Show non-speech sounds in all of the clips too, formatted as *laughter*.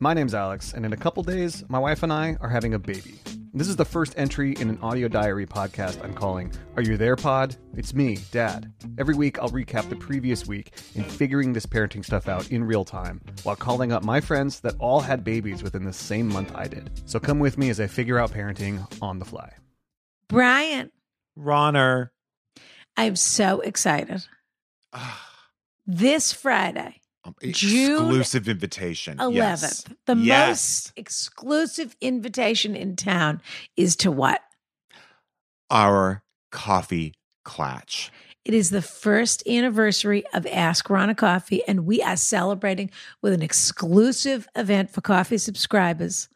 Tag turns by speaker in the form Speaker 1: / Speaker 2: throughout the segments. Speaker 1: My name's Alex, and in a couple days, my wife and I are having a baby. This is the first entry in an audio diary podcast I'm calling Are You There, Pod? It's me, Dad. Every week, I'll recap the previous week in figuring this parenting stuff out in real time while calling up my friends that all had babies within the same month I did. So come with me as I figure out parenting on the fly.
Speaker 2: Brian,
Speaker 3: *sighs* Ronner.
Speaker 2: I'm so excited.
Speaker 3: Ah,
Speaker 2: This Friday,
Speaker 3: um,
Speaker 2: June
Speaker 3: exclusive invitation.
Speaker 2: 11th,
Speaker 3: Yes.
Speaker 2: the
Speaker 3: Yes.
Speaker 2: most exclusive invitation in town is to what?
Speaker 3: Our coffee clatch.
Speaker 2: It is the first anniversary of Ask Ron a Coffee, and we are celebrating with an exclusive event for coffee subscribers.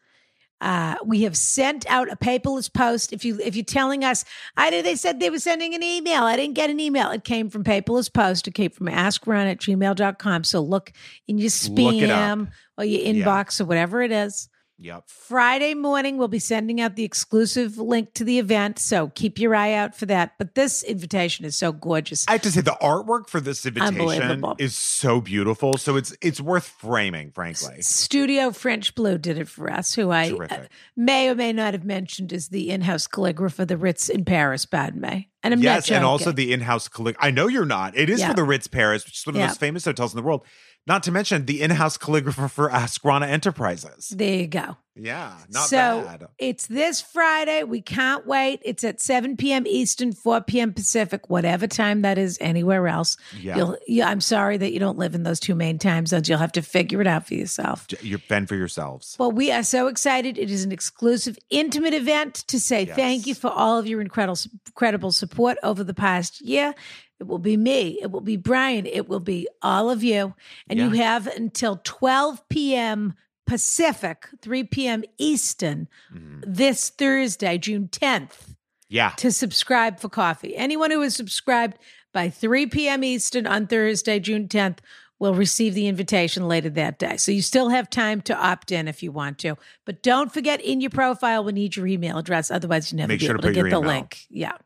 Speaker 2: Uh, we have sent out a paperless post. If you if you're telling us, I did, they said they were sending an email. I didn't get an email. It came from paperless post. It came from askron at gmail.com. So look in your
Speaker 3: Look it up.
Speaker 2: spam or your
Speaker 3: Yeah.
Speaker 2: inbox or whatever it is.
Speaker 3: Yep.
Speaker 2: Friday morning, we'll be sending out the exclusive link to the event. So keep your eye out for that. But this invitation is so gorgeous.
Speaker 3: I have to say the artwork for this invitation
Speaker 2: Unbelievable.
Speaker 3: is so beautiful. So it's it's worth framing, frankly.
Speaker 2: Studio French Blue did it for us, who I
Speaker 3: Terrific.
Speaker 2: uh, may or may not have mentioned is the in house calligrapher, the Ritz in Paris, Badme. And I'm
Speaker 3: yes,
Speaker 2: not
Speaker 3: and also
Speaker 2: joking.
Speaker 3: the in-house callig. I know you're not. It is
Speaker 2: Yeah.
Speaker 3: for the Ritz Paris, which is one of the
Speaker 2: Yeah.
Speaker 3: most famous hotels in the world. Not to mention the in-house calligrapher for Asgrana Enterprises.
Speaker 2: There you go.
Speaker 3: Yeah, not
Speaker 2: so
Speaker 3: bad.
Speaker 2: it's this Friday. We can't wait. It's at 7 p.m. Eastern, 4 p.m. Pacific, whatever time that is anywhere else.
Speaker 3: Yeah.
Speaker 2: You'll, yeah, I'm sorry that you don't live in those two main time zones. You'll have to figure it out for yourself.
Speaker 3: J- You fend for yourselves.
Speaker 2: Well, we are so excited. It is an exclusive, intimate event to say
Speaker 3: Yes.
Speaker 2: thank you for all of your incredible, incredible support over the past year. It will be me. It will be Brian. It will be all of you. And you
Speaker 3: Yeah.
Speaker 2: have until 12 p.m. Pacific, 3 p.m. Eastern,
Speaker 3: Mhm.
Speaker 2: this Thursday, June 10th,
Speaker 3: Yeah.
Speaker 2: to subscribe for coffee. Anyone who is subscribed by 3 p.m. Eastern on Thursday, June 10th, will receive the invitation later that day. So you still have time to opt in if you want to. But don't forget in your profile, we need your email address. Otherwise, you never
Speaker 3: Make
Speaker 2: be
Speaker 3: sure
Speaker 2: able
Speaker 3: to
Speaker 2: to
Speaker 3: put
Speaker 2: get
Speaker 3: your
Speaker 2: the
Speaker 3: email.
Speaker 2: link. Yeah.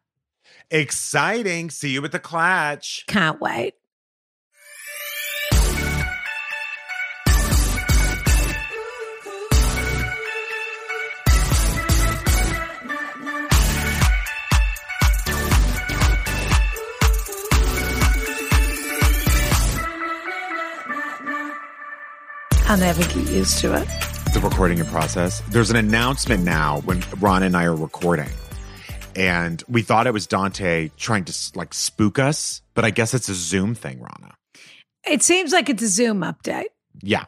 Speaker 3: Exciting. See you at the clatch.
Speaker 2: Can't wait. I'll never get used to it.
Speaker 3: The recording in process. There's an announcement now when Ron and I are recording. And we thought it was Dante trying to like spook us, but I guess it's a Zoom thing, Rana.
Speaker 2: It seems like it's a Zoom update,
Speaker 3: Yeah.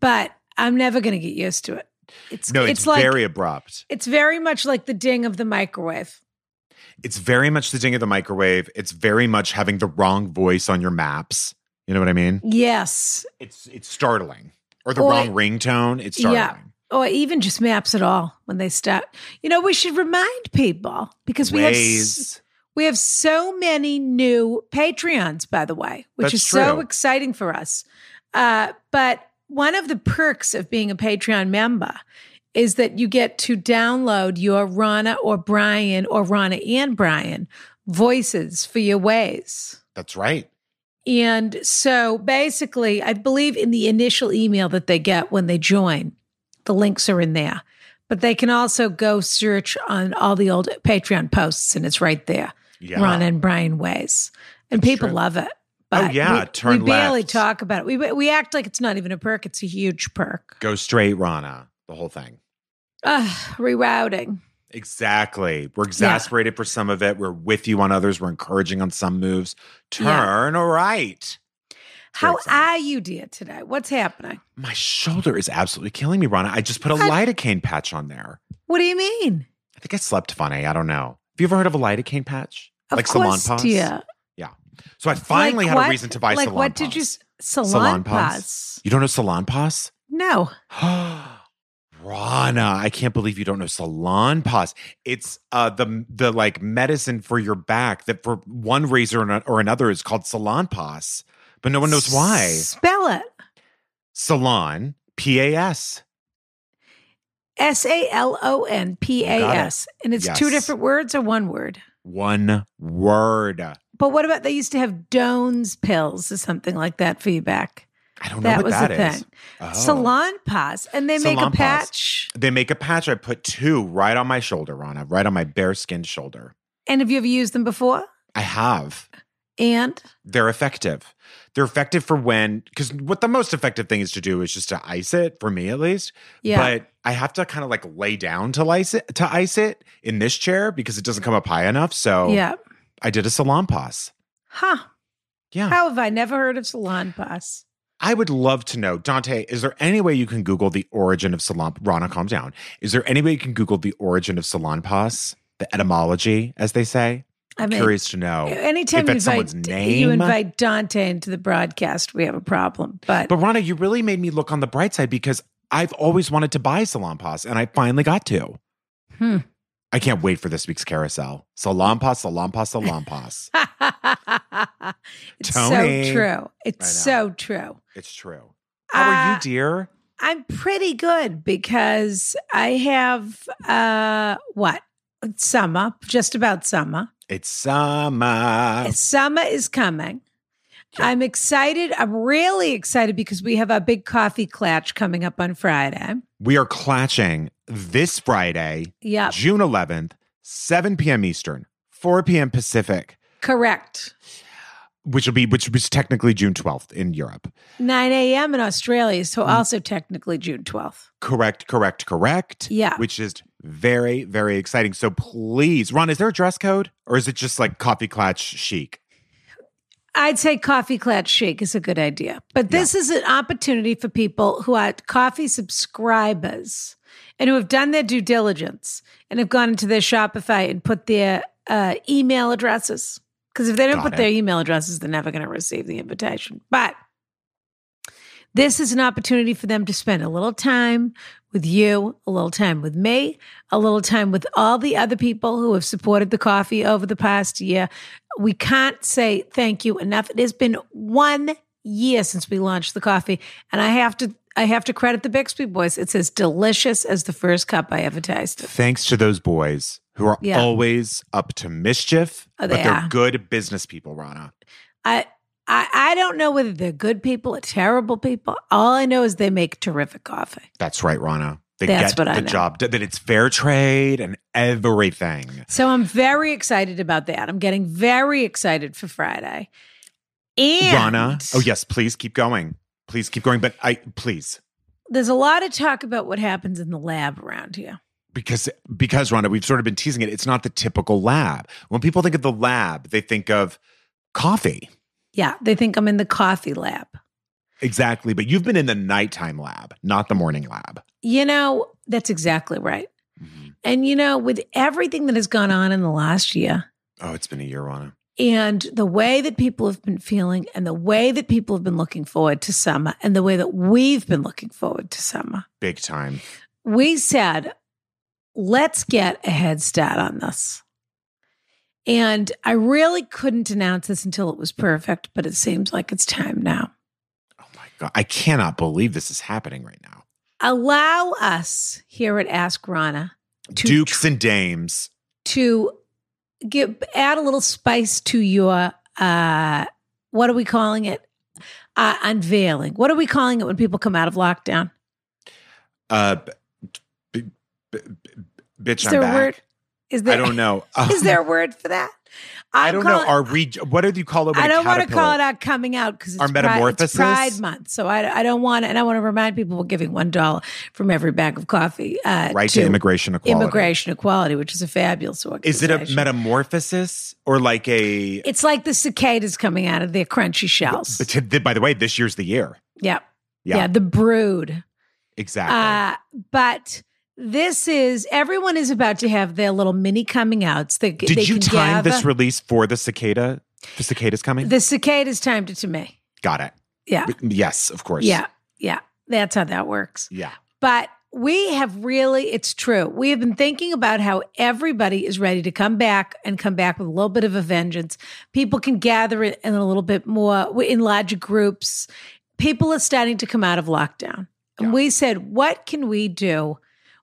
Speaker 2: but I'm never going to get used to it. It's
Speaker 3: No, it's,
Speaker 2: like
Speaker 3: very abrupt.
Speaker 2: It's very much like the ding of the microwave.
Speaker 3: It's very much the ding of the microwave. It's very much having the wrong voice on your maps. You know what I mean?
Speaker 2: Yes.
Speaker 3: It's it's startling. Or the
Speaker 2: Or-
Speaker 3: wrong ringtone. It's startling.
Speaker 2: Yeah. Or even just maps at all when they start. You know, we should remind people because we have s-
Speaker 3: Ways.
Speaker 2: we have so many new Patreons, by the way, which
Speaker 3: That's
Speaker 2: is so
Speaker 3: true.
Speaker 2: exciting for us. Uh, but one of the perks of being a Patreon member is that you get to download your Rana or Brian or Rana and Brian voices for your ways.
Speaker 3: That's right.
Speaker 2: And so basically, I believe in the initial email that they get when they join, the links are in there. But they can also go search on all the old Patreon posts and it's right there.
Speaker 3: Yeah.
Speaker 2: Ron and Brian Ways. And
Speaker 3: That's
Speaker 2: people
Speaker 3: true.
Speaker 2: love it.
Speaker 3: Oh, yeah,
Speaker 2: we,
Speaker 3: turn
Speaker 2: we barely
Speaker 3: left.
Speaker 2: talk about it. We we act like it's not even a perk. It's a huge perk.
Speaker 3: Go straight, Rana. The whole thing.
Speaker 2: Ugh, rerouting.
Speaker 3: Exactly. We're exasperated for some of it. We're with you on others. We're encouraging on some moves.
Speaker 2: Yeah.
Speaker 3: Turn right.
Speaker 2: How
Speaker 3: Great song.
Speaker 2: are you, dear, today? What's happening?
Speaker 3: My shoulder is absolutely killing me, Rana. I just put a
Speaker 2: I-
Speaker 3: lidocaine patch on there.
Speaker 2: What do you mean?
Speaker 3: I think I slept funny. I don't know. Have you ever heard of a lidocaine patch?
Speaker 2: Of
Speaker 3: like
Speaker 2: course,
Speaker 3: Salon Paws?
Speaker 2: dear.
Speaker 3: So I finally
Speaker 2: Like
Speaker 3: had
Speaker 2: what?
Speaker 3: a reason to buy
Speaker 2: like
Speaker 3: Salon
Speaker 2: what did you
Speaker 3: Paws.
Speaker 2: s- salon,
Speaker 3: Salon Paws?
Speaker 2: paws?
Speaker 3: You don't know Salon Paws?
Speaker 2: No.
Speaker 3: *gasps* Rana, I can't believe you don't know Salon Paws. It's uh the the like medicine for your back that for one reason or, ano- or another is called Salon Paws, but no one knows why.
Speaker 2: Spell it.
Speaker 3: Salon P A S.
Speaker 2: S A L O N P A S. And it's two
Speaker 3: Yes.
Speaker 2: different words or one word.
Speaker 3: One word.
Speaker 2: But what about they used to have Doan's pills or something like that for your back?
Speaker 3: I don't know
Speaker 2: That
Speaker 3: what
Speaker 2: was
Speaker 3: that
Speaker 2: the
Speaker 3: is.
Speaker 2: thing.
Speaker 3: Oh.
Speaker 2: Salon paws, and they make
Speaker 3: Salon
Speaker 2: a
Speaker 3: paws.
Speaker 2: patch.
Speaker 3: They make a patch. I put two right on my shoulder, Rana, right on my bare skin shoulder.
Speaker 2: And have you ever used them before?
Speaker 3: I have.
Speaker 2: And
Speaker 3: They're effective. They're effective for when, because what the most effective thing is to do is just to ice it, for me at least.
Speaker 2: yeah,
Speaker 3: But I have to kind of like lay down to ice it to ice it in this chair because it doesn't come up high enough. So
Speaker 2: yeah,
Speaker 3: I did a salon pass.
Speaker 2: huh?
Speaker 3: Yeah.
Speaker 2: How have I never heard of salon paws?
Speaker 3: I would love to know, Dante, is there any way you can Google the origin of salon? Rana, calm down. Is there any way you can Google the origin of salon pass, the etymology, as they say?
Speaker 2: I mean,
Speaker 3: Curious to know.
Speaker 2: anytime
Speaker 3: if
Speaker 2: you
Speaker 3: it's someone's
Speaker 2: invite
Speaker 3: name.
Speaker 2: you invite Dante into the broadcast, we have a problem. But,
Speaker 3: But Rana, you really made me look on the bright side because I've always wanted to buy salon pass and I finally got to.
Speaker 2: Hmm.
Speaker 3: I can't wait for this week's carousel. Salon pass, salon pass, salon pass.
Speaker 2: *laughs* it's
Speaker 3: Tony.
Speaker 2: so true. It's
Speaker 3: I
Speaker 2: so true.
Speaker 3: it's true. How are
Speaker 2: Uh,
Speaker 3: you, dear?
Speaker 2: I'm pretty good because I have uh what? Summer, just about summer.
Speaker 3: It's summer.
Speaker 2: Summer is coming.
Speaker 3: Yeah.
Speaker 2: I'm excited. I'm really excited because we have our big coffee clatch coming up on Friday.
Speaker 3: We are clatching this Friday,
Speaker 2: Yep.
Speaker 3: June 11th, 7 p.m. Eastern, 4 p.m. Pacific,
Speaker 2: Correct.
Speaker 3: which will be which was technically June 12th in Europe.
Speaker 2: 9 a.m. in Australia. So
Speaker 3: Mm.
Speaker 2: also technically June 12th.
Speaker 3: Correct, correct, correct.
Speaker 2: Yeah.
Speaker 3: Which is very, very exciting. So please, Ron, is there a dress code or is it just like coffee clatch chic?
Speaker 2: I'd say coffee clatch shake is a good idea. But this is an opportunity for people who are coffee subscribers and who have done their due diligence and have gone into their Shopify and put their uh, email addresses. Because if they don't
Speaker 3: Got
Speaker 2: put
Speaker 3: it.
Speaker 2: their email addresses, they're never going to receive the invitation. But this is an opportunity for them to spend a little time with you, a little time with me, a little time with all the other people who have supported the coffee over the past year. We can't say thank you enough. It has been one year since we launched the coffee, and I have to I have to credit the Bixby boys. It's as delicious as the first cup I ever tasted.
Speaker 3: Thanks to those boys who are
Speaker 2: Yeah.
Speaker 3: always up to mischief,
Speaker 2: Oh,
Speaker 3: but
Speaker 2: they
Speaker 3: they're
Speaker 2: are.
Speaker 3: good business people, Rana.
Speaker 2: I, I I don't know whether they're good people or terrible people. All I know is they make terrific coffee.
Speaker 3: That's right, Rana. They
Speaker 2: That's
Speaker 3: get
Speaker 2: what
Speaker 3: the
Speaker 2: I know.
Speaker 3: job done, that it's fair trade and everything.
Speaker 2: So I'm very excited about that. I'm getting very excited for Friday. And
Speaker 3: Rana. Oh yes, please keep going. Please keep going. But I please
Speaker 2: there's a lot of talk about what happens in the lab around here.
Speaker 3: because because Rana, we've sort of been teasing it. It's not the typical lab. When people think of the lab, they think of coffee.
Speaker 2: Yeah, they think I'm in the coffee lab.
Speaker 3: Exactly. But you've been in the nighttime lab, not the morning lab.
Speaker 2: You know, that's exactly right. And you know, with everything that has gone on in the last year,
Speaker 3: Oh, it's been a year, Rana.
Speaker 2: And the way that people have been feeling, and the way that people have been looking forward to summer, and the way that we've been looking forward to summer,
Speaker 3: Big time.
Speaker 2: we said, let's get a head start on this. And I really couldn't announce this until it was perfect, but it seems like it's time now.
Speaker 3: Oh my god. I cannot believe this is happening right now.
Speaker 2: Allow us here at Ask Rana To-
Speaker 3: Dukes and dames.
Speaker 2: to give add a little spice to your uh what are we calling it? Uh, unveiling. What are we calling it when people come out of lockdown?
Speaker 3: Uh b- b- b- b- bitch,
Speaker 2: Is
Speaker 3: I'm
Speaker 2: there a
Speaker 3: back.
Speaker 2: word? Is there
Speaker 3: I
Speaker 2: *laughs*
Speaker 3: don't know.
Speaker 2: is there a word for that?
Speaker 3: *laughs* I
Speaker 2: I'm
Speaker 3: don't know.
Speaker 2: calling-
Speaker 3: Are we? What do you call it? When
Speaker 2: I don't
Speaker 3: want
Speaker 2: want to call it out coming out because it's,
Speaker 3: Our
Speaker 2: Pride- it's
Speaker 3: metamorphosis?
Speaker 2: Pride Month, so I, I don't want to, and I want to remind people we're giving one dollar from every bag of coffee uh,
Speaker 3: Right to, immigration equality.
Speaker 2: immigration equality, which is a fabulous
Speaker 3: Is
Speaker 2: organization.
Speaker 3: it a metamorphosis or like a?
Speaker 2: It's like the cicadas coming out of their crunchy shells.
Speaker 3: But t- by the way, this year's the year.
Speaker 2: Yep.
Speaker 3: Yeah.
Speaker 2: Yeah. the brood.
Speaker 3: Exactly.
Speaker 2: Uh, but this is everyone is about to have their little mini coming outs. They,
Speaker 3: Did
Speaker 2: they
Speaker 3: you
Speaker 2: can
Speaker 3: time
Speaker 2: gather.
Speaker 3: this release for the cicada? The cicada's coming.
Speaker 2: the cicadas timed it to me.
Speaker 3: Got it.
Speaker 2: Yeah,
Speaker 3: But Yes, of course.
Speaker 2: yeah, yeah. That's how that works.
Speaker 3: Yeah.
Speaker 2: But we have really, it's true. We have been thinking about how everybody is ready to come back and come back with a little bit of a vengeance. People can gather it in a little bit more we're in larger groups. People are starting to come out of lockdown. And
Speaker 3: Yeah.
Speaker 2: we said, what can we do?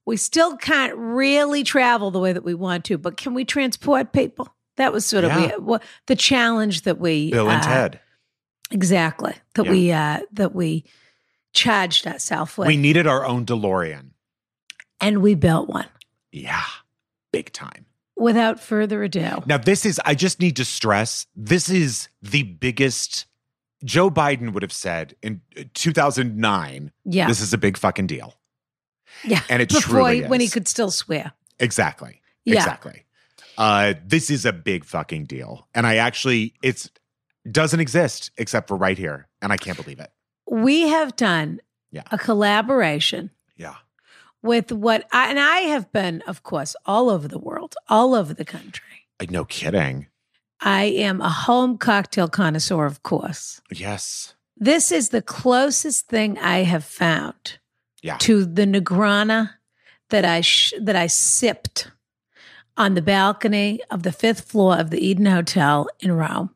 Speaker 2: We still can't really travel the way that we want to, but can we transport people? That was sort of
Speaker 3: Yeah.
Speaker 2: we- what- the challenge that we
Speaker 3: Bill and
Speaker 2: uh,
Speaker 3: Ted.
Speaker 2: Exactly. That
Speaker 3: Yeah.
Speaker 2: we uh that we charged ourselves with
Speaker 3: We needed our own DeLorean.
Speaker 2: and we built one.
Speaker 3: Yeah, big time.
Speaker 2: Without further ado.
Speaker 3: Now, this is, I just need to stress this is the biggest. Joe Biden would have said in uh, 2009,
Speaker 2: Yeah.
Speaker 3: this is a big fucking deal.
Speaker 2: yeah.
Speaker 3: and it
Speaker 2: Before
Speaker 3: truly
Speaker 2: he- when he
Speaker 3: is.
Speaker 2: could still swear.
Speaker 3: Exactly.
Speaker 2: Yeah.
Speaker 3: Exactly. Uh, this is a big fucking deal. And I actually, it's doesn't exist except for right here. And I can't believe it.
Speaker 2: We have done
Speaker 3: Yeah.
Speaker 2: a collaboration
Speaker 3: Yeah.
Speaker 2: with what I, and I have been, of course, all over the world, all over the country.
Speaker 3: Like, no kidding.
Speaker 2: I am a home cocktail connoisseur, of course.
Speaker 3: Yes.
Speaker 2: This is the closest thing I have found
Speaker 3: Yeah.
Speaker 2: to the Negrana that I sh- that I sipped on the balcony of the fifth floor of the Eden Hotel in Rome.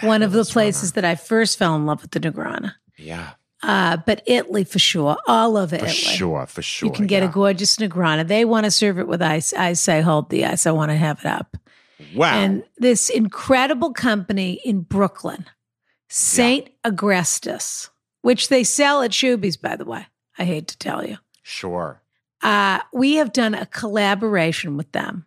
Speaker 2: One of the
Speaker 3: Fabulous
Speaker 2: places
Speaker 3: runner.
Speaker 2: that I first fell in love with the Negrana.
Speaker 3: Yeah.
Speaker 2: Uh, but Italy for sure, all over
Speaker 3: For
Speaker 2: Italy.
Speaker 3: sure. For sure.
Speaker 2: you can get
Speaker 3: yeah.
Speaker 2: a gorgeous Negrana. They want to serve it with ice. I say, hold the ice. I want to have it up.
Speaker 3: Wow.
Speaker 2: And this incredible company in Brooklyn, St. Agrestis, which they sell at Shuby's, by the way. I hate to tell you.
Speaker 3: sure.
Speaker 2: Uh, we have done a collaboration with them,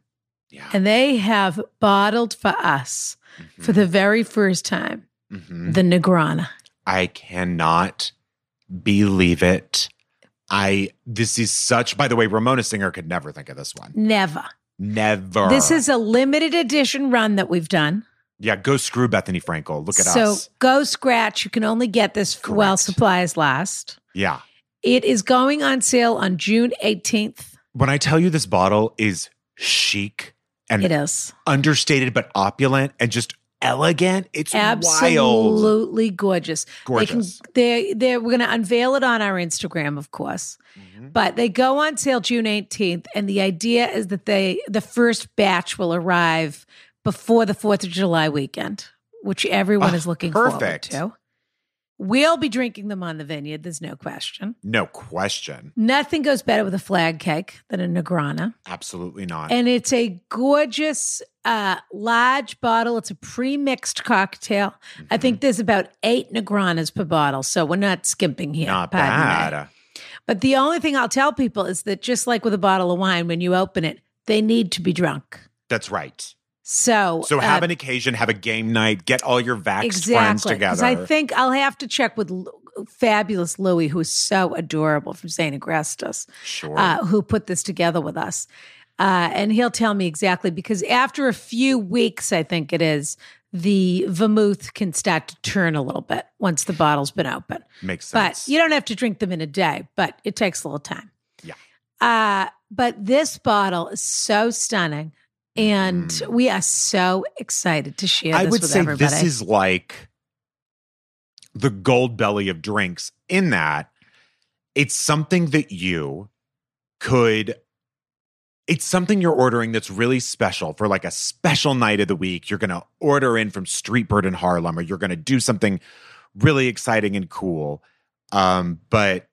Speaker 3: Yeah.
Speaker 2: and they have bottled for us
Speaker 3: Mm-hmm.
Speaker 2: for
Speaker 3: Mm.
Speaker 2: the very first time
Speaker 3: Mhm.
Speaker 2: the Negrana.
Speaker 3: I cannot believe it. I, this is such, by the way, Ramona Singer could never think of this one.
Speaker 2: Never.
Speaker 3: Never.
Speaker 2: This is a limited edition run that we've done.
Speaker 3: yeah. Go screw Bethany Frankel. Look at
Speaker 2: so
Speaker 3: us.
Speaker 2: go scratch. You can only get this while
Speaker 3: Correct.
Speaker 2: supplies last.
Speaker 3: Yeah.
Speaker 2: It is going on sale on June 18th.
Speaker 3: When I tell you this bottle is chic and
Speaker 2: It is
Speaker 3: understated but opulent and just elegant, it's wild.
Speaker 2: absolutely gorgeous. They can,
Speaker 3: Gorgeous.
Speaker 2: they they we're going to unveil it on our Instagram, of course.
Speaker 3: Mm-hmm.
Speaker 2: But they go on sale June 18th, and the idea is that they the first batch will arrive before the 4th of July weekend, which everyone
Speaker 3: Ah,
Speaker 2: is looking
Speaker 3: perfect.
Speaker 2: forward to. We'll be drinking them on the vineyard, there's no question.
Speaker 3: No question.
Speaker 2: Nothing goes better with a flag cake than a Negrana.
Speaker 3: Absolutely not.
Speaker 2: And it's a gorgeous uh, large bottle. It's a pre-mixed cocktail. I
Speaker 3: Mhm.
Speaker 2: think there's about eight Negranas per bottle, so we're not skimping here.
Speaker 3: not
Speaker 2: Pardon me.
Speaker 3: bad.
Speaker 2: But the only thing I'll tell people is that just like with a bottle of wine, when you open it, they need to be drunk.
Speaker 3: That's right.
Speaker 2: So,
Speaker 3: So
Speaker 2: uh,
Speaker 3: have an occasion, have a game night, get all your vaxxed friends
Speaker 2: exactly
Speaker 3: together.
Speaker 2: I think I'll have to check with Lu- fabulous Louie, who is so adorable from Saint Agrestus,
Speaker 3: sure.
Speaker 2: uh, who put this together with us. Uh, and he'll tell me exactly because after a few weeks, I think it is, the vermouth can start to turn a little bit once the bottle's been open.
Speaker 3: Makes sense.
Speaker 2: But you don't have to drink them in a day, but it takes a little time.
Speaker 3: Yeah.
Speaker 2: Uh, but this bottle is so stunning. And
Speaker 3: Mm.
Speaker 2: we are so excited to share
Speaker 3: I
Speaker 2: this
Speaker 3: would
Speaker 2: with
Speaker 3: say
Speaker 2: everybody.
Speaker 3: this is like the gold belly of drinks in that it's something that you could it's something you're ordering that's really special for like a special night of the week. You're going to order in from Street Bird in Harlem or you're going to do something really exciting and cool. Um but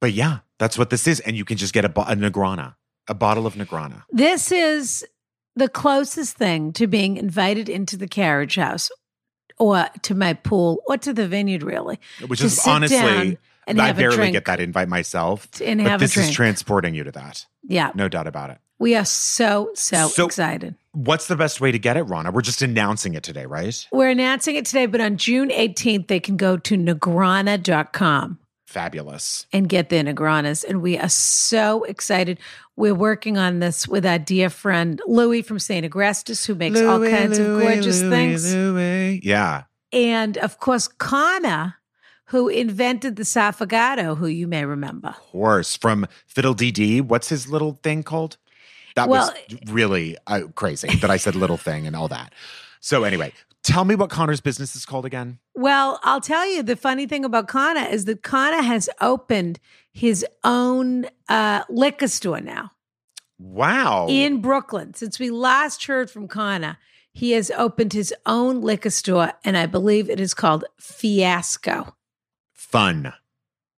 Speaker 3: but yeah, that's what this is and you can just get a, bo- a Negrana, a bottle of Negrana.
Speaker 2: this is the closest thing to being invited into the carriage house or to my pool or to the vineyard, really.
Speaker 3: Which
Speaker 2: to
Speaker 3: is
Speaker 2: sit
Speaker 3: honestly
Speaker 2: down and
Speaker 3: I
Speaker 2: have a
Speaker 3: barely
Speaker 2: drink
Speaker 3: get that invite myself.
Speaker 2: and
Speaker 3: But
Speaker 2: have
Speaker 3: this
Speaker 2: a drink.
Speaker 3: is transporting you to that.
Speaker 2: yeah.
Speaker 3: No doubt about it.
Speaker 2: We are so, so,
Speaker 3: So-
Speaker 2: excited.
Speaker 3: What's the best way to get it, Rana? We're just announcing it today, right?
Speaker 2: We're announcing it today, but on June 18th, they can go to negrana.com
Speaker 3: Fabulous.
Speaker 2: and get their Negranas. And we are so excited. We're working on this with our dear friend Louis from St. Agrestis, who makes all kinds of gorgeous things.
Speaker 3: Yeah.
Speaker 2: And of course, Kana, who invented the Saffogato, who you may remember.
Speaker 3: Horse from Fiddle Dee Dee. What's his little thing called? That
Speaker 2: Well-
Speaker 3: was really uh, crazy that I said little thing and all that. So, anyway, tell me what Connor's business is called again.
Speaker 2: Well, I'll tell you the funny thing about Kana is that Kana has opened his own uh, liquor store now.
Speaker 3: Wow.
Speaker 2: in Brooklyn. Since we last heard from Kana, he has opened his own liquor store, and I believe it is called Fiasco,
Speaker 3: Fun.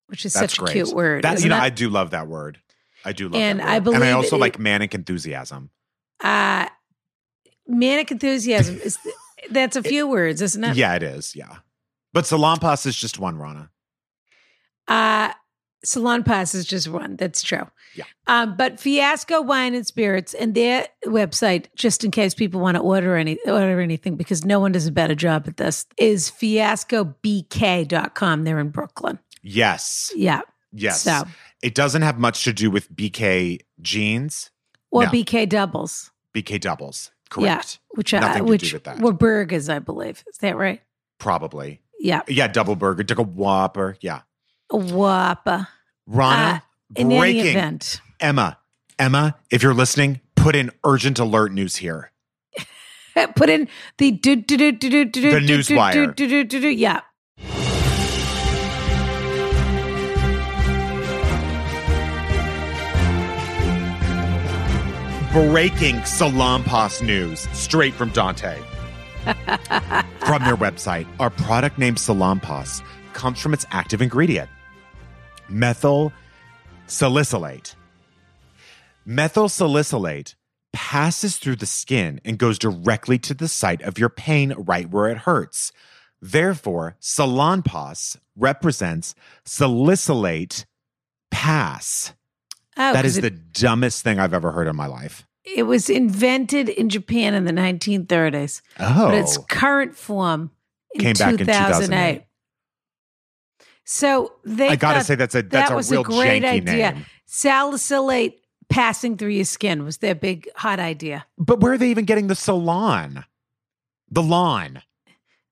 Speaker 2: which is
Speaker 3: That's
Speaker 2: such a
Speaker 3: great.
Speaker 2: cute word.
Speaker 3: That, you
Speaker 2: isn't
Speaker 3: know, I
Speaker 2: it?
Speaker 3: do love that word. I do love
Speaker 2: And
Speaker 3: that
Speaker 2: I
Speaker 3: word. and I
Speaker 2: believe
Speaker 3: also
Speaker 2: it-
Speaker 3: like manic enthusiasm.
Speaker 2: uh, manic enthusiasm is that's a few words, isn't it?
Speaker 3: Yeah, it is. Yeah. But salampas is just one, Rana.
Speaker 2: Uh, Salon Pass is just one. That's true.
Speaker 3: Yeah.
Speaker 2: Um, but Fiasco Wine and Spirits and their website, just in case people want to order any order anything, because no one does a better job at this, is fiascobk.com. They're in Brooklyn.
Speaker 3: Yes.
Speaker 2: Yeah.
Speaker 3: Yes.
Speaker 2: So
Speaker 3: It doesn't have much to do with BK jeans,
Speaker 2: or
Speaker 3: No.
Speaker 2: BK doubles,
Speaker 3: BK doubles. Correct.
Speaker 2: which
Speaker 3: Nothing
Speaker 2: are,
Speaker 3: to do
Speaker 2: which
Speaker 3: with that.
Speaker 2: were burgers, I believe. Is that right?
Speaker 3: Probably.
Speaker 2: Yeah.
Speaker 3: Yeah, double burger, took a whopper. Yeah.
Speaker 2: A Whopper.
Speaker 3: Rana,
Speaker 2: Uh, In any
Speaker 3: breaking.
Speaker 2: event.
Speaker 3: Emma, Emma, if you're listening, put in urgent alert news here.
Speaker 2: eh, Put in the do do do do do do do
Speaker 3: The
Speaker 2: do, do,
Speaker 3: newswire.
Speaker 2: do do do do do yeah.
Speaker 3: Breaking Salampas news straight
Speaker 2: *laughs*
Speaker 3: from Dante. from their website, our product name Salampas comes from its active ingredient, methyl salicylate. Methyl salicylate passes through the skin and goes directly to the site of your pain right where it hurts. Therefore, Salampas represents salicylate pass.
Speaker 2: Oh,
Speaker 3: that
Speaker 2: 'cause
Speaker 3: is
Speaker 2: it
Speaker 3: the dumbest thing I've ever heard in my life.
Speaker 2: It was invented in Japan in the 1930s,
Speaker 3: Oh,
Speaker 2: but its current form in
Speaker 3: Came back in
Speaker 2: 2008.
Speaker 3: 2008.
Speaker 2: So they
Speaker 3: I gotta
Speaker 2: thought
Speaker 3: say that's a that's
Speaker 2: that
Speaker 3: a
Speaker 2: was
Speaker 3: real
Speaker 2: great
Speaker 3: janky
Speaker 2: idea.
Speaker 3: name.
Speaker 2: Salicylate passing through your skin was their big hot idea.
Speaker 3: But where are they even getting the salon, the lawn,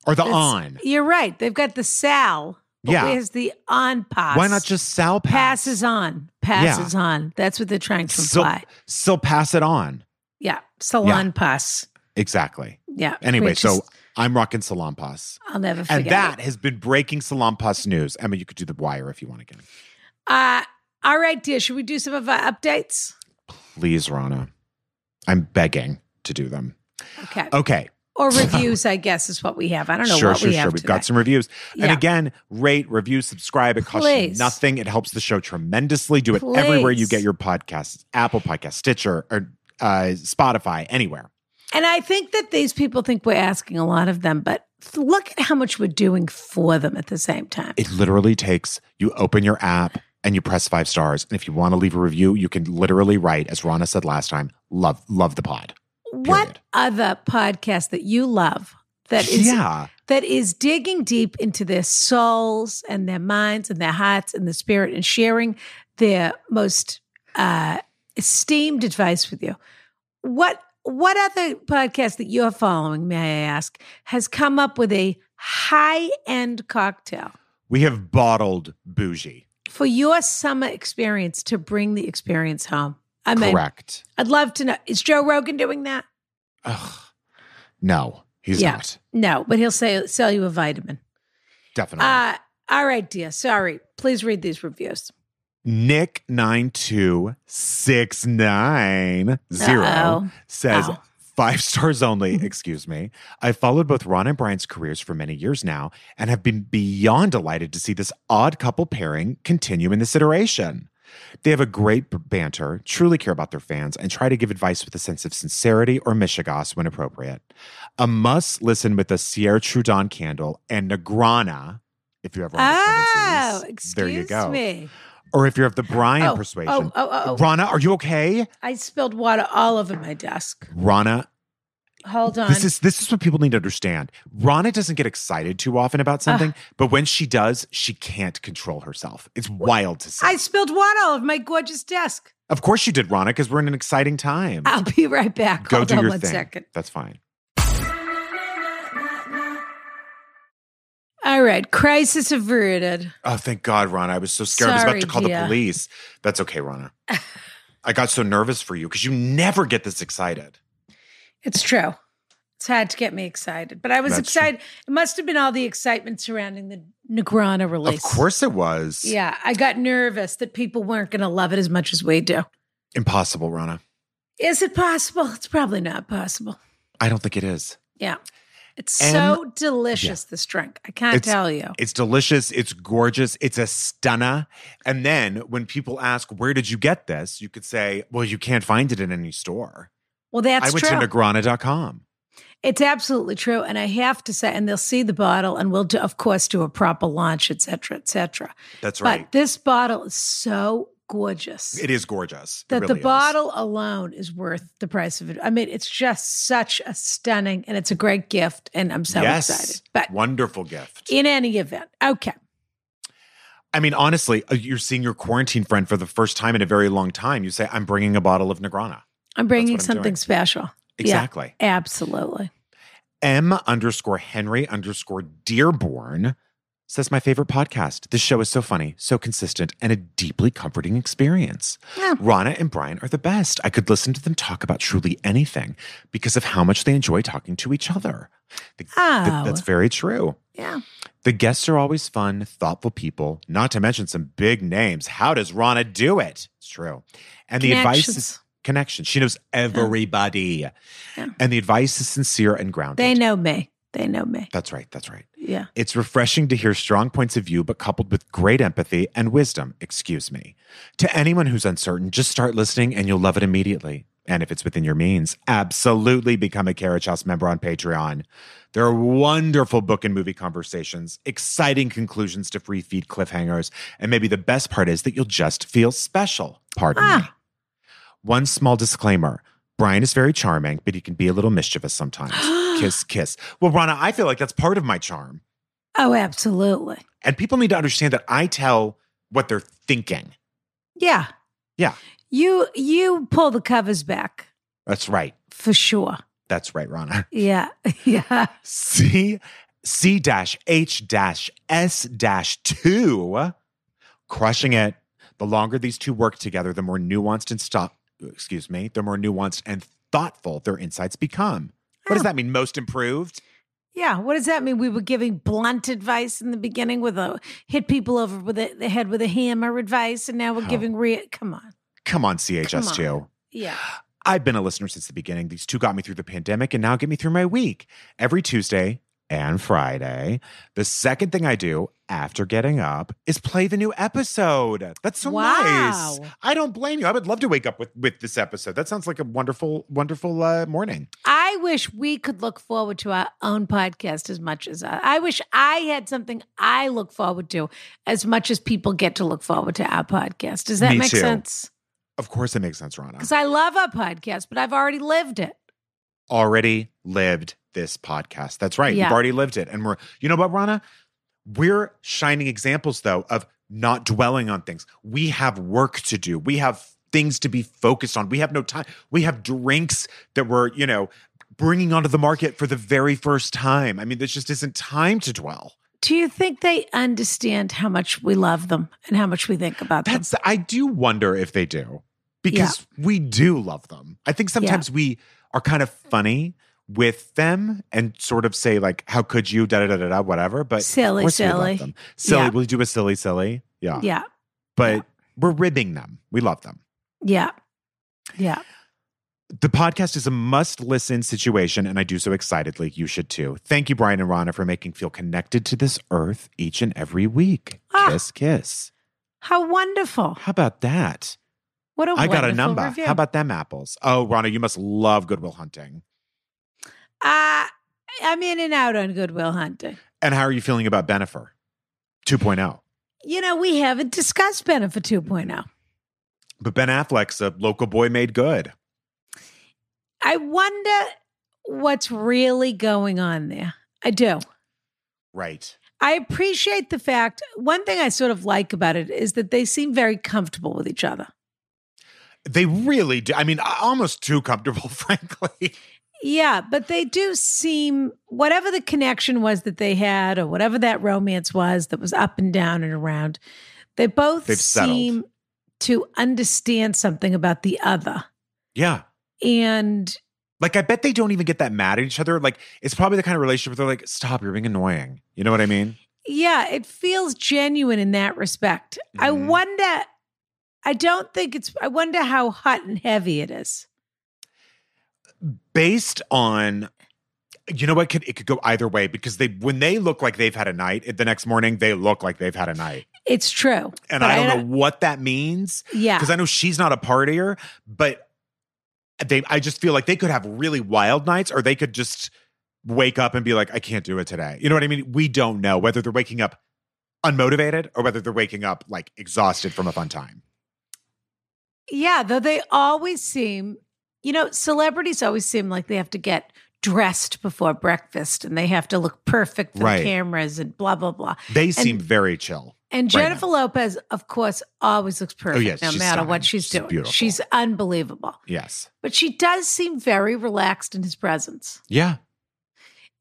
Speaker 3: or the
Speaker 2: That's-
Speaker 3: on?
Speaker 2: You're right. They've got the sal. but
Speaker 3: Yeah.
Speaker 2: Where's the on pass?
Speaker 3: Why not just sal pass?
Speaker 2: passes on? Passes on. That's what they're trying to
Speaker 3: Sil-
Speaker 2: imply.
Speaker 3: Still pass it on.
Speaker 2: yeah. Salon pass.
Speaker 3: Exactly.
Speaker 2: Yeah.
Speaker 3: Anyway,
Speaker 2: which
Speaker 3: so
Speaker 2: is-
Speaker 3: I'm rocking salon pass,
Speaker 2: I'll never forget.
Speaker 3: and
Speaker 2: it.
Speaker 3: that has been breaking salon pass news. Emma, you could do the wire if you want again.
Speaker 2: Uh, all right, dear. Should we do some of our updates?
Speaker 3: Please, Rana, I'm begging to do them.
Speaker 2: Okay.
Speaker 3: Okay.
Speaker 2: Or reviews, I guess, is what we have. I don't know
Speaker 3: Uh, sure,
Speaker 2: what
Speaker 3: sure,
Speaker 2: we
Speaker 3: sure.
Speaker 2: have.
Speaker 3: We've
Speaker 2: today.
Speaker 3: got some reviews. And
Speaker 2: Yeah.
Speaker 3: again, rate, review, subscribe. It costs you
Speaker 2: Please.
Speaker 3: nothing. It helps the show tremendously. Do it everywhere you
Speaker 2: Please.
Speaker 3: get your podcasts Apple Podcast, Stitcher, or uh, Spotify, anywhere.
Speaker 2: And I think that these people think we're asking a lot of them, but look at how much we're doing for them at the same time.
Speaker 3: It literally takes you open your app and you press five stars. And if you want to leave a review, you can literally write, as Rana said last time, love, love the pod.
Speaker 2: What
Speaker 3: period.
Speaker 2: other podcast that you love that is
Speaker 3: yeah.
Speaker 2: that is digging deep into their souls and their minds and their hearts and the spirit and sharing their most uh, esteemed advice with you. What what other podcast that you're following, may I ask, has come up with a high end cocktail
Speaker 3: We have bottled bougie.
Speaker 2: for your summer experience to bring the experience home? I mean,
Speaker 3: Correct.
Speaker 2: I'd love to know. Is Joe Rogan doing that?
Speaker 3: Ugh. No, he's
Speaker 2: Yeah.
Speaker 3: not.
Speaker 2: No, but he'll say, sell you a vitamin.
Speaker 3: Definitely.
Speaker 2: Uh, all right, dear. Sorry. Please read these reviews.
Speaker 3: Nick nine two six nine zero
Speaker 2: Uh-oh.
Speaker 3: says
Speaker 2: Oh.
Speaker 3: five
Speaker 2: *laughs*
Speaker 3: stars only. Excuse me. I've followed both Ron and Brian's careers for many years now, and have been beyond delighted to see this odd couple pairing continue in this iteration. They have a great b- banter, truly care about their fans, and try to give advice with a sense of sincerity or mishigas when appropriate. A must listen with a Sierra Trudon candle and Negrana. If you ever want
Speaker 2: Oh, excuse
Speaker 3: there you go.
Speaker 2: me.
Speaker 3: Or if you're of the Brian
Speaker 2: oh,
Speaker 3: persuasion.
Speaker 2: Oh, oh, oh, oh.
Speaker 3: Rana, are you okay?
Speaker 2: I spilled water all over my desk.
Speaker 3: Rana,
Speaker 2: Hold on.
Speaker 3: this is this is what people need to understand. Rana doesn't get excited too often about something, but when she does, she can't control herself. It's wild to see.
Speaker 2: I spilled water all over my gorgeous desk.
Speaker 3: of course you did, Rana, because we're in an exciting time.
Speaker 2: I'll be right back.
Speaker 3: Go
Speaker 2: Hold
Speaker 3: do
Speaker 2: on
Speaker 3: your
Speaker 2: one
Speaker 3: thing.
Speaker 2: second.
Speaker 3: That's fine.
Speaker 2: All right. Crisis averted.
Speaker 3: Oh, thank God, Rana. I was so scared. I was about
Speaker 2: Sorry,
Speaker 3: to call
Speaker 2: dear.
Speaker 3: the police. That's
Speaker 2: *laughs*
Speaker 3: okay, Rana. I got so nervous for you because you never get this excited.
Speaker 2: It's true. It's hard to get me excited, but I was
Speaker 3: That's true.
Speaker 2: excited. It must have been all the excitement surrounding the Negrana release.
Speaker 3: Of course it was.
Speaker 2: Yeah. I got nervous that people weren't going to love it as much as we do.
Speaker 3: Impossible, Rana.
Speaker 2: Is it possible? It's probably not possible.
Speaker 3: I don't think it is.
Speaker 2: Yeah. It's
Speaker 3: M-
Speaker 2: so delicious, this drink. I can't
Speaker 3: It's-
Speaker 2: tell you.
Speaker 3: It's delicious. It's gorgeous. It's a stunner. And then when people ask, where did you get this? You could say, well, you can't find it in any store.
Speaker 2: Well, that's
Speaker 3: I went
Speaker 2: true.
Speaker 3: to Negrana.com.
Speaker 2: It's absolutely true. And I have to say, and they'll see the bottle and we'll, do, of course, do a proper launch, et cetera, et cetera.
Speaker 3: That's
Speaker 2: but
Speaker 3: right.
Speaker 2: this bottle is so gorgeous
Speaker 3: It is gorgeous. It
Speaker 2: that
Speaker 3: really
Speaker 2: the
Speaker 3: is.
Speaker 2: bottle alone is worth the price of it. I mean, it's just such a stunning and it's a great gift. And I'm so
Speaker 3: yes.
Speaker 2: excited. But
Speaker 3: wonderful gift.
Speaker 2: in any event, okay.
Speaker 3: I mean, honestly, uh, you're seeing your quarantine friend for the first time in a very long time. You say, "I'm bringing a bottle of Negrana."
Speaker 2: I'm bringing
Speaker 3: what I'm
Speaker 2: something
Speaker 3: doing.
Speaker 2: special.
Speaker 3: Exactly.
Speaker 2: Absolutely.
Speaker 3: M underscore Henry underscore Dearborn says my favorite podcast. This show is so funny, so consistent, and a deeply comforting experience.
Speaker 2: Yeah.
Speaker 3: Rana and Brian are the best. I could listen to them talk about truly anything because of how much they enjoy talking to each other. The- th-
Speaker 2: Oh.
Speaker 3: that's very true.
Speaker 2: Yeah.
Speaker 3: The guests are always fun, thoughtful people, not to mention some big names. How does Rana do it? It's true. And the advice is
Speaker 2: Connections.
Speaker 3: connection. She knows everybody.
Speaker 2: Yeah.
Speaker 3: And the advice is sincere and grounded.
Speaker 2: They know me. They know me.
Speaker 3: That's right. That's right.
Speaker 2: Yeah.
Speaker 3: It's refreshing to hear strong points of view, but coupled with great empathy and wisdom. Excuse me. To anyone who's uncertain, just start listening and you'll love it immediately. And if it's within your means, absolutely become a Carriage House member on Patreon. There are wonderful book and movie conversations, exciting conclusions to free feed cliffhangers, and maybe the best part is that you'll just feel special. Pardon me.
Speaker 2: Ah.
Speaker 3: One small disclaimer Brian is very charming, but he can be a little mischievous sometimes. *gasps*
Speaker 2: *gasps*
Speaker 3: kiss, kiss. Well, Rana, I feel like that's part of my charm.
Speaker 2: Oh, absolutely.
Speaker 3: And people need to understand that I tell what they're thinking.
Speaker 2: Yeah.
Speaker 3: Yeah.
Speaker 2: You you pull the covers back
Speaker 3: That's right.
Speaker 2: for sure.
Speaker 3: That's right, Rana. *laughs*
Speaker 2: Yeah. *laughs* Yeah.
Speaker 3: C C dash H dash S dash two, crushing it. The longer these two work together, the more nuanced and stop. Excuse me. The more nuanced and thoughtful their insights become. What does that mean? Most improved.
Speaker 2: Yeah. What does that mean? We were giving blunt advice in the beginning with a hit people over with a, the head with a hammer advice, and now we're
Speaker 3: Oh.
Speaker 2: giving re come on.
Speaker 3: Come on, CHS
Speaker 2: Come
Speaker 3: two. *gasps*
Speaker 2: Yeah.
Speaker 3: I've been a listener since the beginning. These two got me through the pandemic and now get me through my week. Every Tuesday and Friday, the second thing I do after getting up is play the new episode. That's so
Speaker 2: Wow.
Speaker 3: nice. I don't blame you. I would love to wake up with with this episode. That sounds like a wonderful wonderful uh, morning.
Speaker 2: I wish we could look forward to our own podcast as much as uh, I, I wish I had something I look forward to as much as people get to look forward to our podcast. Does that
Speaker 3: Me
Speaker 2: make
Speaker 3: too.
Speaker 2: sense?
Speaker 3: Of course it makes sense, Rana.
Speaker 2: Because I love our podcast, but I've already lived it.
Speaker 3: Already lived this podcast. That's right.
Speaker 2: Yeah.
Speaker 3: You've already lived it. And we're you know what, Rana? We're shining examples though of not dwelling on things. We have work to do. We have things to be focused on. We have no time. We have drinks that we're, you know, bringing onto the market for the very first time. I mean, this just isn't time to dwell.
Speaker 2: Do you think they understand how much we love them and how much we think about them?
Speaker 3: That's I do wonder if they do because we do love them. I think sometimes we are kind of funny with them and sort of say like, "How could you?" Da da da da da. Whatever, but of
Speaker 2: silly,
Speaker 3: course we love
Speaker 2: silly.
Speaker 3: them. silly.
Speaker 2: Yeah.
Speaker 3: We'll do a silly, silly. Yeah,
Speaker 2: Yeah.
Speaker 3: but we're ribbing them. We love them.
Speaker 2: Yeah. Yeah.
Speaker 3: The podcast is a must listen situation, and I do so excitedly. You should too. Thank you, Brian and Rana, for making feel connected to this earth each and every week.
Speaker 2: Ah.
Speaker 3: Kiss, kiss.
Speaker 2: How wonderful.
Speaker 3: How about that?
Speaker 2: What a
Speaker 3: I got a
Speaker 2: Oh, wonderful
Speaker 3: number.
Speaker 2: review.
Speaker 3: How about them apples? Oh, Rana, you must love Goodwill Hunting.
Speaker 2: uh, I'm in and out on Goodwill Hunting.
Speaker 3: And how are you feeling about Benifer 2.0?
Speaker 2: You know, we haven't discussed Benefit 2.0.
Speaker 3: But Ben Affleck's a local boy made good.
Speaker 2: I wonder what's really going on there. I do.
Speaker 3: Right.
Speaker 2: I appreciate the fact. One thing I sort of like about it is that they seem very comfortable with each other.
Speaker 3: They really do. I mean, a- almost too comfortable, *laughs* frankly.
Speaker 2: Yeah, but they do seem whatever the connection was that they had, or whatever that romance was that was up and down and around. They both
Speaker 3: They've settled.
Speaker 2: seem to understand something about the other,
Speaker 3: yeah.
Speaker 2: and
Speaker 3: Like, I bet they don't even get that mad at each other. Like, it's probably the kind of relationship where they're like, stop, you're being annoying. You know what I mean?
Speaker 2: yeah, it feels genuine in that respect. I
Speaker 3: Mhm.
Speaker 2: wonder. I don't think it's. I wonder how hot and heavy it is.
Speaker 3: Based on, you know what? Could, it could go either way because they, when they look like they've had a night, the next morning, they look like they've had a night.
Speaker 2: It's true,
Speaker 3: And
Speaker 2: But
Speaker 3: I
Speaker 2: I
Speaker 3: don't know what that means.
Speaker 2: yeah.
Speaker 3: because I know she's not a partier, but they I just feel like they could have really wild nights or they could just wake up and be like, I can't do it today. You know what I mean? We don't know whether they're waking up unmotivated or whether they're waking up like exhausted from a fun time.
Speaker 2: Yeah, though they always seem, you know, celebrities always seem like they have to get dressed before breakfast and they have to look perfect for
Speaker 3: Right.
Speaker 2: the cameras and blah blah blah.
Speaker 3: They seem very chill.
Speaker 2: And
Speaker 3: Right Oh,
Speaker 2: Jennifer Lopez, of course, always looks perfect
Speaker 3: yes,
Speaker 2: no
Speaker 3: she's
Speaker 2: matter
Speaker 3: stunning.
Speaker 2: what she's,
Speaker 3: She's
Speaker 2: doing.
Speaker 3: beautiful.
Speaker 2: She's unbelievable.
Speaker 3: Yes.
Speaker 2: But she does seem very relaxed in his presence.
Speaker 3: Yeah.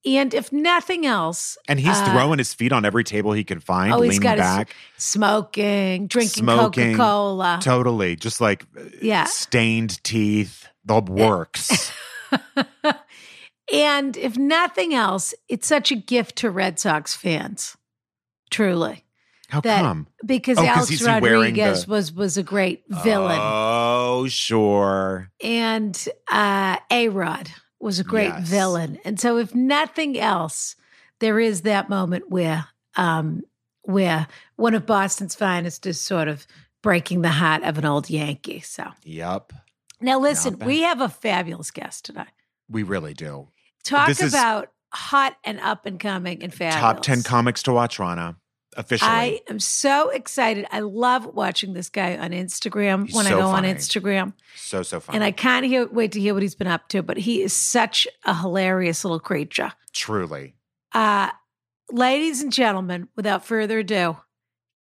Speaker 2: And if nothing else,
Speaker 3: And he's
Speaker 2: Uh,
Speaker 3: throwing his feet on every table he can find,
Speaker 2: oh, he's
Speaker 3: leaning
Speaker 2: got his-
Speaker 3: back.
Speaker 2: smoking, drinking
Speaker 3: Smoking.
Speaker 2: Coca-Cola.
Speaker 3: totally. Just like uh,
Speaker 2: uh-huh. Yeah.
Speaker 3: stained teeth. The
Speaker 2: *laughs*
Speaker 3: works.
Speaker 2: and if nothing else, it's such a gift to Red Sox fans. Truly.
Speaker 3: How
Speaker 2: That-
Speaker 3: come?
Speaker 2: Because
Speaker 3: Oh, 'cause
Speaker 2: Alex
Speaker 3: he's wearing the-
Speaker 2: Rodriguez was was a great villain.
Speaker 3: Oh, sure.
Speaker 2: and uh A Rod was a great
Speaker 3: Yes.
Speaker 2: villain. And so if nothing else, there is that moment where um where one of Boston's finest is sort of breaking the heart of an old Yankee. So
Speaker 3: Yep.
Speaker 2: now listen,
Speaker 3: bad.
Speaker 2: we have a fabulous guest tonight.
Speaker 3: We really do.
Speaker 2: Talk
Speaker 3: This is-
Speaker 2: about hot and up and coming and fabulous.
Speaker 3: Top 10 comics to watch, Rana. Officially.
Speaker 2: I am so excited. I love watching this guy on Instagram
Speaker 3: He's
Speaker 2: when I
Speaker 3: so
Speaker 2: go
Speaker 3: funny.
Speaker 2: on Instagram.
Speaker 3: so, so fun.
Speaker 2: And I can't hear, wait to hear what he's been up to, but he is such a hilarious little creature.
Speaker 3: Truly.
Speaker 2: Uh, ladies and gentlemen, without further ado,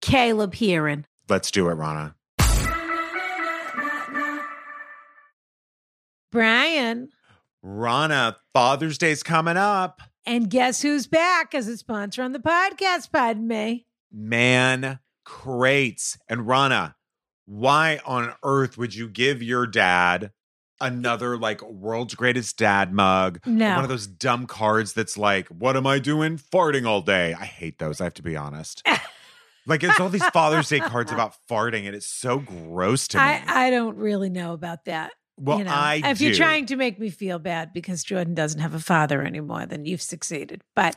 Speaker 2: Caleb Heron.
Speaker 3: Let's do it, Rana.
Speaker 2: Brian,
Speaker 3: Rana, Father's Day's coming up.
Speaker 2: and guess who's back as a sponsor on the podcast? Pardon me.
Speaker 3: Man crates. And Rana, why on earth would you give your dad another like world's greatest dad mug? or One
Speaker 2: No.
Speaker 3: of those dumb cards that's like, what am I doing? Farting all day. I hate those, I have to
Speaker 2: *laughs*
Speaker 3: be honest. like it's all these Father's Day cards about farting, and it's so gross to me.
Speaker 2: I, I don't really know about that.
Speaker 3: well,
Speaker 2: you know.
Speaker 3: I
Speaker 2: if
Speaker 3: do.
Speaker 2: you're trying to make me feel bad because Jordan doesn't have a father anymore, then you've succeeded. But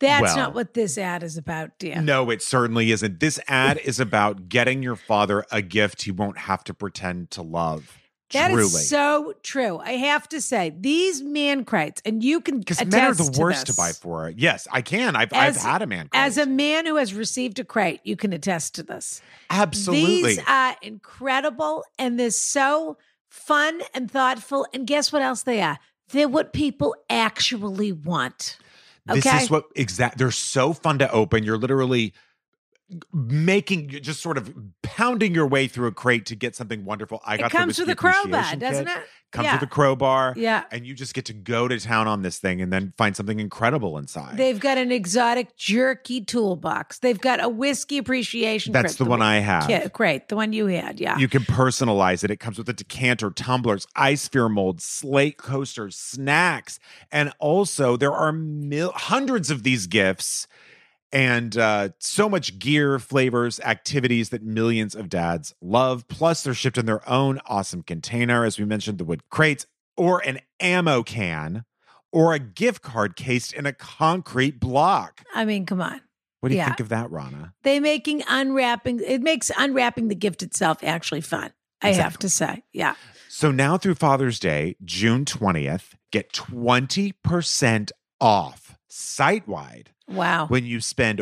Speaker 2: that's
Speaker 3: Well.
Speaker 2: not what this ad is about, dear.
Speaker 3: No, it certainly isn't. This ad is about getting your father a gift he won't have to pretend to love.
Speaker 2: That is
Speaker 3: Truly.
Speaker 2: so true. I have to say, these man crates, and you can
Speaker 3: because men are
Speaker 2: attest
Speaker 3: the worst to,
Speaker 2: this.
Speaker 3: buy for. Yes, I can. I've
Speaker 2: As-
Speaker 3: I've had a man.
Speaker 2: As a
Speaker 3: crate.
Speaker 2: man who has received a crate, you can attest to this.
Speaker 3: absolutely,
Speaker 2: These are incredible and they're so fun and thoughtful. And guess what else they are? They're what people actually want.
Speaker 3: this
Speaker 2: okay.
Speaker 3: is what exact. They're so fun to open. You're literally making you're just sort of pounding your way through a crate to get something wonderful. I got
Speaker 2: It
Speaker 3: the
Speaker 2: comes with
Speaker 3: Whiskey
Speaker 2: a crowbar,
Speaker 3: Appreciation
Speaker 2: doesn't
Speaker 3: Kit.
Speaker 2: it?
Speaker 3: Comes
Speaker 2: Yeah.
Speaker 3: with a crowbar,
Speaker 2: Yeah.
Speaker 3: and you just get to go to town on this thing and then find something incredible inside.
Speaker 2: They've got an exotic jerky toolbox. They've got a whiskey appreciation.
Speaker 3: That's
Speaker 2: crate,
Speaker 3: the one I have.
Speaker 2: Yeah, great. The one you had. Yeah.
Speaker 3: You can personalize it. It comes with a decanter, tumblers, ice sphere molds, slate coasters, snacks, and also there are mil- hundreds of these gifts and uh, so much gear, flavors, activities that millions of dads love. Plus, they're shipped in their own awesome container, as we mentioned, the wood crates or an ammo can or a gift card cased in a concrete block.
Speaker 2: I mean, come on.
Speaker 3: What do you
Speaker 2: Yeah.
Speaker 3: think of that, Rana?
Speaker 2: They making unwrapping it makes unwrapping the gift itself actually fun. I have to say. Yeah.
Speaker 3: So now through Father's Day, June 20th, get 20% off site wide
Speaker 2: Wow.
Speaker 3: when you spend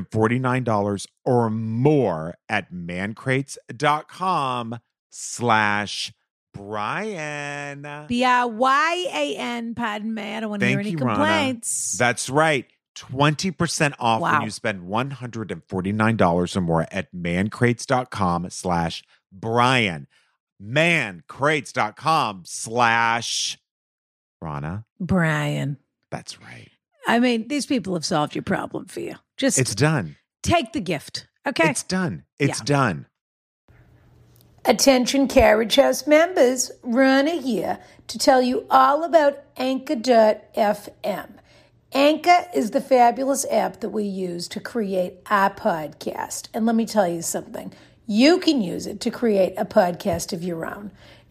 Speaker 3: $149 or more at mancrates.com slash Brian.
Speaker 2: B I Y A N, pardon me. I don't want to hear
Speaker 3: Thank
Speaker 2: any
Speaker 3: you, Rana.
Speaker 2: complaints.
Speaker 3: That's right. 20% off when
Speaker 2: Wow.
Speaker 3: you spend $149 or more at mancrates.com slash Brian. Mancrates.com slash Rana.
Speaker 2: Brian.
Speaker 3: That's right.
Speaker 2: I mean, these people have solved your problem for you. Just
Speaker 3: It's done.
Speaker 2: take the gift. Okay.
Speaker 3: It's done. It's
Speaker 2: Yeah.
Speaker 3: done.
Speaker 2: Attention Carriage House members, Rana here to tell you all about Anchor.fm. Anchor is the fabulous app that we use to create our podcast. And let me tell you something you can use it to create a podcast of your own.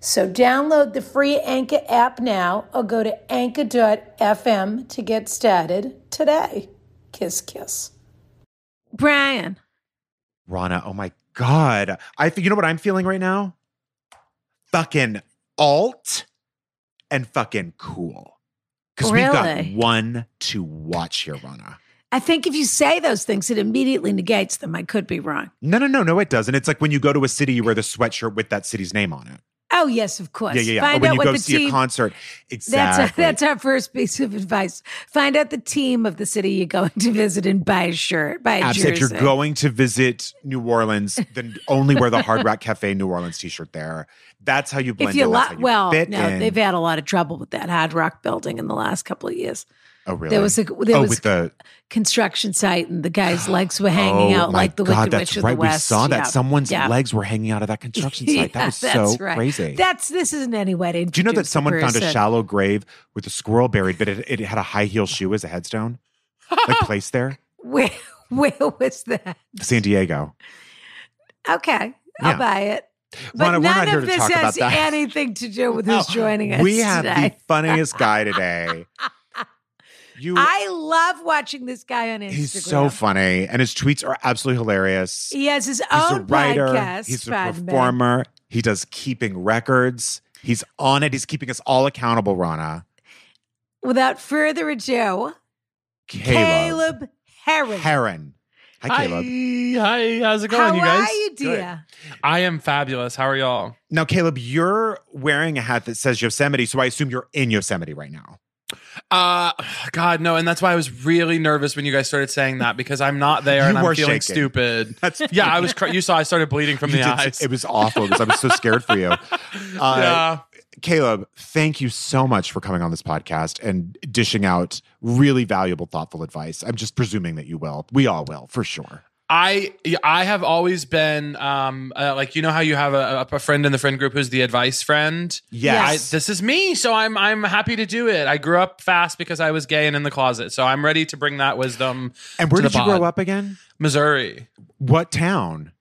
Speaker 2: So download the free Anchor app now or go to anchor.fm to get started today. Kiss, kiss. Brian,
Speaker 3: Rana, oh my God. I th- you know what I'm feeling right now? Fucking alt and fucking cool. Because we've got
Speaker 2: Really?
Speaker 3: one to watch here, Rana.
Speaker 2: I think if you say those things, it immediately negates them. I could be wrong.
Speaker 3: No, no, no, no, it doesn't. It's like when you go to a city, you wear the sweatshirt with that city's name on it.
Speaker 2: Oh, yes, of course.
Speaker 3: Yeah, yeah, yeah.
Speaker 2: Find
Speaker 3: or when
Speaker 2: out
Speaker 3: you
Speaker 2: what
Speaker 3: go
Speaker 2: the
Speaker 3: see
Speaker 2: team.
Speaker 3: a concert.
Speaker 2: *laughs* That's,
Speaker 3: Exactly.
Speaker 2: our, that's our first piece of advice. Find out the team of the city you're going to visit and buy a shirt, buy a
Speaker 3: Abs,
Speaker 2: jersey.
Speaker 3: if you're going to visit New Orleans, then only wear the
Speaker 2: *laughs*
Speaker 3: Hard Rock Cafe New Orleans t-shirt there. That's how you blend
Speaker 2: if you
Speaker 3: in. That's
Speaker 2: lo-
Speaker 3: how you
Speaker 2: well,
Speaker 3: fit
Speaker 2: no,
Speaker 3: in.
Speaker 2: they've had a lot of trouble with that Hard Rock building in the last couple of years.
Speaker 3: oh, really?
Speaker 2: There was a there
Speaker 3: oh,
Speaker 2: was
Speaker 3: with the
Speaker 2: construction site, and the
Speaker 3: *gasps*
Speaker 2: guy's legs were hanging
Speaker 3: oh,
Speaker 2: out
Speaker 3: my
Speaker 2: like the
Speaker 3: God,
Speaker 2: Wicked
Speaker 3: that's
Speaker 2: Witch of
Speaker 3: right.
Speaker 2: the West.
Speaker 3: We saw that
Speaker 2: Yeah.
Speaker 3: someone's
Speaker 2: Yeah.
Speaker 3: legs were hanging out of that construction
Speaker 2: *laughs*
Speaker 3: site.
Speaker 2: Yeah,
Speaker 3: that was so
Speaker 2: that's right.
Speaker 3: crazy.
Speaker 2: That's this isn't any way to
Speaker 3: Do you know that
Speaker 2: introduce a
Speaker 3: someone found a
Speaker 2: person.
Speaker 3: shallow grave with a squirrel buried, but it, it had a high heel shoe as a headstone,
Speaker 2: *laughs*
Speaker 3: like placed there?
Speaker 2: *laughs* Where where was that?
Speaker 3: San Diego.
Speaker 2: Okay,
Speaker 3: Yeah.
Speaker 2: I'll buy it. But
Speaker 3: Ronna, we're
Speaker 2: none
Speaker 3: not here
Speaker 2: of
Speaker 3: to
Speaker 2: this
Speaker 3: talk about
Speaker 2: has
Speaker 3: that.
Speaker 2: anything to do
Speaker 3: *laughs*
Speaker 2: with who's
Speaker 3: Oh,
Speaker 2: joining us.
Speaker 3: We have
Speaker 2: today.
Speaker 3: the funniest
Speaker 2: *laughs*
Speaker 3: guy today. You,
Speaker 2: I love watching this guy on Instagram. E,
Speaker 3: he's so funny, and his tweets are absolutely hilarious.
Speaker 2: He has his
Speaker 3: He's
Speaker 2: own
Speaker 3: a writer.
Speaker 2: podcast.
Speaker 3: he's a
Speaker 2: Rodman.
Speaker 3: performer. He does keeping records. He's on it. He's keeping us all accountable, Rana.
Speaker 2: Without further ado,
Speaker 3: Caleb,
Speaker 2: Caleb, Herring.
Speaker 3: Heron. Hi, Caleb.
Speaker 4: Hi, how's it going,
Speaker 2: How
Speaker 4: you guys?
Speaker 2: are you, dear?
Speaker 4: I am fabulous. How are y'all?
Speaker 3: Now, Caleb, you're wearing a hat that says Yosemite, so I assume you're in Yosemite right now.
Speaker 4: Uh, God, no, and that's why I was really nervous when you guys started saying that because I'm not there and
Speaker 3: You
Speaker 4: I'm
Speaker 3: were
Speaker 4: feeling
Speaker 3: shaking.
Speaker 4: stupid.
Speaker 3: That's
Speaker 4: yeah,
Speaker 3: *laughs*
Speaker 4: I was. Cr- you saw I started bleeding from
Speaker 3: You
Speaker 4: the
Speaker 3: did-
Speaker 4: eyes.
Speaker 3: It was awful because I was so scared for
Speaker 4: *laughs*
Speaker 3: you. Uh,
Speaker 4: yeah,
Speaker 3: Caleb, thank you so much for coming on this podcast and dishing out really valuable, thoughtful advice. I'm just presuming that you will. We all will, for sure.
Speaker 4: I yeah, I have always been um uh, like you know how you have a, a friend in the friend group who's the advice friend. I,
Speaker 2: Yes.
Speaker 4: this is me, so I'm I'm happy to do it. I grew up fast because I was gay and in the closet, so I'm ready to bring that wisdom.
Speaker 3: and where
Speaker 4: to
Speaker 3: did
Speaker 4: the
Speaker 3: you grow
Speaker 4: pod.
Speaker 3: up again?
Speaker 4: Missouri.
Speaker 3: What town?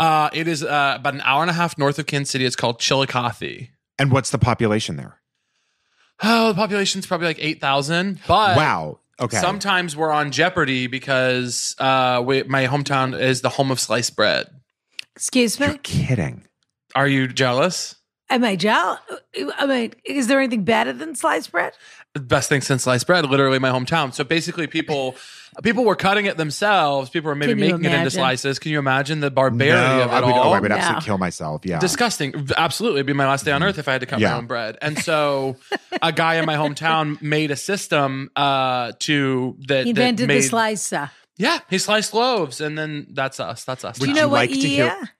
Speaker 4: Uh, it is uh, about an hour and a half north of Kansas City. It's called Chillicothe.
Speaker 3: And what's the population there?
Speaker 4: Oh, the population's probably like 8,000. But
Speaker 3: wow. Okay.
Speaker 4: sometimes we're on Jeopardy because uh, we, my hometown is the home of sliced bread.
Speaker 2: Excuse
Speaker 3: You're
Speaker 2: me.
Speaker 3: kidding.
Speaker 4: Are you jealous?
Speaker 2: Am I gel? I mean, is there anything better than sliced bread?
Speaker 4: The best thing since sliced bread, literally my hometown. So basically, people people were cutting it themselves. People were maybe
Speaker 2: Can you
Speaker 4: making it into
Speaker 2: imagine?
Speaker 4: slices. Can you imagine the barbarity
Speaker 3: No,
Speaker 4: of it
Speaker 3: I would,
Speaker 4: all?
Speaker 3: Oh, I would absolutely
Speaker 2: No.
Speaker 3: kill myself. Yeah.
Speaker 4: disgusting. Absolutely, it'd be my last day on earth if I had to cut
Speaker 3: Mm-hmm. Yeah.
Speaker 4: my own bread. And so, a guy in
Speaker 3: *laughs*
Speaker 4: my hometown made a system uh, to that
Speaker 2: He invented
Speaker 4: that made,
Speaker 2: the slicer.
Speaker 4: Yeah, he sliced loaves, and then that's us. That's us.
Speaker 2: Do you
Speaker 3: Would
Speaker 4: now.
Speaker 2: know
Speaker 3: you
Speaker 2: what
Speaker 3: like to hear-
Speaker 2: year?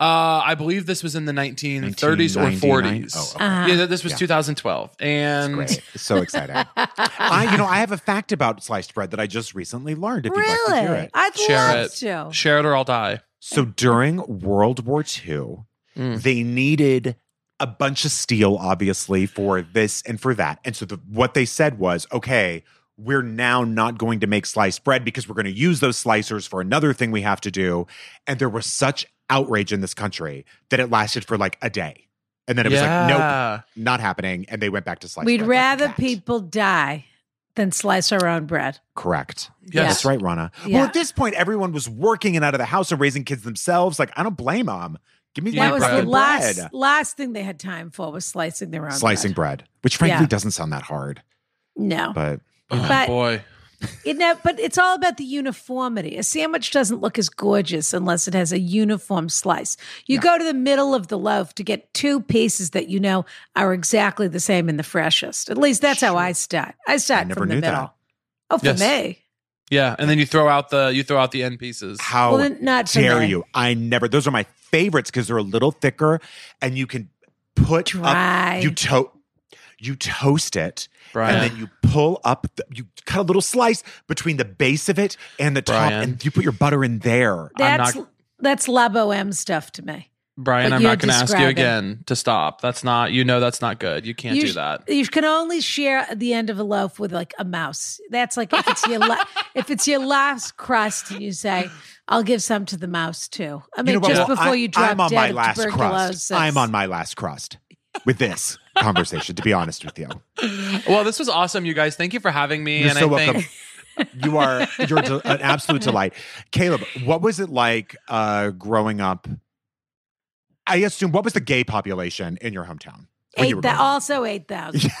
Speaker 4: uh, I believe this was in the 1930s or
Speaker 3: 1999?
Speaker 4: 40s.
Speaker 3: Oh, okay.
Speaker 2: Uh-huh.
Speaker 4: Yeah, th- this was
Speaker 3: Yeah.
Speaker 4: 2012, and
Speaker 3: Great. It's so exciting. *laughs*
Speaker 2: *laughs*
Speaker 3: I, you know, I have a fact about sliced bread that I just recently learned. If you'd like to hear
Speaker 2: really?
Speaker 3: it,
Speaker 2: I'd
Speaker 4: Share
Speaker 2: love
Speaker 4: it.
Speaker 2: to.
Speaker 4: share it or I'll die.
Speaker 3: so during World War II,
Speaker 4: Mm.
Speaker 3: they needed a bunch of steel, obviously, for this and for that. And so the, what they said was, okay, we're now not going to make sliced bread because we're going to use those slicers for another thing we have to do. And there was such outrage in this country that it lasted for like a day. And then it was like, nope,
Speaker 4: Yeah.
Speaker 3: not happening. And they went back to sliced
Speaker 2: We'd
Speaker 3: bread.
Speaker 2: rather
Speaker 3: like that.
Speaker 2: people die than slice our own bread.
Speaker 3: Correct.
Speaker 4: Yes.
Speaker 3: That's right, Rana.
Speaker 2: Yeah.
Speaker 3: Well, at this point, everyone was working and out of the house and raising kids themselves. Like, I don't blame them. Give me
Speaker 4: Yeah,
Speaker 3: my
Speaker 2: that was the
Speaker 3: fucking
Speaker 2: last
Speaker 3: bread.
Speaker 2: last thing they had time for was slicing their own
Speaker 3: Slicing
Speaker 2: bread.
Speaker 3: bread, which frankly
Speaker 2: Yeah.
Speaker 3: doesn't sound that hard,
Speaker 2: No,
Speaker 3: but
Speaker 4: Oh
Speaker 2: But-
Speaker 4: boy.
Speaker 2: you know, but it's all about the uniformity. A sandwich doesn't look as gorgeous unless it has a uniform slice. You
Speaker 3: Yeah.
Speaker 2: go to the middle of the loaf to get two pieces that you know are exactly the same and the freshest. At least that's how
Speaker 3: Sure.
Speaker 2: I start. I start
Speaker 3: never
Speaker 2: from the
Speaker 3: knew
Speaker 2: middle. Oh, for
Speaker 4: Yes.
Speaker 2: me,
Speaker 4: Yeah, and then you throw out the you throw out the end pieces.
Speaker 3: how
Speaker 2: well, then not for
Speaker 3: dare
Speaker 2: me.
Speaker 3: you? I never. Those are my favorites because they're a little thicker, and you can put
Speaker 2: Dry.
Speaker 3: up. You to you toast it,
Speaker 4: Brian.
Speaker 3: and then you pull up. The, you cut a little slice between the base of it and the top,
Speaker 4: Brian.
Speaker 3: and you put your butter in there.
Speaker 4: I'm
Speaker 2: That's
Speaker 4: not-
Speaker 2: that's La Boheme stuff to me.
Speaker 4: Brian,
Speaker 2: But
Speaker 4: I'm
Speaker 2: you're
Speaker 4: not going to ask you
Speaker 2: describing-
Speaker 4: again to stop. That's not, you know, that's not good. You can't
Speaker 2: You
Speaker 4: do
Speaker 2: sh-
Speaker 4: that.
Speaker 2: You can only share the end of a loaf with like a mouse. That's like if it's your
Speaker 4: *laughs*
Speaker 2: la- if it's your last crust, and you say, "I'll give some to the mouse too." I mean,
Speaker 3: what?
Speaker 2: just
Speaker 3: Well,
Speaker 2: before
Speaker 3: I-
Speaker 2: you drop
Speaker 3: I'm on
Speaker 2: dead
Speaker 3: my
Speaker 2: of
Speaker 3: last
Speaker 2: tuberculosis.
Speaker 3: crust. I'm on my last crust
Speaker 2: *laughs*
Speaker 3: with this conversation. To be honest with you,
Speaker 4: Well, this was awesome, you guys. Thank you for having me.
Speaker 3: You're
Speaker 4: and
Speaker 3: so
Speaker 4: I think
Speaker 3: welcome. you are you're de- an absolute delight, Caleb. What was it like uh, growing up? I assume what was the gay population in your hometown? when oh, you
Speaker 2: eight
Speaker 3: were
Speaker 2: thou-
Speaker 3: growing up?
Speaker 2: also eight thousand.
Speaker 4: *laughs*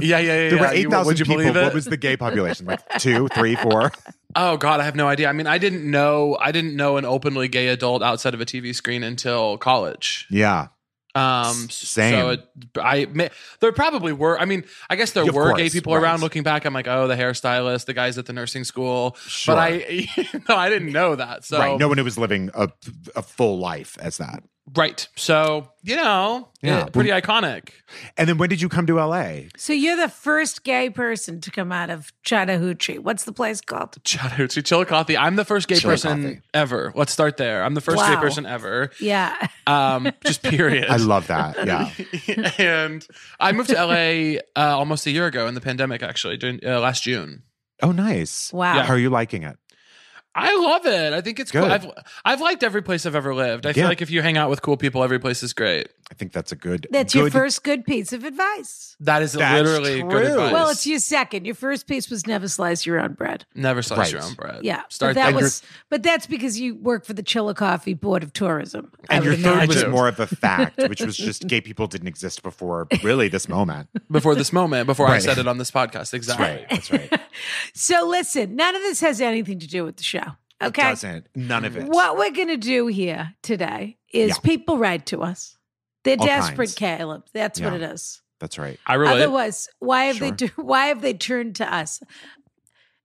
Speaker 4: Yeah, yeah, yeah.
Speaker 3: There
Speaker 4: yeah.
Speaker 3: were
Speaker 4: You-
Speaker 3: eight thousand
Speaker 4: would you
Speaker 3: people.
Speaker 4: believe it?
Speaker 3: What was the gay population?
Speaker 4: *laughs*
Speaker 3: Like two, three, four.
Speaker 4: Oh God, I have no idea. I mean, I didn't know I didn't know an openly gay adult outside of a TV screen until college.
Speaker 3: Yeah,
Speaker 4: Um,
Speaker 3: S- same.
Speaker 4: So it, I may, there probably were. I mean, I guess there
Speaker 3: Of
Speaker 4: were gay
Speaker 3: course,
Speaker 4: people
Speaker 3: right.
Speaker 4: around. Looking back, I'm like, oh, the hairstylist, the guys at the nursing school.
Speaker 3: sure.
Speaker 4: But I, *laughs* no, I didn't know that. So
Speaker 3: right, no one who was living a a full life as that.
Speaker 4: right. So you know,
Speaker 3: Yeah.
Speaker 4: yeah, pretty iconic.
Speaker 3: And then when did you come to LA?
Speaker 2: So you're the first gay person to come out of Chattahoochee. What's the place called?
Speaker 4: Chattahoochee Chillicothe. I'm the first gay person
Speaker 3: Chillicothe.
Speaker 4: ever. Let's start there. I'm the first gay
Speaker 2: Wow.
Speaker 4: person ever.
Speaker 2: Yeah, *laughs*
Speaker 4: Um, just
Speaker 3: *laughs*
Speaker 4: period.
Speaker 3: I love that. Yeah.
Speaker 4: *laughs* and I moved to LA uh, almost a year ago in the pandemic, actually, during, uh, last June.
Speaker 3: Oh, nice.
Speaker 2: Wow. Yeah.
Speaker 3: How are you liking it?
Speaker 4: I love it. I think it's cool.
Speaker 3: Good.
Speaker 4: I've, I've liked every place I've ever lived. I feel
Speaker 3: Yeah.
Speaker 4: like if you hang out with cool people, every place is great.
Speaker 3: I think that's a good.
Speaker 2: that's your
Speaker 3: good-
Speaker 2: first good piece of advice.
Speaker 4: That is
Speaker 3: That's
Speaker 4: literally
Speaker 3: true.
Speaker 4: good advice.
Speaker 2: Well, it's your second. Your first piece was never slice your own bread.
Speaker 4: Never slice your
Speaker 3: Right.
Speaker 4: own bread.
Speaker 2: Yeah,
Speaker 4: Start
Speaker 2: but that
Speaker 4: there.
Speaker 2: was, but that's because you work for the Chillicothe Board of Tourism. I
Speaker 3: And your
Speaker 2: would
Speaker 3: third
Speaker 2: imagine.
Speaker 3: was
Speaker 4: do.
Speaker 3: more of a fact, which
Speaker 2: *laughs*
Speaker 3: was just gay people didn't exist before really this moment.
Speaker 4: *laughs* before this moment, before I
Speaker 3: Right.
Speaker 4: said it on this podcast. Exactly.
Speaker 2: *laughs*
Speaker 3: That's right.
Speaker 2: So listen, none of this has anything to do with the show. Okay.
Speaker 3: Doesn't. None of it.
Speaker 2: What we're going to do here today is
Speaker 3: Yeah.
Speaker 2: people write to us. They're
Speaker 3: All
Speaker 2: desperate,
Speaker 3: kinds.
Speaker 2: Caleb. That's what it
Speaker 3: Yeah.
Speaker 2: is.
Speaker 3: That's right.
Speaker 4: I relate.
Speaker 2: Otherwise, why have they
Speaker 3: Sure.
Speaker 2: do, *laughs* why have they turned to us?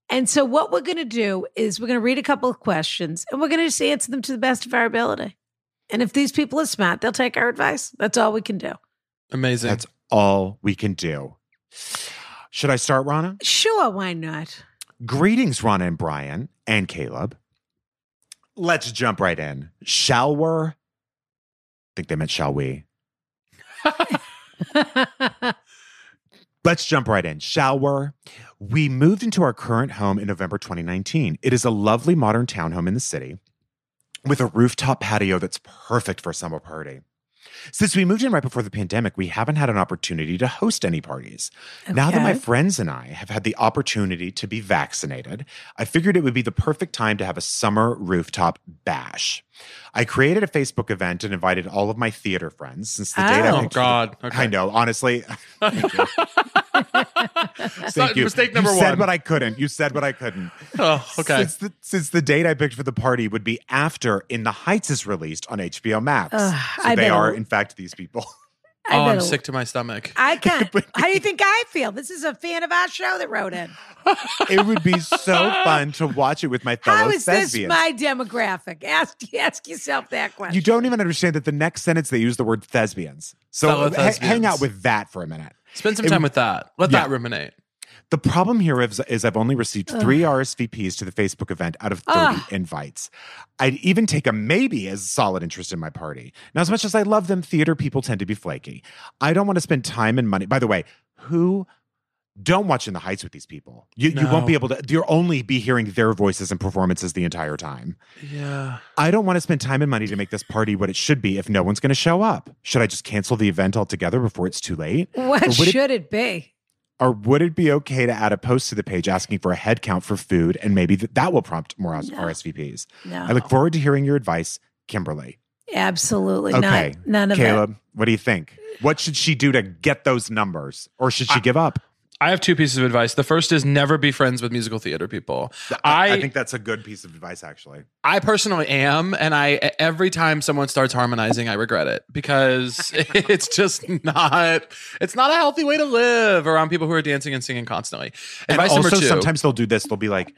Speaker 2: And so what we're going to do is we're going to read a couple of questions and we're going to just answer them to the best of our ability. And if these people are smart, they'll take our advice. That's all we can do.
Speaker 4: Amazing.
Speaker 3: That's all we can do. Should I start, Rana?
Speaker 2: Sure, why
Speaker 3: *laughs*
Speaker 2: not?
Speaker 3: Greetings, Rana and Brian and Caleb. Let's jump right in. Shall we? I think they meant shall we. Let's jump right in, shall we? We moved into our current home in November 2019. It is a lovely modern townhome in the city with a rooftop patio that's perfect for a summer party. Since we moved in right before the pandemic, we haven't had an opportunity to host any parties. Now that my
Speaker 2: Okay.
Speaker 3: friends and I have had the opportunity to be vaccinated, I figured it would be the perfect time to have a summer rooftop bash. I created a Facebook event and invited all of my theater friends since the date I
Speaker 4: oh
Speaker 3: picked for the-
Speaker 4: God. Okay.
Speaker 3: I know, honestly. Thank you.
Speaker 4: Mistake
Speaker 3: You
Speaker 4: number
Speaker 3: said
Speaker 4: one.
Speaker 3: what I couldn't. You said what I couldn't.
Speaker 4: Oh, okay.
Speaker 3: Since the, since the date I picked for the party would be after In the Heights is released on HBO Max.
Speaker 2: Ugh,
Speaker 3: so
Speaker 2: I
Speaker 3: they
Speaker 2: bet
Speaker 3: are,
Speaker 2: a-
Speaker 3: in fact, these people. *laughs*
Speaker 2: I
Speaker 4: Oh, I'm
Speaker 2: bet a-
Speaker 4: sick to my stomach.
Speaker 2: I can't. How do you think I feel? This is a fan of our show that wrote in.
Speaker 3: it would be
Speaker 4: *laughs*
Speaker 3: so fun to watch it with my fellow
Speaker 2: How is this
Speaker 3: thespians.
Speaker 2: my demographic? Ask ask yourself that question.
Speaker 3: you don't e- even understand that the next sentence they use the word thespians. So
Speaker 4: Fellow
Speaker 3: ha- hang
Speaker 4: thespians.
Speaker 3: out with that for a minute.
Speaker 4: Spend some
Speaker 3: It-
Speaker 4: time with that. Let
Speaker 3: Yeah.
Speaker 4: that ruminate.
Speaker 3: The problem here is, is I've only received
Speaker 2: Ugh.
Speaker 3: three RSVPs to the Facebook event out of 30
Speaker 2: Ugh.
Speaker 3: invites. I'd even take a maybe as solid interest in my party. Now, as much as I love them, theater people tend to be flaky. I don't want to spend time and money. By the way, who don't watch in the heights with these people? You, you won't
Speaker 4: No.
Speaker 3: be able to, you'll only be hearing their voices and performances the entire time.
Speaker 4: Yeah.
Speaker 3: I don't want to spend time and money to make this party what it should be if no one's going to show up. Should I just cancel the event altogether before it's too late?
Speaker 2: what
Speaker 3: Would it-
Speaker 2: should it be?
Speaker 3: or would it be okay to add a post to the page asking for a head count for food and maybe th- that will prompt more
Speaker 2: No.
Speaker 3: RSVPs?
Speaker 2: No,
Speaker 3: I look forward to hearing your advice, Kimberly.
Speaker 2: absolutely
Speaker 3: Okay,
Speaker 2: not. None of
Speaker 3: Caleb, what do you think? What should she do to get those numbers or should she
Speaker 4: I-
Speaker 3: give up?
Speaker 4: I have two pieces of advice. The first is never be friends with musical theater people. I-
Speaker 3: I think that's a good piece of advice, actually.
Speaker 4: I personally am, and I e, every time someone starts harmonizing, I regret it because *laughs* it's just not it's not a healthy way to live around people who are dancing and singing constantly.
Speaker 3: And
Speaker 4: Advice
Speaker 3: also,
Speaker 4: number two.
Speaker 3: sometimes they'll do this. They'll be like,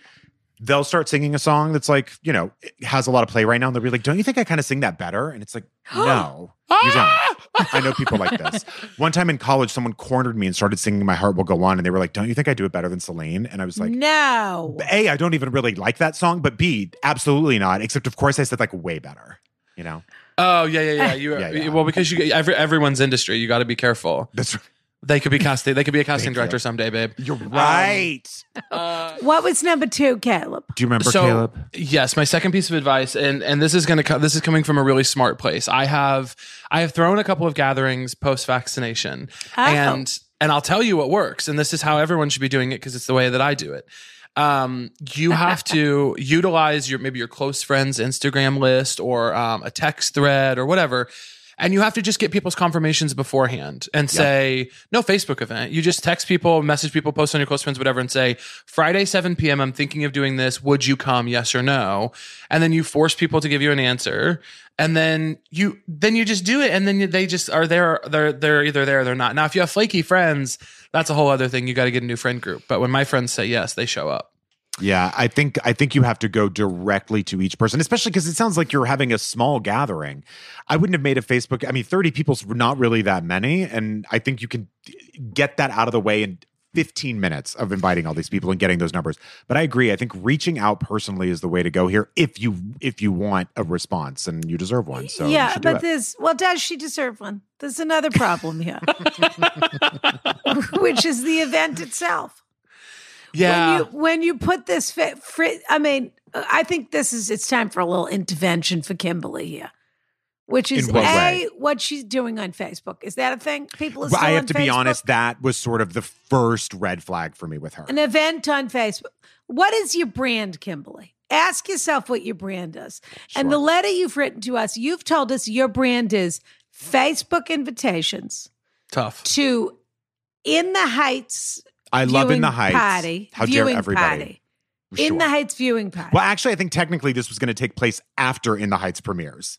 Speaker 3: they'll start singing a song that's like, you know, it has a lot of play right now. And they'll be like, don't you think I kind of sing that better? And it's
Speaker 4: *gasps*
Speaker 3: like, no, you don't.
Speaker 4: Ah!
Speaker 3: I know people like this. One time in college, someone cornered me and started singing My Heart Will Go On. And they were like, don't you think I do it better than Celine? And I was
Speaker 2: it.
Speaker 3: like,
Speaker 2: no.
Speaker 4: Mm.
Speaker 3: A, I don't even really like that song, but B, absolutely not. Except, of course, I said like way better, you know?
Speaker 4: Oh yeah, yeah, yeah. You
Speaker 3: Eh. Yeah, yeah.
Speaker 4: well because you every, everyone's industry, you got to be careful.
Speaker 3: That's right.
Speaker 4: They could be casting. They could be a casting
Speaker 3: Thank
Speaker 4: director
Speaker 3: you.
Speaker 4: someday, babe.
Speaker 3: You're right.
Speaker 4: Uh,
Speaker 2: What was number two, Caleb?
Speaker 3: Do you remember
Speaker 4: so
Speaker 3: Caleb?
Speaker 4: yes, my second piece of advice, and and this is gonna co- this is coming from a really smart place. I have I have thrown a couple of gatherings post vaccination,
Speaker 2: Oh.
Speaker 4: and and I'll tell you what works, and this is how everyone should be doing it because it's the way that I do it. Um, you have to *laughs* utilize your maybe your close friends' Instagram list or um, a text thread or whatever. And you have to just get people's confirmations beforehand and say, no Facebook event. You just text people, message people, post on your close friends, whatever, and say, Friday, 7 p.m., I'm thinking of doing this. Would you come? Yes or no? And then you force people to give you an answer. And then you, then you just do it. And then you- they just are there. They're, they're either there or they're not. Now, if you have flaky friends, that's a whole other thing. You got to get a new friend group. But when my friends say yes, they show up.
Speaker 3: Yeah, I think I think you have to go directly to each person, especially because it sounds like you're having a small gathering. I wouldn't have made a Facebook. I mean, thirty people's not really that many, and I think you can eh, get that out of the way in fifteen minutes of inviting all these people and getting those numbers. But I agree. I think reaching out personally is the way to go here if you if you want a response and you deserve one. So you
Speaker 2: yeah,
Speaker 3: should do
Speaker 2: but
Speaker 3: it.
Speaker 2: there's well, does she deserve one? There's another problem
Speaker 3: *laughs*
Speaker 2: here, *laughs* which is the event itself.
Speaker 4: Yeah.
Speaker 2: When you when you put this, fa- fri- I mean, I think this is it's time for a little intervention for Kimberly here, which is
Speaker 3: In
Speaker 2: a
Speaker 3: what way?
Speaker 2: what she's doing on Facebook. Is that a thing? People are.
Speaker 3: Well,
Speaker 2: Still
Speaker 3: I
Speaker 2: on
Speaker 3: have to be
Speaker 2: Facebook?
Speaker 3: honest. That was sort of the first red flag for me with her.
Speaker 2: An event on Facebook. What is your brand, Kimberly? Ask yourself what your brand is. And the
Speaker 3: Sure.
Speaker 2: letter you've written to us, you've told us your brand is Facebook invitations
Speaker 4: Tough.
Speaker 2: to In the Heights.
Speaker 3: I love in
Speaker 2: viewing
Speaker 3: the heights.
Speaker 2: Party,
Speaker 3: How
Speaker 2: viewing
Speaker 3: dare everybody?
Speaker 2: Party. In
Speaker 3: Sure.
Speaker 2: the Heights viewing party.
Speaker 3: Well, actually, I think technically this was going to take place after In the Heights premieres.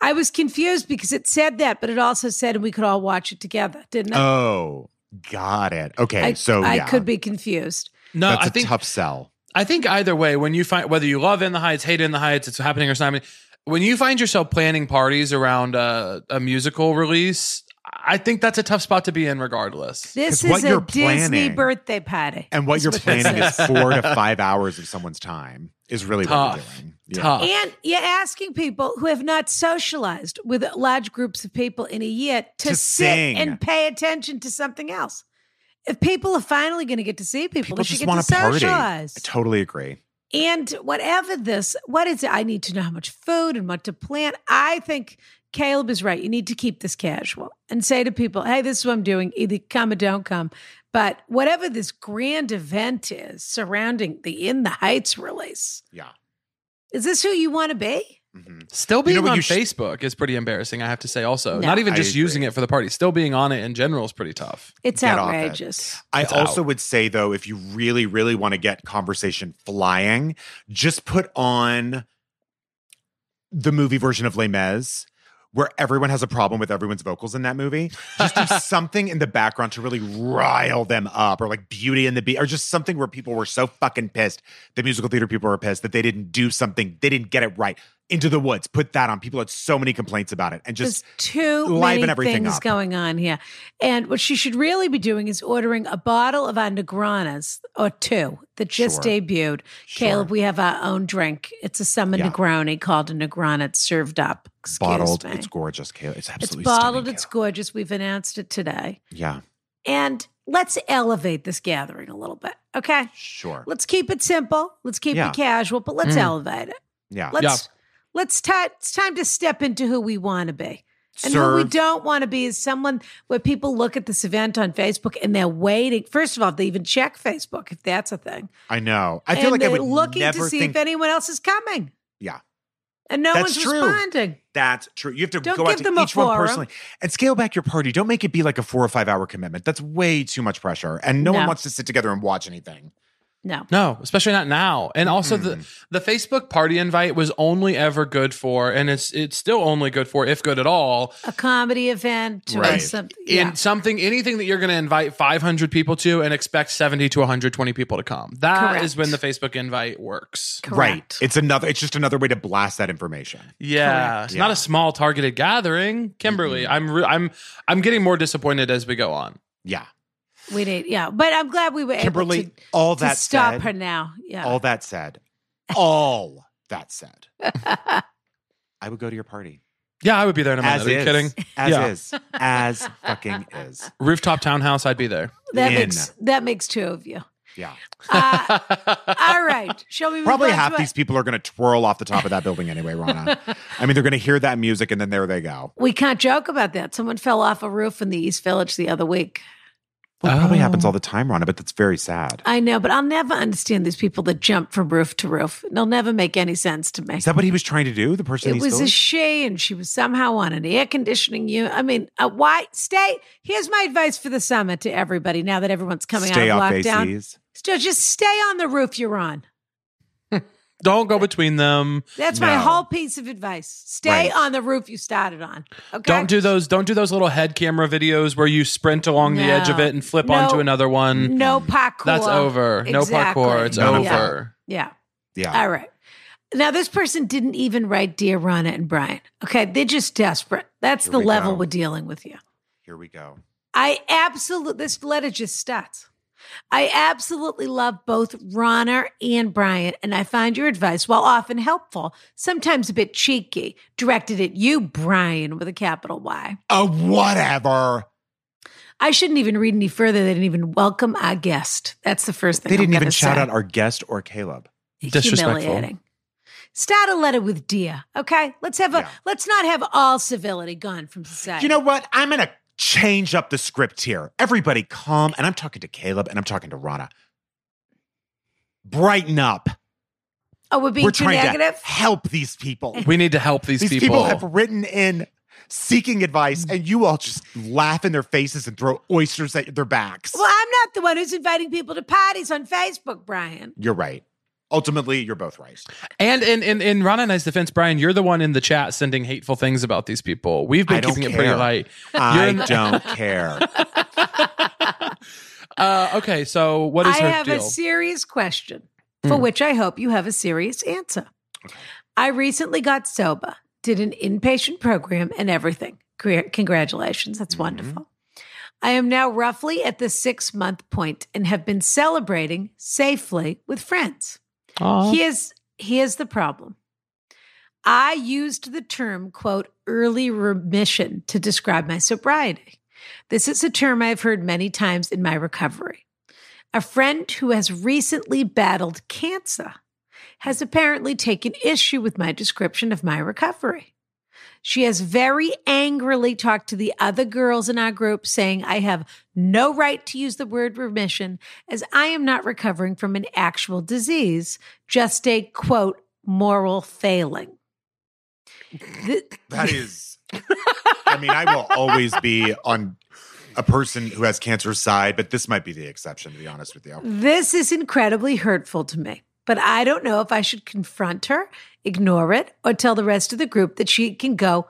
Speaker 2: I was confused because it said that, but it also said we could all watch it together, didn't I?
Speaker 3: Oh, got it. Okay,
Speaker 2: I,
Speaker 3: so
Speaker 2: I
Speaker 3: yeah,
Speaker 2: could be confused.
Speaker 4: No,
Speaker 3: that's
Speaker 4: I
Speaker 3: a
Speaker 4: think
Speaker 3: tough sell.
Speaker 4: I think either way, when you find whether you love in the heights, hate in the heights, it's happening or it's not happening. When you find yourself planning parties around uh, a musical release, I think that's a tough spot to be in, regardless.
Speaker 2: This
Speaker 3: 'Cause what
Speaker 2: is a
Speaker 3: you're
Speaker 2: Disney
Speaker 3: planning-
Speaker 2: birthday party.
Speaker 3: And what
Speaker 2: That's
Speaker 3: you're
Speaker 2: it
Speaker 3: planning is *laughs*
Speaker 2: says.
Speaker 3: four
Speaker 4: *laughs*
Speaker 3: to five hours of someone's time is really what
Speaker 4: Tough.
Speaker 3: you're doing. Yeah.
Speaker 4: Tough.
Speaker 2: And you're asking people who have not socialized with large groups of people in a year to,
Speaker 3: To
Speaker 2: sit
Speaker 3: sing.
Speaker 2: and pay attention to something else. If people are finally going to get to see people,
Speaker 3: People
Speaker 2: they should
Speaker 3: just
Speaker 2: get
Speaker 3: want
Speaker 2: to
Speaker 3: to party. I
Speaker 2: socialize.
Speaker 3: totally agree.
Speaker 2: And whatever this, what is it? I need to know how much food and what to plan. I think Caleb is right. You need to keep this casual and say to people, hey, this is what I'm doing. Either come or don't come. But whatever this grand event is surrounding the In the Heights release,
Speaker 3: Yeah.
Speaker 2: is this who you want to be?
Speaker 3: Mhm.
Speaker 4: Still being
Speaker 3: know what
Speaker 4: on
Speaker 3: you sh-
Speaker 4: Facebook is pretty embarrassing, I have to say. Also,
Speaker 2: No.
Speaker 4: not even
Speaker 3: I
Speaker 4: just
Speaker 3: agree.
Speaker 4: using it for the party, still being on it in general is pretty tough.
Speaker 2: It's
Speaker 3: Get off it.
Speaker 2: outrageous.
Speaker 3: I
Speaker 4: It's
Speaker 3: also
Speaker 4: out.
Speaker 3: would say though, if you really, really want to get conversation flying, just put on the movie version of Les Mis, where everyone has a problem with everyone's vocals in that movie. Just
Speaker 4: *laughs*
Speaker 3: do something in the background to really rile them up, or like Beauty and the Beat, or just something where people were so fucking pissed. The musical theater people were pissed that they didn't do something, they didn't get it right. Into the woods, put that on. People had so many complaints about it, and just
Speaker 2: There's too
Speaker 3: liven
Speaker 2: many
Speaker 3: everything
Speaker 2: things
Speaker 3: up.
Speaker 2: going on here. And what she should really be doing is ordering a bottle of our Negranas or two that just
Speaker 3: Sure.
Speaker 2: debuted. Caleb, we have our own drink. It's a summer
Speaker 3: Yeah.
Speaker 2: Negroni called a Negrana. It's served up. Excuse
Speaker 3: bottled.
Speaker 2: me.
Speaker 3: It's gorgeous, Kayla. It's
Speaker 2: It's
Speaker 3: absolutely
Speaker 2: bottled.
Speaker 3: stunning,
Speaker 2: It's
Speaker 3: Kayla.
Speaker 2: gorgeous. We've announced it today.
Speaker 3: yeah,
Speaker 2: And let's elevate this gathering a little bit. Okay.
Speaker 3: sure,
Speaker 2: Let's keep it simple. Let's keep
Speaker 3: Yeah.
Speaker 2: it casual, but let's
Speaker 4: Mm.
Speaker 2: elevate it.
Speaker 3: yeah.
Speaker 2: Let's let's ti- it's time to step into who we want to be. And who we
Speaker 3: Serve.
Speaker 2: don't want to be is someone where people look at this event on Facebook and they're waiting. First of all, they even check Facebook if that's a thing.
Speaker 3: I know. I feel
Speaker 2: and
Speaker 3: like I
Speaker 2: they're
Speaker 3: would
Speaker 2: looking
Speaker 3: never
Speaker 2: to see if
Speaker 3: think
Speaker 2: anyone else is coming.
Speaker 3: Yeah.
Speaker 2: And no
Speaker 3: That's
Speaker 2: one's
Speaker 3: true.
Speaker 2: responding.
Speaker 3: that's true. You have to
Speaker 2: Don't
Speaker 3: go out
Speaker 2: give
Speaker 3: to
Speaker 2: them a
Speaker 3: each one
Speaker 2: forum.
Speaker 3: personally and scale back your party. Don't make it be like a four or five hour commitment. That's way too much pressure, and no, one
Speaker 2: No.
Speaker 3: wants to sit together and watch anything.
Speaker 2: No.
Speaker 4: No, especially not now. And also the the Facebook party invite was only ever good for, and it's it's still only good for, if good at all,
Speaker 2: A comedy event or
Speaker 3: Right.
Speaker 2: something.
Speaker 4: in
Speaker 2: Yeah.
Speaker 4: something anything that you're going to invite 500 people to and expect 70 to 120 people to come That is
Speaker 2: Correct.
Speaker 4: when the facebook invite works
Speaker 3: Right.
Speaker 2: Correct.
Speaker 3: It's another. It's just another way to blast that information.
Speaker 4: yeah
Speaker 2: Correct.
Speaker 4: it's not a small targeted gathering kimberly i'm re- i'm i'm getting more disappointed as we go on
Speaker 3: Yeah,
Speaker 2: We need yeah. But I'm glad we were
Speaker 3: Kimberly.
Speaker 2: able to,
Speaker 3: all
Speaker 2: to
Speaker 3: that
Speaker 2: stop
Speaker 3: said.
Speaker 2: her now. Yeah.
Speaker 3: All
Speaker 2: *laughs*
Speaker 3: that said. All that said. I would go to your party.
Speaker 4: Yeah, I would be there in a minute.
Speaker 3: As
Speaker 4: Are you
Speaker 3: is.
Speaker 4: kidding?
Speaker 3: As
Speaker 4: Yeah.
Speaker 3: is. As fucking is.
Speaker 4: Rooftop townhouse, I'd be there. *laughs*
Speaker 2: That
Speaker 3: In.
Speaker 2: makes that makes two of you.
Speaker 3: Yeah.
Speaker 2: Uh, all
Speaker 3: *laughs*
Speaker 2: right, shall we? Move
Speaker 3: Probably
Speaker 2: on
Speaker 3: half
Speaker 2: to
Speaker 3: these people are going to twirl off the top of that building anyway, Rana. I mean, they're going to hear that music and then there they go.
Speaker 2: We can't joke about that. Someone fell off a roof in the East Village the other week.
Speaker 3: Well, it probably
Speaker 4: Oh.
Speaker 3: happens all the time, Rana, but that's very sad.
Speaker 2: I know, but I'll never understand these people that jump from roof to roof. It'll never make any sense to me.
Speaker 3: Is that what he was trying to do? The person
Speaker 2: It
Speaker 3: he's
Speaker 2: was
Speaker 3: still-
Speaker 2: a she, and she was somehow on an air conditioning unit. I mean, uh, why stay? Here's my advice for the summer to everybody now that everyone's coming
Speaker 3: stay
Speaker 2: out
Speaker 3: off
Speaker 2: of lockdown.
Speaker 3: ACs.
Speaker 2: So just stay on the roof you're on.
Speaker 4: Don't go between them.
Speaker 2: That's my
Speaker 3: No.
Speaker 2: whole piece of advice. Stay
Speaker 3: Right.
Speaker 2: on the roof you started on. Okay.
Speaker 4: Don't do those. Don't do those little head camera videos where you sprint along the edge of
Speaker 2: No.
Speaker 4: it and flip
Speaker 2: No.
Speaker 4: onto another one.
Speaker 2: no parkour.
Speaker 4: That's over. No
Speaker 2: Exactly.
Speaker 4: parkour. It's
Speaker 3: Mm-hmm. None of that.
Speaker 4: over.
Speaker 2: Yeah.
Speaker 3: Yeah.
Speaker 2: All right. Now, this person didn't even write Dear Rana and Brian. Okay. They're just desperate. That's
Speaker 3: Here
Speaker 2: the
Speaker 3: we
Speaker 2: level
Speaker 3: go.
Speaker 2: we're dealing with here.
Speaker 3: Here we go.
Speaker 2: I absolutely, this letter just starts. I absolutely love both Rana and Brian, and I find your advice, while often helpful, sometimes a bit cheeky, directed at you, Brian, with a capital Y.
Speaker 3: Oh, whatever.
Speaker 2: I shouldn't even read any further. They didn't even welcome our guest. That's the first thing
Speaker 3: They
Speaker 2: I'm
Speaker 3: didn't even
Speaker 2: gonna
Speaker 3: shout
Speaker 2: say.
Speaker 3: out our guest or Caleb.
Speaker 4: Disrespectful.
Speaker 2: humiliating. Start a letter with dear, okay? Let's have a
Speaker 3: Yeah.
Speaker 2: let's not have all civility gone from society.
Speaker 3: You know what? I'm going to change up the script here. Everybody calm. And I'm talking to Caleb and I'm talking to Rana. Brighten up.
Speaker 2: oh, we're being
Speaker 3: We're
Speaker 2: too
Speaker 3: trying
Speaker 2: negative.
Speaker 3: to help
Speaker 2: *laughs*
Speaker 3: these people.
Speaker 4: We need to help these,
Speaker 3: These
Speaker 4: people.
Speaker 3: people have written in seeking advice, and you all just laugh in their faces and throw oysters at their backs.
Speaker 2: well, I'm not the one who's inviting people to parties on Facebook, Brian.
Speaker 3: You're right. Ultimately, you're both *laughs* right.
Speaker 4: and in in in Ron and I's defense, Brian, you're the one in the chat sending hateful things about these people. We've
Speaker 3: I
Speaker 4: been
Speaker 3: don't
Speaker 4: keeping it pretty
Speaker 3: care.
Speaker 4: light.
Speaker 3: I
Speaker 4: You're-
Speaker 3: don't care.
Speaker 4: Uh, okay, so what is
Speaker 2: I
Speaker 4: her
Speaker 2: have
Speaker 4: deal? Hmm.
Speaker 2: a serious question for which I hope you have a serious answer. I recently got sober, did an inpatient program and everything. Congr- Congratulations.
Speaker 4: Mm-hmm.
Speaker 2: That's wonderful. I am now roughly at the six month point and have been celebrating safely with friends.
Speaker 4: Aw.
Speaker 2: Here's here's the problem. I used the term quote early remission to describe my sobriety. This is a term I've heard many times in my recovery. A friend who has recently battled cancer has apparently taken issue with my description of my recovery. She has very angrily talked to the other girls in our group, saying, I have no right to use the word remission as I am not recovering from an actual disease, just a quote, moral failing. Th-
Speaker 3: That *laughs* is, I mean, I will always be on a person who has cancer's side, but this might be the exception, to be honest with you.
Speaker 2: This is incredibly hurtful to me, but I don't know if I should confront her, ignore it, or tell the rest of the group that she can go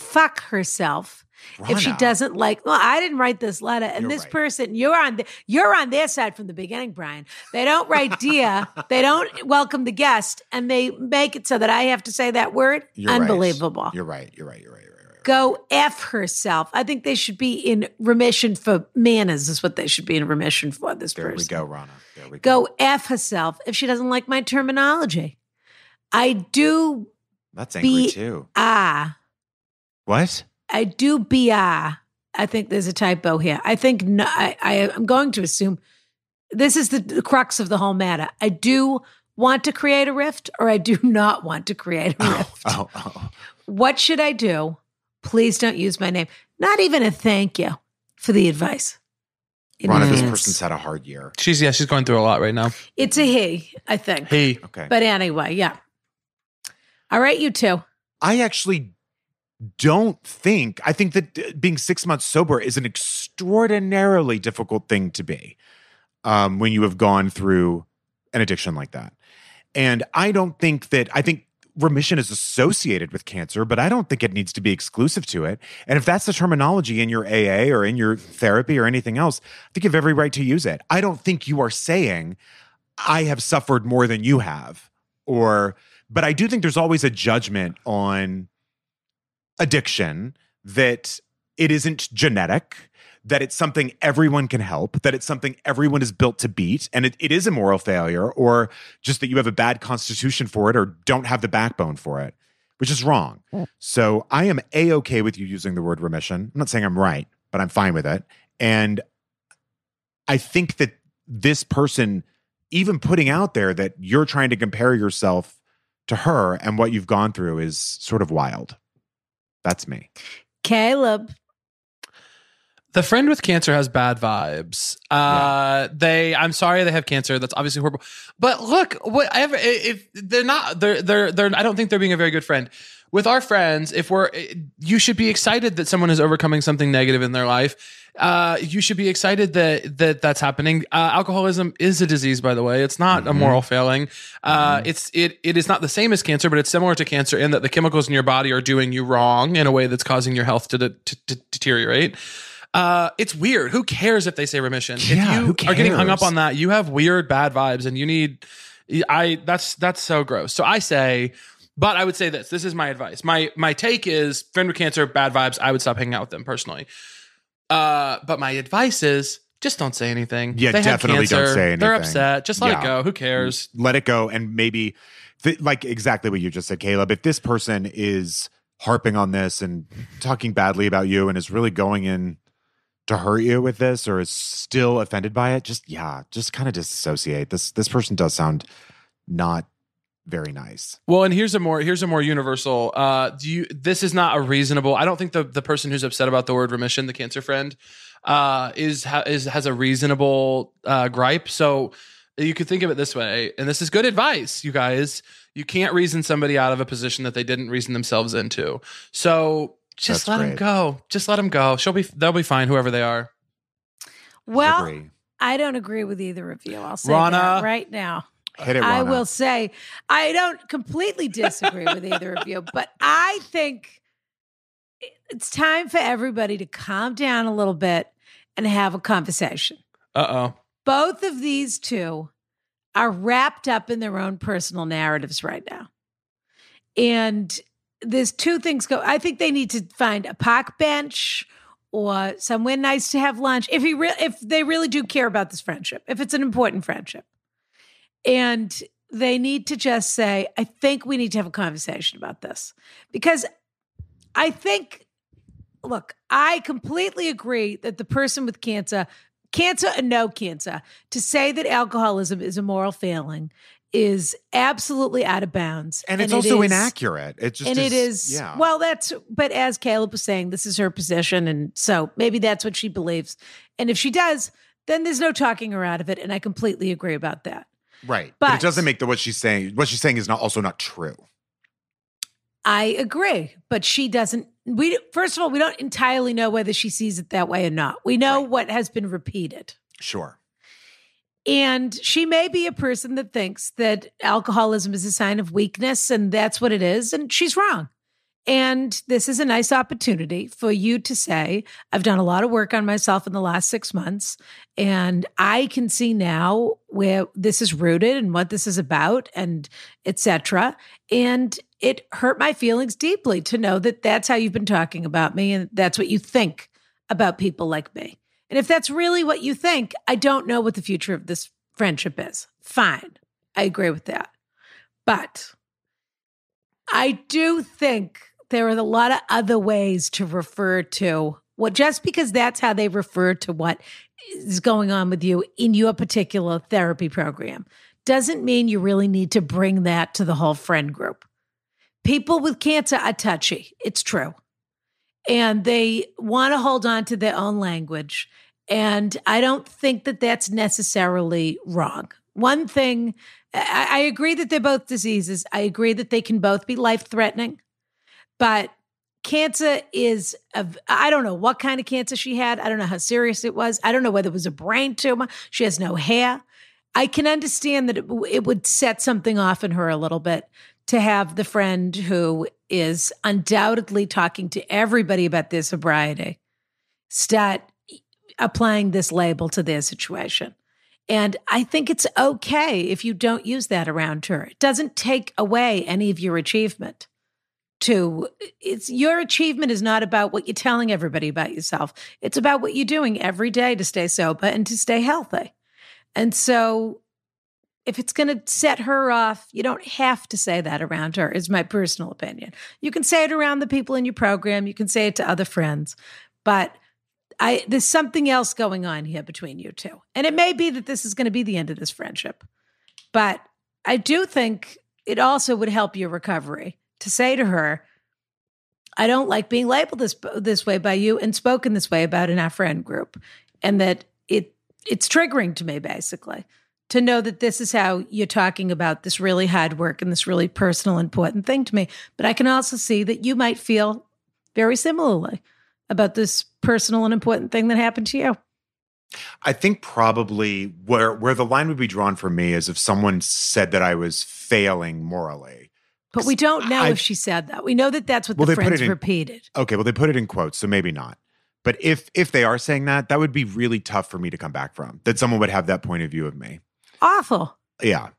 Speaker 2: fuck herself if she
Speaker 3: Rana.
Speaker 2: doesn't like. Well, I didn't write this letter, and
Speaker 3: You're
Speaker 2: this
Speaker 3: right.
Speaker 2: person you're on the, you're on their side from the beginning, Brian. They don't write dear, they don't welcome the guest, and they make it so that I have to say that word.
Speaker 3: You're right.
Speaker 2: Unbelievable.
Speaker 3: You're right. You're right. You're right. You're right. You're right.
Speaker 2: Go F herself. I think they should be in remission for manners, is what they should be in remission for. This
Speaker 3: There we
Speaker 2: person
Speaker 3: go, Rana. There we go.
Speaker 2: go F herself if she doesn't like my terminology. I do
Speaker 3: That's angry
Speaker 2: be-
Speaker 3: too.
Speaker 2: ah.
Speaker 3: What?
Speaker 2: I do be ah. I think there's a typo here. I think no, I, I am going to assume this is the, the crux of the whole matter. I do want to create a rift or I do *laughs* not want to create a
Speaker 3: *laughs* Oh,
Speaker 2: rift.
Speaker 3: oh, oh.
Speaker 2: What should I do? Please don't use my name. Not even a thank you for the advice. In
Speaker 3: Rana, this
Speaker 2: advance.
Speaker 3: person's had a hard year.
Speaker 4: she's yeah, she's going through a lot right now.
Speaker 2: It's a he, I think.
Speaker 4: Hey,
Speaker 3: Okay.
Speaker 2: But anyway, yeah. All right, you two.
Speaker 3: I actually don't think, I think that uh, being six months sober is an extraordinarily difficult thing to be um, when you have gone through an addiction like that. And I don't think that, I think remission is associated with cancer, but I don't think it needs to be exclusive to it. And if that's the terminology in your AA or in your therapy or anything else, I think you have every right to use it. I don't think you are saying, I have suffered more than you have, or, but I do think there's always a judgment on addiction that it isn't genetic, that it's something everyone can help, that it's something everyone is built to beat, and it, it is a moral failure, or just that you have a bad constitution for it or don't have the backbone for it. which is wrong. So I am a okay with you using the word remission. I'm not saying I'm right, but I'm fine with it. And I think that this person, even putting out there that you're trying to compare yourself to her and what you've gone through is sort of wild. That's me.
Speaker 2: Caleb,
Speaker 4: The friend with cancer has bad vibes. Uh, They, I'm sorry, they have cancer. That's obviously horrible. But look, whatever. If they're not, they're, they're, they're. I don't think they're being a very good friend. With our friends, if we're, you should be excited that someone is overcoming something negative in their life. Uh, you should be excited that that that's happening. Uh, alcoholism is a disease, by the way. It's not a moral failing. Uh,
Speaker 3: Mm-hmm.
Speaker 4: It's it it is not the same as cancer, but it's similar to cancer in that the chemicals in your body are doing you wrong in a way that's causing your health to, de- to, to deteriorate. Uh, it's weird. Who cares if they say remission?
Speaker 3: Yeah,
Speaker 4: if
Speaker 3: who
Speaker 4: you are getting hung up
Speaker 3: cares?
Speaker 4: on that, you have weird bad vibes, and you need. I that's that's so gross. So I say, but I would say this. This is my advice. My my take is friend with cancer, bad vibes. I would stop hanging out with them personally. Uh, but my advice is just don't say anything.
Speaker 3: Yeah,
Speaker 4: had
Speaker 3: definitely don't say
Speaker 4: They're
Speaker 3: anything.
Speaker 4: upset. Just let
Speaker 3: Yeah.
Speaker 4: it go. Who cares?
Speaker 3: Let it go. And maybe, th- like exactly what you just said, Caleb, if this person is harping on this and talking badly about you and is really going in to hurt you with this or is still offended by it, just, yeah, just kind of disassociate. This, this person does sound not very nice.
Speaker 4: Well, and here's a more here's a more universal. Uh, do you? This is not a reasonable. I don't think the the person who's upset about the word remission, the cancer friend, uh, is ha- is has a reasonable uh, gripe. So you could think of it this way, and this is good advice, you guys. You can't reason somebody out of a position that they didn't reason themselves into. So just
Speaker 3: That's
Speaker 4: let them
Speaker 3: great.
Speaker 4: go. Just let them go. She'll be they'll be fine. Whoever they are.
Speaker 2: well,
Speaker 3: Agree.
Speaker 2: I don't agree with either of you. I'll say
Speaker 4: Rana.
Speaker 2: that right now.
Speaker 3: Hit it,
Speaker 2: I
Speaker 3: Rana.
Speaker 2: will say I don't completely disagree with either of you, but I think it's time for everybody to calm down a little bit and have a conversation.
Speaker 4: Uh oh.
Speaker 2: Both of these two are wrapped up in their own personal narratives right now. And there's two things go. I think they need to find a park bench or somewhere nice to have lunch if he re- if they really do care about this friendship, if it's an important friendship. And they need to just say, I think we need to have a conversation about this. Because I think look, I completely agree that the person with cancer, cancer and no cancer, to say that alcoholism is a moral failing is absolutely out of bounds.
Speaker 3: and it's
Speaker 2: it
Speaker 3: also
Speaker 2: is-
Speaker 3: inaccurate. It just
Speaker 2: and it is
Speaker 3: yeah.
Speaker 2: well that's but as caleb was saying this is her position and so maybe that's what she believes and if she does then there's no talking her out of it and i completely agree about that
Speaker 3: right. But,
Speaker 2: but-
Speaker 3: it doesn't make the what she's saying. What she's saying is not also not true.
Speaker 2: i agree but she doesn't we first of all we don't entirely know whether she sees it that way or not we know
Speaker 3: Right.
Speaker 2: what has been repeated
Speaker 3: Sure.
Speaker 2: And she may be a person that thinks that alcoholism is a sign of weakness and that's what it is. And she's wrong. And this is a nice opportunity for you to say, I've done a lot of work on myself in the last six months, and I can see now where this is rooted and what this is about, and etc. And it hurt my feelings deeply to know that that's how you've been talking about me, and that's what you think about people like me. And if that's really what you think, I don't know what the future of this friendship is. Fine. I agree with that. But I do think there are a lot of other ways to refer to what just because that's how they refer to what is going on with you in your particular therapy program doesn't mean you really need to bring that to the whole friend group. People with cancer are touchy. It's true and they want to hold on to their own language. And I don't think that that's necessarily wrong. One thing, I, I agree that they're both diseases. I agree that they can both be life threatening, but cancer is, a, I don't know what kind of cancer she had. I don't know how serious it was. I don't know whether it was a brain tumor. She has no hair. I can understand that it, w- it would set something off in her a little bit to have the friend who is undoubtedly talking to everybody about their sobriety start applying this label to their situation. And I think it's okay if you don't use that around her. It doesn't take away any of your achievement. To it's your achievement is not about what you're telling everybody about yourself. It's about what you're doing every day to stay sober and to stay healthy. And so if it's going to set her off, you don't have to say that around her, is my personal opinion. You can say it around the people in your program, you can say it to other friends, but I there's something else going on here between you two. And it may be that this is going to be the end of this friendship. But I do think it also would help your recovery to say to her, I don't like being labeled this this way by you and spoken this way about in our friend group and that it it's triggering to me basically to know that this is how you're talking about this really hard work and this really personal important thing to me but i can also see that you might feel very similarly about this personal and important thing that happened to you
Speaker 3: I think probably where where the line would be drawn for me is if someone said that I was failing morally.
Speaker 2: but we don't know if she said that we know that that's what
Speaker 3: Well,
Speaker 2: the
Speaker 3: they put
Speaker 2: friends
Speaker 3: it in-
Speaker 2: repeated
Speaker 3: Okay, well they put it in quotes, so maybe not. But if if they are saying that, that would be really tough for me to come back from. That someone would have that point of view of me.
Speaker 2: awful
Speaker 3: Yeah.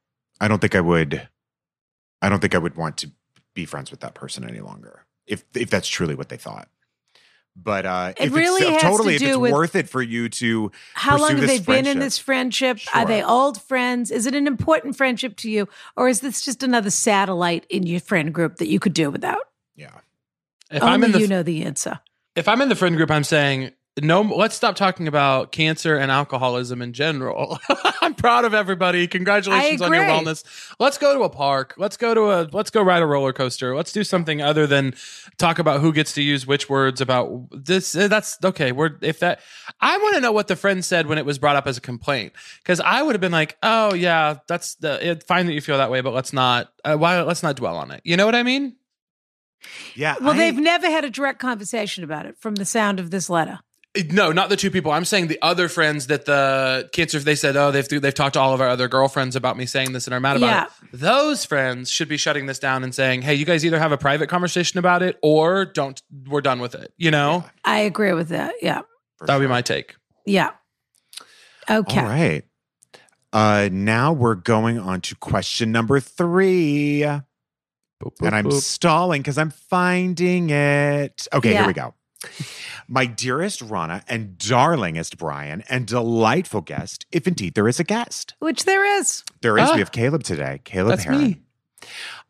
Speaker 3: I don't think I would I don't think I would want to be friends with that person any longer. If if that's truly what they thought. But uh
Speaker 2: It
Speaker 3: if
Speaker 2: really has
Speaker 3: it's
Speaker 2: to
Speaker 3: totally if
Speaker 2: do
Speaker 3: it's
Speaker 2: with-
Speaker 3: worth it for you to
Speaker 2: How long
Speaker 3: pursue
Speaker 2: have they
Speaker 3: this
Speaker 2: been in
Speaker 3: friendship.
Speaker 2: this friendship? Are
Speaker 3: Sure.
Speaker 2: they old friends? Is it an important friendship to you? Or is this just another satellite in your friend group that you could do without?
Speaker 3: Yeah.
Speaker 4: If
Speaker 2: Only
Speaker 4: I'm in the
Speaker 2: you know the answer.
Speaker 4: if I'm in the friend group, I'm saying no. Let's stop talking about cancer and alcoholism in general. *laughs* I'm proud of everybody. Congratulations
Speaker 2: I
Speaker 4: on your
Speaker 2: agree.
Speaker 4: wellness. Let's go to a park. Let's go to a. Let's go ride a roller coaster. Let's do something other than talk about who gets to use which words about this. uh, That's okay. We're if that. I want to know what the friend said when it was brought up as a complaint because I would have been like, oh yeah, that's the. It, fine that you feel that way, but let's not. Uh, why? Let's not dwell on it. You know what I mean?
Speaker 3: Yeah.
Speaker 2: Well,
Speaker 3: I-
Speaker 2: they've never had a direct conversation about it from the sound of this letter.
Speaker 4: No, not the two people. I'm saying the other friends that the cancer. If they said, "Oh, they've they've talked to all of our other girlfriends about me saying this and are mad about
Speaker 2: Yeah.
Speaker 4: it," those friends should be shutting this down and saying, "Hey, you guys either have a private conversation about it or don't. We're done with it." You know,
Speaker 2: I agree with that. Yeah.
Speaker 3: for
Speaker 4: that would be
Speaker 3: sure.
Speaker 4: my take.
Speaker 2: Yeah. Okay.
Speaker 3: All right. Uh, now we're going on to question number three. and I'm stalling because I'm finding it. Okay,
Speaker 2: Yeah.
Speaker 3: here we go. My dearest Rana and darlingest Brian and delightful guest, if indeed there is a guest.
Speaker 2: Which there is.
Speaker 3: There is.
Speaker 4: Ah.
Speaker 3: we have Caleb today. Caleb
Speaker 4: that's
Speaker 3: Heron.
Speaker 4: me.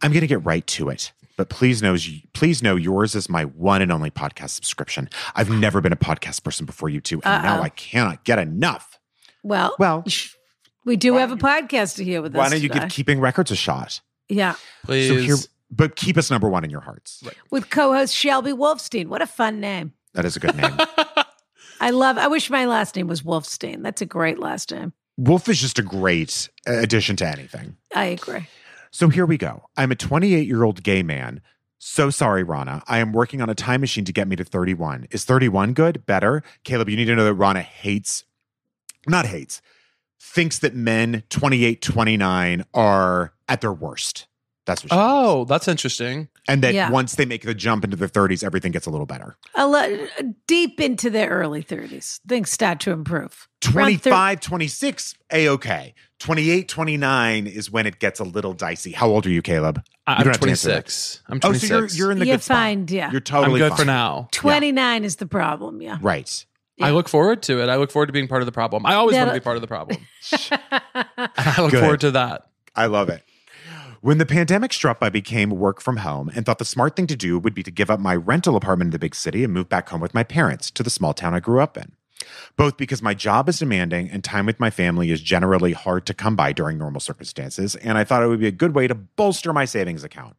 Speaker 3: I'm going to get right to it. But please know, please know yours is my one and only podcast subscription. I've never been a podcast person before you two, and now
Speaker 2: Uh-oh.
Speaker 3: I cannot get enough.
Speaker 2: Well,
Speaker 3: Well,
Speaker 2: we do
Speaker 3: why
Speaker 2: have a
Speaker 3: don't
Speaker 2: podcaster here with us.
Speaker 3: why don't you
Speaker 2: today.
Speaker 3: give keeping records a shot?
Speaker 2: Yeah.
Speaker 4: Please.
Speaker 3: So here, but keep us number one in your hearts.
Speaker 2: With co host Shelby Wolfstein. What a fun name.
Speaker 3: That is a good
Speaker 2: *laughs*
Speaker 3: name.
Speaker 2: I love I wish my last name was Wolfstein. That's a great last name.
Speaker 3: Wolf is just a great uh, addition to anything.
Speaker 2: I agree.
Speaker 3: So here we go. I'm a 28 year old gay man. So sorry, Rana. I am working on a time machine to get me to 31. Is 31 good? Better? Caleb, you need to know that Rana hates, not hates, thinks that men 28, 29 are at their worst. That's what she thinks.
Speaker 4: oh, that's interesting.
Speaker 3: And that
Speaker 2: Yeah.
Speaker 3: once they make the jump into their 30s, everything gets a little better.
Speaker 2: A lo- deep into their early 30s, things start to improve. Around thir-
Speaker 3: 25, 26, A OK. 28, 29 is when it gets a little dicey. How old are you, Caleb?
Speaker 4: I-
Speaker 3: You don't
Speaker 4: I'm
Speaker 3: have to answer
Speaker 4: 26. I'm
Speaker 3: Oh,
Speaker 4: 26.
Speaker 3: so you're, you're in the
Speaker 2: You're
Speaker 3: good spot.
Speaker 2: fine, yeah.
Speaker 3: You're totally
Speaker 4: I'm good
Speaker 3: fine.
Speaker 4: for now.
Speaker 2: 29 is the problem, yeah.
Speaker 3: Right.
Speaker 4: I look forward to it. I look forward to being part of the problem. I always
Speaker 2: Yeah,
Speaker 4: want to
Speaker 2: but-
Speaker 4: be part of
Speaker 2: *laughs*
Speaker 4: the problem. I look
Speaker 3: Good.
Speaker 4: forward to that.
Speaker 3: I love it. When the pandemic struck, I became work from home and thought the smart thing to do would be to give up my rental apartment in the big city and move back home with my parents to the small town I grew up in. Both because my job is demanding and time with my family is generally hard to come by during normal circumstances, and I thought it would be a good way to bolster my savings account.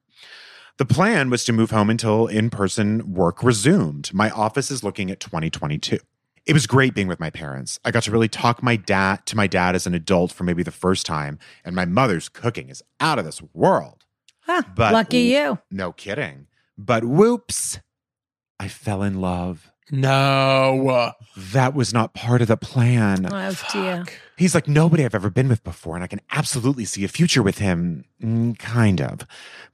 Speaker 3: The plan was to move home until in person work resumed. My office is looking at 2022. It was great being with my parents. I got to really talk my dad to my dad as an adult for maybe the first time, and my mother's cooking is out of this world.
Speaker 2: Huh,
Speaker 3: But-
Speaker 2: lucky you.
Speaker 3: No kidding. But whoops, I fell in love.
Speaker 4: No.
Speaker 3: That was not part of the plan.
Speaker 2: Oh, dear.
Speaker 3: He's like nobody I've ever been with before, and I can absolutely see a future with him. Mm, kind of.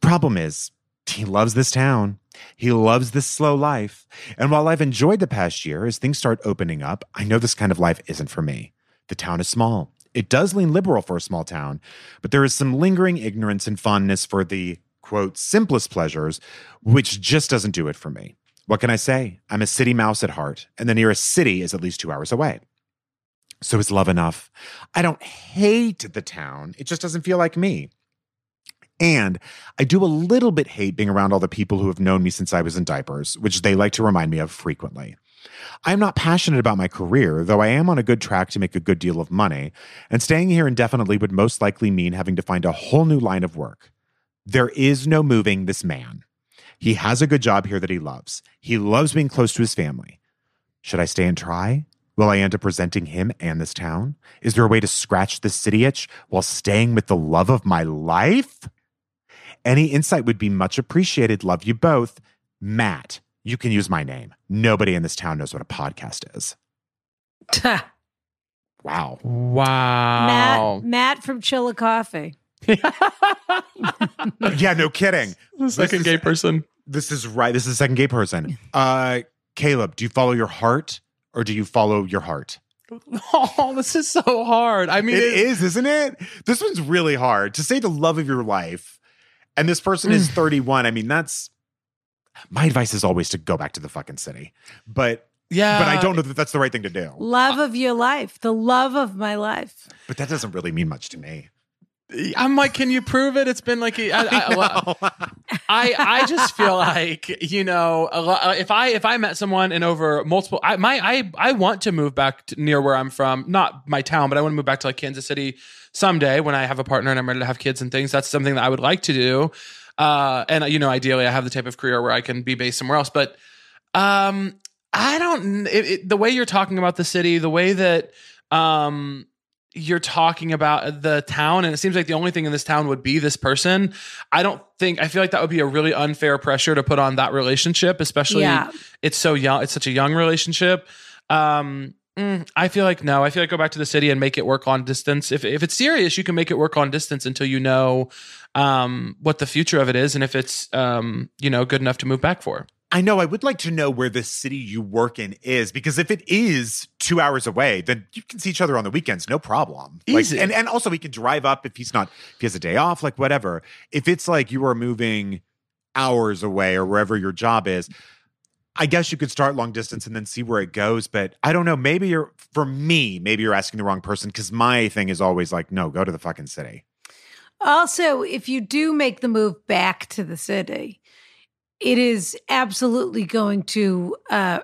Speaker 3: Problem is, he loves this town. He loves this slow life. And while I've enjoyed the past year, as things start opening up, I know this kind of life isn't for me. The town is small. It does lean liberal for a small town, but there is some lingering ignorance and fondness for the quote simplest pleasures, which just doesn't do it for me. What can I say? I'm a city mouse at heart, and the nearest city is at least two hours away. So is love enough? I don't hate the town. It just doesn't feel like me. And I do a little bit hate being around all the people who have known me since I was in diapers, which they like to remind me of frequently. I am not passionate about my career, though I am on a good track to make a good deal of money, and staying here indefinitely would most likely mean having to find a whole new line of work. There is no moving this man. He has a good job here that he loves. He loves being close to his family. Should I stay and try? Will I end up resenting him and this town? Is there a way to scratch this city itch while staying with the love of my life? Any insight would be much appreciated. Love you both. Matt, you can use my name. Nobody in this town knows what a podcast is.
Speaker 2: Matt,
Speaker 4: *laughs*
Speaker 3: Wow.
Speaker 4: Wow.
Speaker 2: *laughs*
Speaker 3: Um,
Speaker 2: Matt from Chillicothe.
Speaker 3: Uh, yeah, no kidding.
Speaker 4: The *laughs* second
Speaker 3: is-
Speaker 4: gay person.
Speaker 3: This is right. This is the second gay person. Uh, Caleb, do you follow your heart or do you follow your heart?
Speaker 4: Oh, this is so hard. I mean,
Speaker 3: It
Speaker 4: it-
Speaker 3: is, isn't it? This one's really hard to say the love of your life. And this person is 31. I mean, that's my advice is always to go back to the fucking city. But
Speaker 4: yeah.
Speaker 3: but I don't know that that's the right thing to do.
Speaker 2: Love of your life, the love of my life.
Speaker 3: But that doesn't really mean much to me.
Speaker 4: I'm like, can you prove it? It's been like, I,
Speaker 3: *laughs* Uh,
Speaker 4: I, well, I, I just feel like, you know, a lot, if I, if I met someone and over multiple, I, my, I, I want to move back to near where I'm from, not my town, but I want to move back to like Kansas City someday when I have a partner and I'm ready to have kids and things. That's something that I would like to do. Uh, and you know, ideally I have the type of career where I can be based somewhere else, but, um, I don't, it, it, the way you're talking about the city, the way that, um, you're talking about the town and it seems like the only thing in this town would be this person i don't think i feel like that would be a really unfair pressure to put on that relationship especially
Speaker 2: Yeah.
Speaker 4: it's so young it's such a young relationship um mm, i feel like no i feel like go back to the city and make it work on distance if, if it's serious you can make it work on distance until you know um what the future of it is and if it's um you know good enough to move back for
Speaker 3: I know. I would like to know where the city you work in is because if it is two hours away, then you can see each other on the weekends, no problem.
Speaker 4: Easy.
Speaker 3: Like, and and also we can drive up if he's not if he has a day off, like whatever. If it's like you are moving hours away or wherever your job is, I guess you could start long distance and then see where it goes. But I don't know. Maybe you're for me. Maybe you're asking the wrong person because my thing is always like, no, go to the fucking city.
Speaker 2: Also, if you do make the move back to the city, it is absolutely going to uh,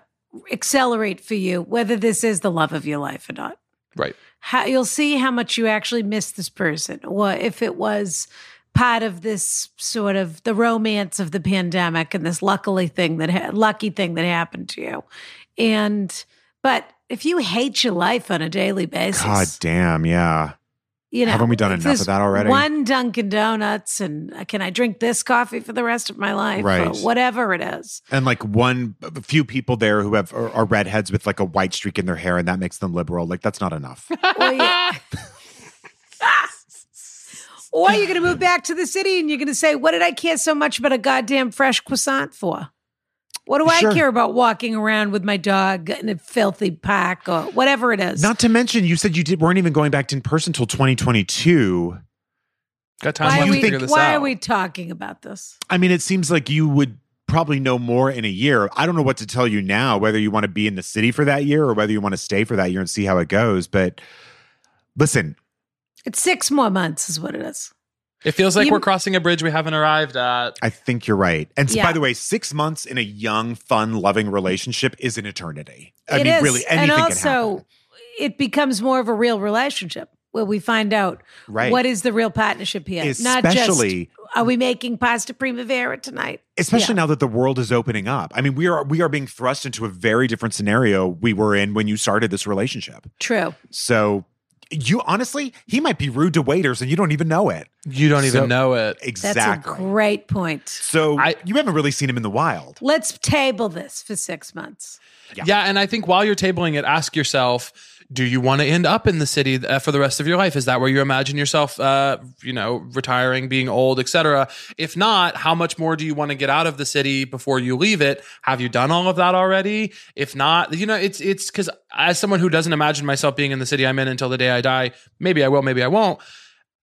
Speaker 2: accelerate for you, whether this is the love of your life or not.
Speaker 4: right
Speaker 2: How, you'll see how much you actually miss this person, or if it was part of this sort of the romance of the pandemic and this luckily thing that ha- lucky thing that happened to you. And but if you hate your life on a daily basis,
Speaker 3: God damn, yeah.
Speaker 2: you know,
Speaker 3: Haven't we done
Speaker 2: if
Speaker 3: enough of
Speaker 2: there's
Speaker 3: that already?
Speaker 2: One Dunkin' Donuts, and uh, can I drink this coffee for the rest of my life?
Speaker 3: Right.
Speaker 2: Or whatever it is.
Speaker 3: and like one a few people there who have are, are redheads with like a white streak in their hair and that makes them liberal like that's
Speaker 2: *laughs*
Speaker 3: not enough
Speaker 2: Or,
Speaker 3: *laughs*
Speaker 2: you, or you're going to move back to the city and you're going to say, What did I care so much about a goddamn fresh croissant for? What do
Speaker 3: Sure.
Speaker 2: I care about walking around with my dog in a filthy pack or whatever it is?
Speaker 3: not to mention you said you did, weren't even going back to in person till 2022
Speaker 4: got time
Speaker 2: why
Speaker 4: left
Speaker 2: are
Speaker 4: to
Speaker 2: we,
Speaker 4: figure this
Speaker 2: why
Speaker 4: out
Speaker 2: are we talking about this?
Speaker 3: i mean it seems like you would probably know more in a year i don't know what to tell you now whether you want to be in the city for that year or whether you want to stay for that year and see how it goes but listen
Speaker 2: It's six more months, is what it is.
Speaker 4: it feels like
Speaker 2: You-
Speaker 4: we're crossing a bridge we haven't arrived at
Speaker 3: i think you're right and s-
Speaker 2: Yeah.
Speaker 3: by the way six months in a young fun loving relationship is an eternity i
Speaker 2: It
Speaker 3: mean
Speaker 2: is.
Speaker 3: really
Speaker 2: and
Speaker 3: anything can
Speaker 2: also
Speaker 3: happen
Speaker 2: it becomes more of a real relationship where we find out
Speaker 3: right
Speaker 2: what is the real partnership here. Not just
Speaker 3: especially
Speaker 2: are we making pasta primavera tonight?
Speaker 3: especially
Speaker 2: Yeah.
Speaker 3: now that the world is opening up. I mean, we are we are being thrust into a very different scenario we were in when you started this relationship.
Speaker 2: True.
Speaker 3: So you honestly, he might be rude to waiters and you don't even know it.
Speaker 4: you don't even
Speaker 3: So-
Speaker 4: know it
Speaker 2: That's
Speaker 3: Exactly.
Speaker 2: a great point.
Speaker 3: so
Speaker 4: I-
Speaker 3: you haven't really seen him in the wild.
Speaker 2: Let's table this for six months.
Speaker 3: Yeah.
Speaker 4: Yeah. and I think while you're tabling it, ask yourself: Do you want to end up in the city uh, for the rest of your life? Is that where you imagine yourself? Uh, you know, retiring, being old, etc. If not, how much more do you want to get out of the city before you leave it? Have you done all of that already? If not, you know, it's it's because as someone who doesn't imagine myself being in the city I'm in until the day I die, maybe I will, maybe I won't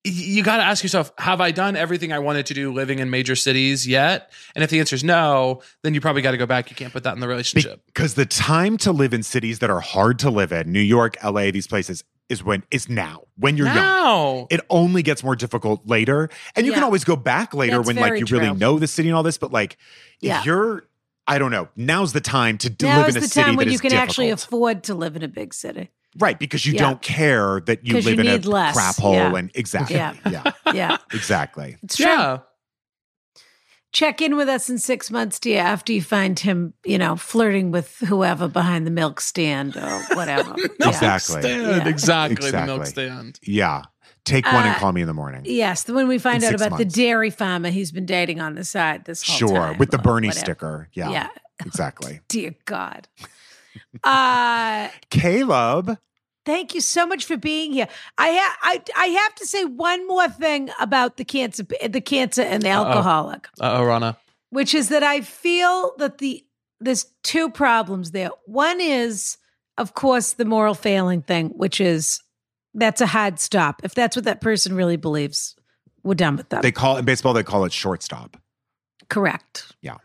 Speaker 4: you got to ask yourself have i done everything i wanted to do living in major cities yet and if the answer is no then you probably got to go back you can't put that in the relationship
Speaker 3: Because the time to live in cities that are hard to live in, New York, LA, these places, is when is now. When you're young.
Speaker 4: no
Speaker 3: It only gets more difficult later. And you can
Speaker 2: Yeah.
Speaker 3: always go back later
Speaker 2: That's
Speaker 3: when like
Speaker 2: very
Speaker 3: you really
Speaker 2: true.
Speaker 3: know the city and all this, but like if
Speaker 2: Yeah.
Speaker 3: you're I don't know. Now's the time to d-
Speaker 2: Now
Speaker 3: live
Speaker 2: is
Speaker 3: in a
Speaker 2: the
Speaker 3: city
Speaker 2: time
Speaker 3: that
Speaker 2: when
Speaker 3: is
Speaker 2: you can actually
Speaker 3: difficult.
Speaker 2: afford to live in a big city.
Speaker 3: right, because you
Speaker 2: Yeah.
Speaker 3: don't care that you
Speaker 2: 'Cause you
Speaker 3: live in
Speaker 2: need
Speaker 3: a
Speaker 2: less.
Speaker 3: crap hole
Speaker 2: Yeah.
Speaker 3: and exactly.
Speaker 2: Yeah. *laughs*
Speaker 3: yeah. *laughs*
Speaker 2: Yeah,
Speaker 3: Exactly.
Speaker 2: it's true.
Speaker 4: yeah
Speaker 2: Check in with us in six months, dear, after you find him, you know, flirting with whoever behind the milk stand or
Speaker 3: *laughs*
Speaker 2: whatever. Yeah.
Speaker 3: Exactly.
Speaker 4: Stand,
Speaker 2: Yeah.
Speaker 4: exactly the
Speaker 3: Exactly.
Speaker 4: milk stand
Speaker 3: Yeah. Take one and
Speaker 2: Uh,
Speaker 3: call me in the morning.
Speaker 2: Yes, the when we find
Speaker 3: In
Speaker 2: out
Speaker 3: six
Speaker 2: about
Speaker 3: months.
Speaker 2: the dairy farmer he's been dating on the side this whole
Speaker 3: Sure.
Speaker 2: time
Speaker 3: With the
Speaker 2: or
Speaker 3: Bernie
Speaker 2: whatever.
Speaker 3: sticker. Yeah.
Speaker 2: yeah.
Speaker 3: Exactly.
Speaker 2: Dear God. Uh
Speaker 3: Caleb.
Speaker 2: Thank you so much for being here. I ha- I I have to say one more thing about the cancer the cancer and the alcoholic,
Speaker 4: uh-oh rana
Speaker 2: which is that I feel that the there's two problems there. One is of course the moral failing thing, which is that's a hard stop. If that's what that person really believes, we're done with them.
Speaker 3: They call in baseball. They call it shortstop.
Speaker 2: Correct.
Speaker 3: Yeah.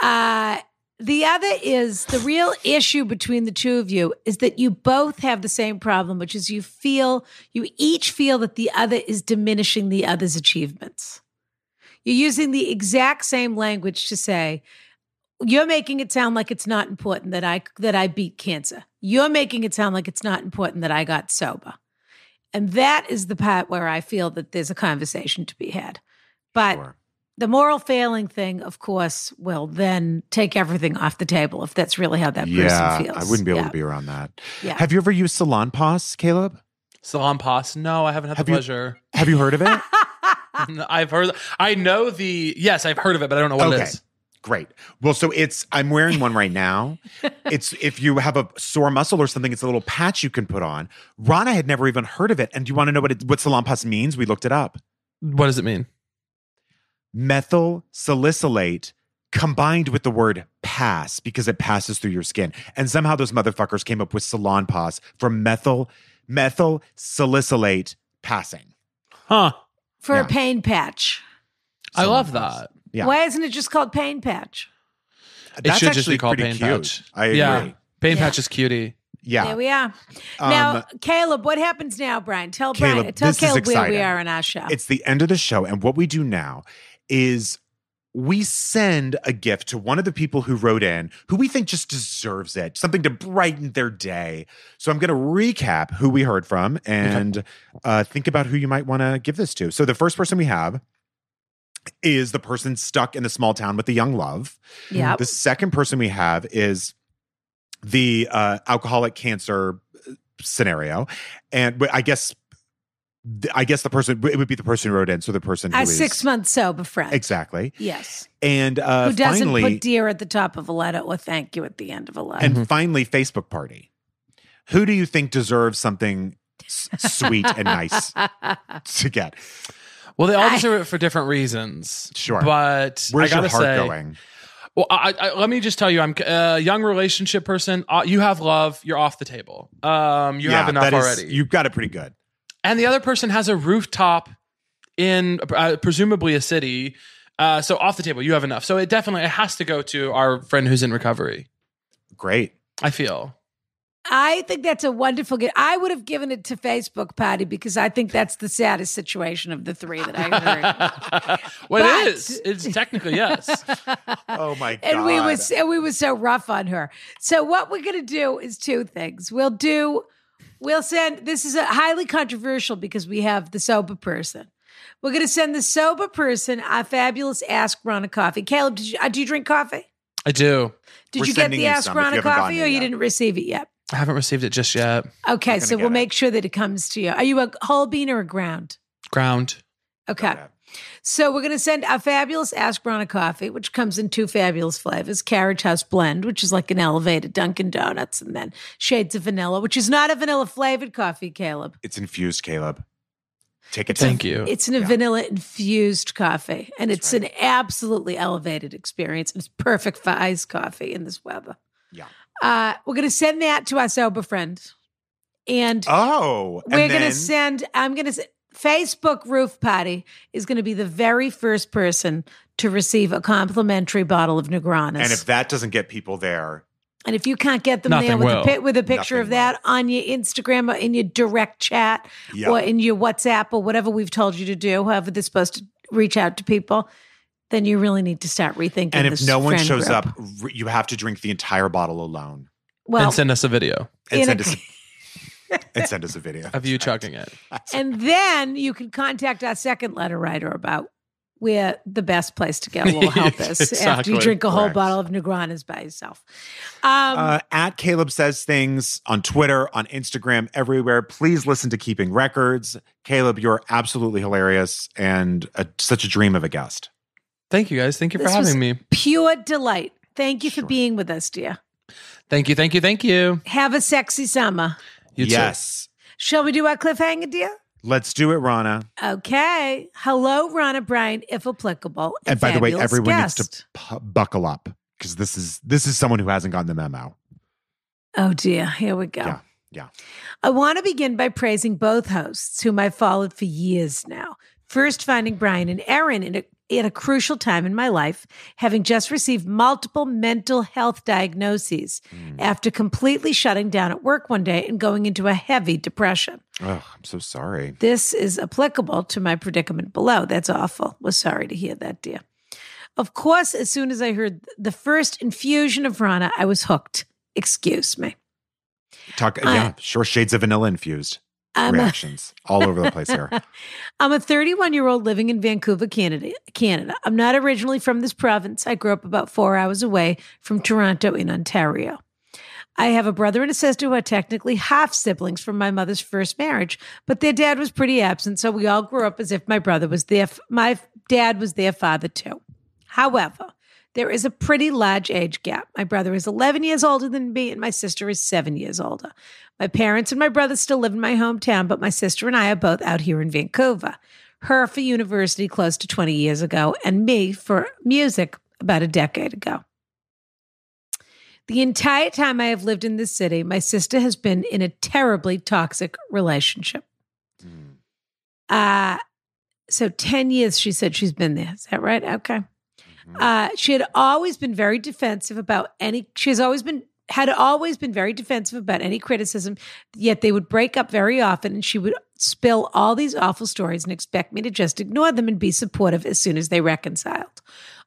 Speaker 2: Uh, the other is the real issue between the two of you is that you both have the same problem, which is you feel, you each feel that the other is diminishing the other's achievements. You're using the exact same language to say, you're making it sound like it's not important that I that I beat cancer. You're making it sound like it's not important that I got sober. And that is the part where I feel that there's a conversation to be had. But
Speaker 3: Sure.
Speaker 2: the moral failing thing, of course, will then take everything off the table if that's really how that
Speaker 3: yeah,
Speaker 2: person feels.
Speaker 3: I wouldn't be able
Speaker 2: Yeah.
Speaker 3: to be around that.
Speaker 2: Yeah.
Speaker 3: Have you ever used Salon Pass, Caleb?
Speaker 4: salon pass no i haven't had
Speaker 3: Have
Speaker 4: the
Speaker 3: you-
Speaker 4: pleasure *laughs*
Speaker 3: Have you heard of it?
Speaker 4: i've heard i know the yes i've heard of it but i don't know what
Speaker 3: Okay.
Speaker 4: it is
Speaker 3: Great. Well, so it's I'm wearing one right now.
Speaker 4: *laughs*
Speaker 3: It's if you have a sore muscle or something, it's a little patch you can put on. Rana had never even heard of it. And do you want to know what it, what Salon Pass means? We looked it up.
Speaker 4: what does it mean
Speaker 3: Methyl salicylate combined with the word pass because it passes through your skin. And somehow those motherfuckers came up with Salon Pass from methyl methyl salicylate passing.
Speaker 4: huh
Speaker 2: *laughs* For
Speaker 3: Yeah.
Speaker 2: a pain patch.
Speaker 4: i love
Speaker 3: Salon Pass.
Speaker 4: that
Speaker 3: Yeah.
Speaker 2: Why isn't it just called pain patch?
Speaker 4: It should just be called
Speaker 3: pretty
Speaker 4: Pain Patch.
Speaker 3: I agree.
Speaker 4: Yeah.
Speaker 3: Yeah.
Speaker 4: pain
Speaker 2: Yeah.
Speaker 4: patch is cutie
Speaker 2: There we are. now,
Speaker 3: Um,
Speaker 2: Caleb, what happens now, Brian? Tell Brian,
Speaker 3: Caleb,
Speaker 2: tell
Speaker 3: this is
Speaker 2: Caleb where we
Speaker 3: exciting.
Speaker 2: are in our show.
Speaker 3: it's the end of the show. And what we do now is we send a gift to one of the people who wrote in who we think just deserves it, something to brighten their day. So I'm going to recap who we heard from and uh, think about who you might want to give this to. So the first person we have is the person stuck in the small town with the young love.
Speaker 2: yeah.
Speaker 3: Mm-hmm. The second person we have is the uh, alcoholic cancer uh, scenario, and but I guess I guess the person it would be the person who wrote in, so the person who
Speaker 2: Our
Speaker 3: is-
Speaker 2: six month sober friend.
Speaker 3: exactly,
Speaker 2: Yes.
Speaker 3: and uh,
Speaker 2: Who doesn't
Speaker 3: finally,
Speaker 2: put dear at the top of a letter or thank you at the end of a letter.
Speaker 3: and
Speaker 4: Mhm.
Speaker 3: finally, Facebook party. Who do you think deserves something s- sweet
Speaker 2: *laughs*
Speaker 3: and nice to get?
Speaker 4: well they all
Speaker 2: I-
Speaker 4: deserve it for different reasons
Speaker 3: Sure.
Speaker 4: but
Speaker 3: Where's
Speaker 4: I
Speaker 3: your
Speaker 4: gotta
Speaker 3: heart
Speaker 4: say,
Speaker 3: going?
Speaker 4: Well, I, I, let me just tell you, I'm a young relationship person. Uh, you have love. You're off the table. Um, you
Speaker 3: Yeah,
Speaker 4: have enough
Speaker 3: that is-
Speaker 4: already.
Speaker 3: You've got it pretty good.
Speaker 4: and the other person has a rooftop in uh, presumably a city. Uh, so off the table, you have enough. So it definitely it has to go to our friend who's in recovery.
Speaker 3: Great.
Speaker 4: I feel. *laughs*
Speaker 2: I think that's a wonderful gift. I would have given it to Facebook Party because I think that's the saddest situation of the three that
Speaker 3: *laughs*
Speaker 2: I
Speaker 4: Well,
Speaker 2: But-
Speaker 4: it is. It's
Speaker 2: *laughs*
Speaker 4: technically yes.
Speaker 2: heard.
Speaker 3: Oh my god!
Speaker 2: and we was and we were so rough on her. So what we're gonna do is two things. We'll do we'll send this is a highly controversial because we have the sober person. We're gonna send the sober person our fabulous Ask Ron a coffee. Caleb, did you uh, do you drink coffee?
Speaker 4: I do.
Speaker 2: Did
Speaker 3: We're
Speaker 2: you get
Speaker 3: sending
Speaker 2: the
Speaker 3: you
Speaker 2: Ask
Speaker 3: some if
Speaker 2: Ron
Speaker 3: you
Speaker 2: a
Speaker 3: haven't gotten
Speaker 2: coffee, or
Speaker 3: it
Speaker 2: you
Speaker 3: yet.
Speaker 2: didn't receive it yet?
Speaker 4: I haven't received it just yet.
Speaker 2: Okay,
Speaker 3: gonna
Speaker 2: so we'll
Speaker 3: get it.
Speaker 2: make sure that it comes to you. Are you a whole bean or a ground?
Speaker 4: Ground.
Speaker 2: Okay. So we're going to send a fabulous Ask Ron a coffee, which comes in two fabulous flavors: Carriage House Blend, which is like an elevated Dunkin' Donuts, and then Shades of Vanilla, which is not a vanilla flavored coffee, Caleb.
Speaker 3: It's infused, Caleb. Take a
Speaker 4: Thank you.
Speaker 2: It's an
Speaker 3: Yeah.
Speaker 2: vanilla infused coffee, and it's
Speaker 3: That's
Speaker 2: an absolutely elevated experience. It's perfect for iced coffee in this weather.
Speaker 3: Yeah.
Speaker 2: Uh, we're going to send that to our sober friend, and
Speaker 3: Oh,
Speaker 2: we're
Speaker 3: and
Speaker 2: going to
Speaker 3: then-
Speaker 2: send. I'm going to. Facebook Roof Party is going to be the very first person to receive a complimentary bottle of Negranis.
Speaker 3: And if that doesn't get people there,
Speaker 2: And if you can't get them
Speaker 4: Nothing
Speaker 2: there with
Speaker 4: will.
Speaker 2: a, pi- with a picture
Speaker 3: Nothing
Speaker 2: of that on your Instagram or in your direct chat
Speaker 3: Yeah.
Speaker 2: or in your WhatsApp or whatever we've told you to do, however they're supposed to reach out to people, then you really need to start rethinking.
Speaker 3: and if
Speaker 2: this
Speaker 3: no one
Speaker 2: friend
Speaker 3: shows
Speaker 2: group.
Speaker 3: up, r- you have to drink the entire bottle alone
Speaker 2: well,
Speaker 4: and send us a video
Speaker 3: and
Speaker 2: in
Speaker 3: send
Speaker 2: a- *laughs*
Speaker 3: us and send us a video.
Speaker 4: of you chugging it.
Speaker 2: and then you can contact our second letter writer about where the best place to get a little help
Speaker 3: *laughs*
Speaker 2: is after
Speaker 4: Exactly.
Speaker 2: you drink a whole
Speaker 3: Correct.
Speaker 2: bottle of Negranas by yourself. Um,
Speaker 3: uh, at Caleb says things on Twitter, on Instagram, everywhere. Please listen to Keeping Records. Caleb, you're absolutely hilarious and a, such a dream of a guest.
Speaker 4: Thank you guys. Thank you for
Speaker 2: This
Speaker 4: having
Speaker 2: was-
Speaker 4: me.
Speaker 2: pure delight. Thank you for being with us, dear.
Speaker 4: Thank you. Thank you. Thank you.
Speaker 2: Have a sexy summer.
Speaker 4: You too. *laughs*
Speaker 3: yes,
Speaker 2: Shall we do our cliffhanger, dear?
Speaker 3: let's do it, Rana.
Speaker 2: Okay. Hello, Ronna Bryan, if applicable.
Speaker 3: And by the way,
Speaker 2: fabulous
Speaker 3: everyone needs
Speaker 2: guest.
Speaker 3: to pu- buckle up because this is this is someone who hasn't gotten the memo.
Speaker 2: Oh, dear. Here we go.
Speaker 3: Yeah. Yeah.
Speaker 2: I want to begin by praising both hosts, whom I've followed for years now. First, finding Brian and Erin in a, at a crucial time in my life, having just received multiple mental health diagnoses
Speaker 3: Hmm.
Speaker 2: after completely shutting down at work one day and going into a heavy depression.
Speaker 3: Oh, I'm so sorry.
Speaker 2: This is applicable to my predicament below. That's awful. Was sorry to hear that, dear. Of course, as soon as I heard the first infusion of Rana, I was hooked. Excuse me.
Speaker 3: Talk.
Speaker 2: I-
Speaker 3: yeah, sure. Shades of vanilla infused
Speaker 2: I'm a,
Speaker 3: reactions all over the place
Speaker 2: *laughs*
Speaker 3: here.
Speaker 2: I'm a 31 year old living in Vancouver, Canada. Canada. I'm not originally from this province. I grew up about four hours away from Toronto in Ontario. I have a brother and a sister who are technically half siblings from my mother's first marriage, but their dad was pretty absent, so we all grew up as if my brother was their my dad was their father too. However, there is a pretty large age gap. My brother is 11 years older than me, and my sister is seven years older. My parents and my brother still live in my hometown, but my sister and I are both out here in Vancouver. Her for university close to 20 years ago, and me for music about a decade ago. The entire time I have lived in this city, my sister has been in a terribly toxic relationship.
Speaker 3: Mm.
Speaker 2: Uh, so 10 years she said she's been there. Is that right? Okay.
Speaker 3: Mhm.
Speaker 2: Uh, she had always been very defensive about any, she has always been, had always been very defensive about any criticism, yet they would break up very often and she would spill all these awful stories and expect me to just ignore them and be supportive as soon as they reconciled.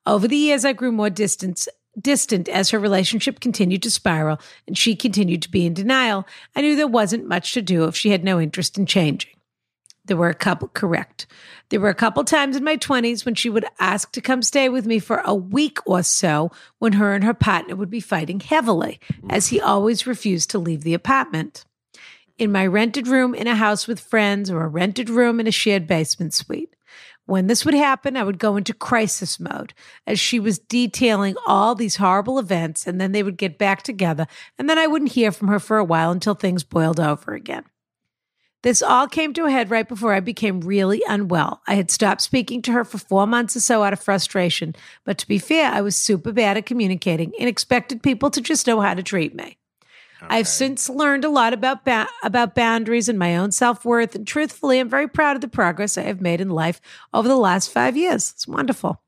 Speaker 2: Over the years, I grew more distance, distant as her relationship continued to spiral and she continued to be in denial. I knew there wasn't much to do if she had no interest in changing. There were a couple, correct. There were a couple times in my 20s when she would ask to come stay with me for a week or so when her and her partner would be fighting heavily, as he always refused to leave the apartment. In my rented room in a house with friends or a rented room in a shared basement suite. When this would happen, I would go into crisis mode as she was detailing all these horrible events, and then they would get back together, and then I wouldn't hear from her for a while until things boiled over again. This all came to a head right before I became really unwell. I had stopped speaking to her for four months or so out of frustration, but to be fair, I was super bad at communicating and expected people to just know how to treat me.
Speaker 3: Okay.
Speaker 2: I've since learned a lot about ba- about boundaries and my own self worth, and truthfully, I'm very proud of the progress I have made in life over the last five years. It's wonderful.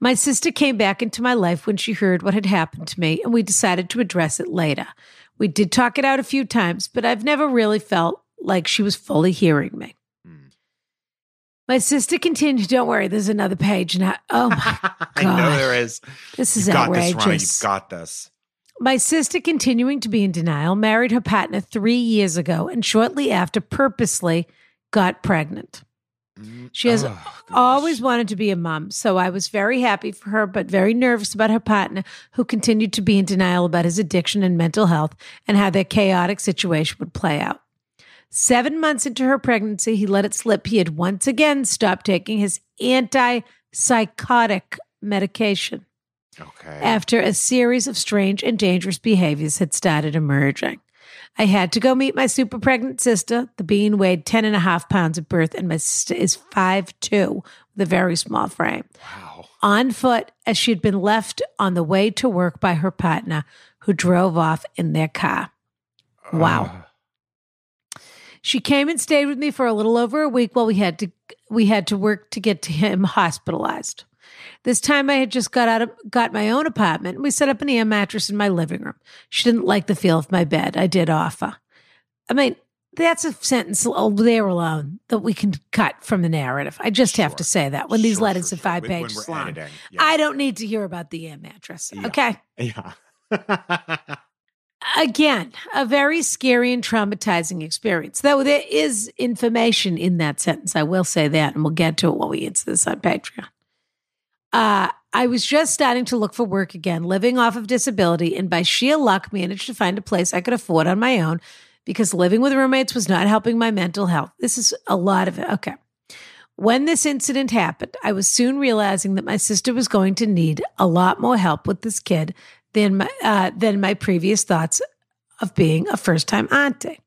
Speaker 2: My sister came back into my life when she heard what had happened to me, and we decided to address it later. We did talk it out a few times, but I've never really felt like she was fully hearing me.
Speaker 3: Mm.
Speaker 2: My sister continued, "Don't worry, there's another page." And I,
Speaker 3: *laughs*
Speaker 2: oh my,
Speaker 3: I know
Speaker 2: God.
Speaker 3: there is.
Speaker 2: this
Speaker 3: You've
Speaker 2: is
Speaker 3: got
Speaker 2: outrageous.
Speaker 3: this, Rana. You've got this.
Speaker 2: My sister, continuing to be in denial, married her partner three years ago and shortly after purposely got pregnant.
Speaker 3: Mm.
Speaker 2: She has
Speaker 3: Oh, gosh.
Speaker 2: Always wanted to be a mom, so I was very happy for her, but very nervous about her partner, who continued to be in denial about his addiction and mental health and how their chaotic situation would play out. Seven months into her pregnancy, he let it slip. He had once again stopped taking his antipsychotic medication
Speaker 3: Okay.
Speaker 2: after a series of strange and dangerous behaviors had started emerging. I had to go meet my super pregnant sister. The bean weighed 10 and a half pounds at birth, and my sister is 5'2 with a very small frame.
Speaker 3: wow.
Speaker 2: On foot, as she had been left on the way to work by her partner, who drove off in their car. Wow.
Speaker 3: Ugh.
Speaker 2: She came and stayed with me for a little over a week while we had to we had to work to get to him hospitalized. This time I had just got out of got my own apartment and we set up an air mattress in my living room. She didn't like the feel of my bed. I did offer. I mean, that's a sentence al- there alone that we can cut from the narrative. I just have
Speaker 3: Sure.
Speaker 2: to say that when these
Speaker 3: Sure,
Speaker 2: letters
Speaker 3: sure,
Speaker 2: are
Speaker 3: sure.
Speaker 2: five
Speaker 3: When- when
Speaker 2: pages
Speaker 3: we're
Speaker 2: long.
Speaker 3: editing.
Speaker 2: I don't need to hear about the E air mattress.
Speaker 3: Yeah.
Speaker 2: Okay.
Speaker 3: *laughs* Yeah. *laughs* yeah.
Speaker 2: Again, a very scary and traumatizing experience. Though there is information in that sentence. I will say that, and we'll get to it when we answer this on Patreon. Uh, I was just starting to look for work again, living off of disability, and by sheer luck managed to find a place I could afford on my own because living with roommates was not helping my mental health. This is a lot of it. Okay. When this incident happened, I was soon realizing that my sister was going to need a lot more help with this kid than my, uh, than my previous thoughts of being a first time auntie.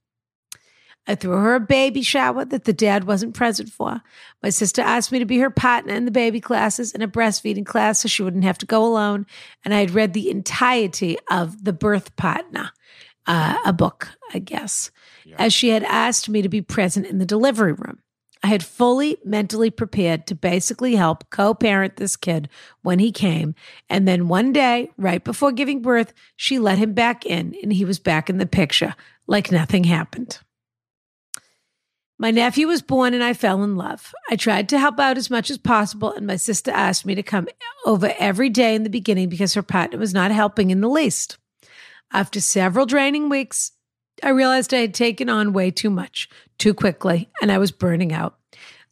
Speaker 2: I threw her a baby shower that the dad wasn't present for. My sister asked me to be her partner in the baby classes and a breastfeeding class so she wouldn't have to go alone. And I had read the entirety of The Birth Partner, uh, a book, I guess,
Speaker 3: Yeah.
Speaker 2: as she had asked me to be present in the delivery room. I had fully mentally prepared to basically help co parent this kid when he came. And then one day, right before giving birth, she let him back in and he was back in the picture like nothing happened. My nephew was born and I fell in love. I tried to help out as much as possible, and my sister asked me to come over every day in the beginning because her partner was not helping in the least. After several draining weeks, I realized I had taken on way too much too quickly and I was burning out.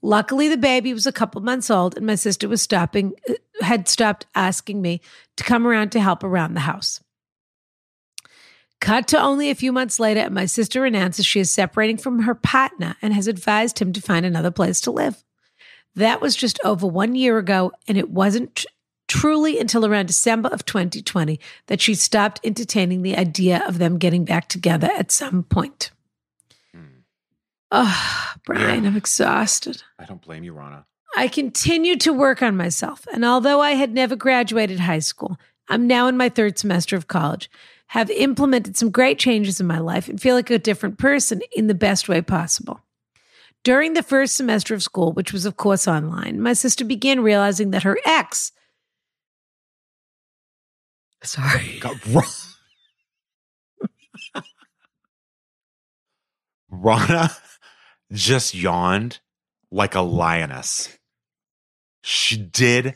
Speaker 2: Luckily, the baby was a couple months old, and my sister was stopping, uh, had stopped asking me to come around to help around the house. Cut to only a few months later, and my sister announces she is separating from her partner and has advised him to find another place to live. That was just over one year ago, and it wasn't tr- truly until around December of 2020 that she stopped entertaining the idea of them getting back together at some point. Oh, Brian, I'm exhausted.
Speaker 3: I don't blame you,
Speaker 2: *laughs*
Speaker 3: Rana.
Speaker 2: I continued to work on myself, and although I had never graduated high school, I'm now in my third semester of college, have implemented some great changes in my life, and feel like a different person in the best way possible. During the first semester of school, which was, of course, online, my sister began realizing that her ex. Sorry.
Speaker 3: God, Ra- Rana *laughs* just yawned like a lioness. She did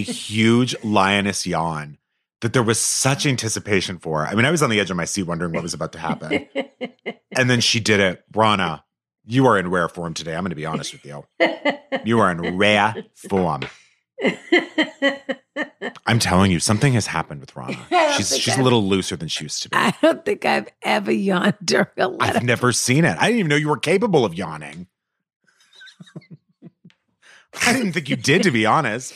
Speaker 2: *laughs*
Speaker 3: huge lioness yawn that there was such anticipation for. I mean, I was on the edge of my seat wondering what was about to happen. And then she did it. Rana, you are in rare form today. I'm going to be honest with you. You are in rare
Speaker 2: *laughs*
Speaker 3: form. I'm telling you, something has happened with Rana.
Speaker 2: I don't
Speaker 3: She's
Speaker 2: think
Speaker 3: she's
Speaker 2: I-
Speaker 3: a little looser than she used to
Speaker 2: *laughs*
Speaker 3: be.
Speaker 2: I don't think I've ever yawned during a letter.
Speaker 3: I've never seen it. I didn't even know you were capable of yawning. I didn't think you did, to be
Speaker 2: *laughs*
Speaker 3: honest.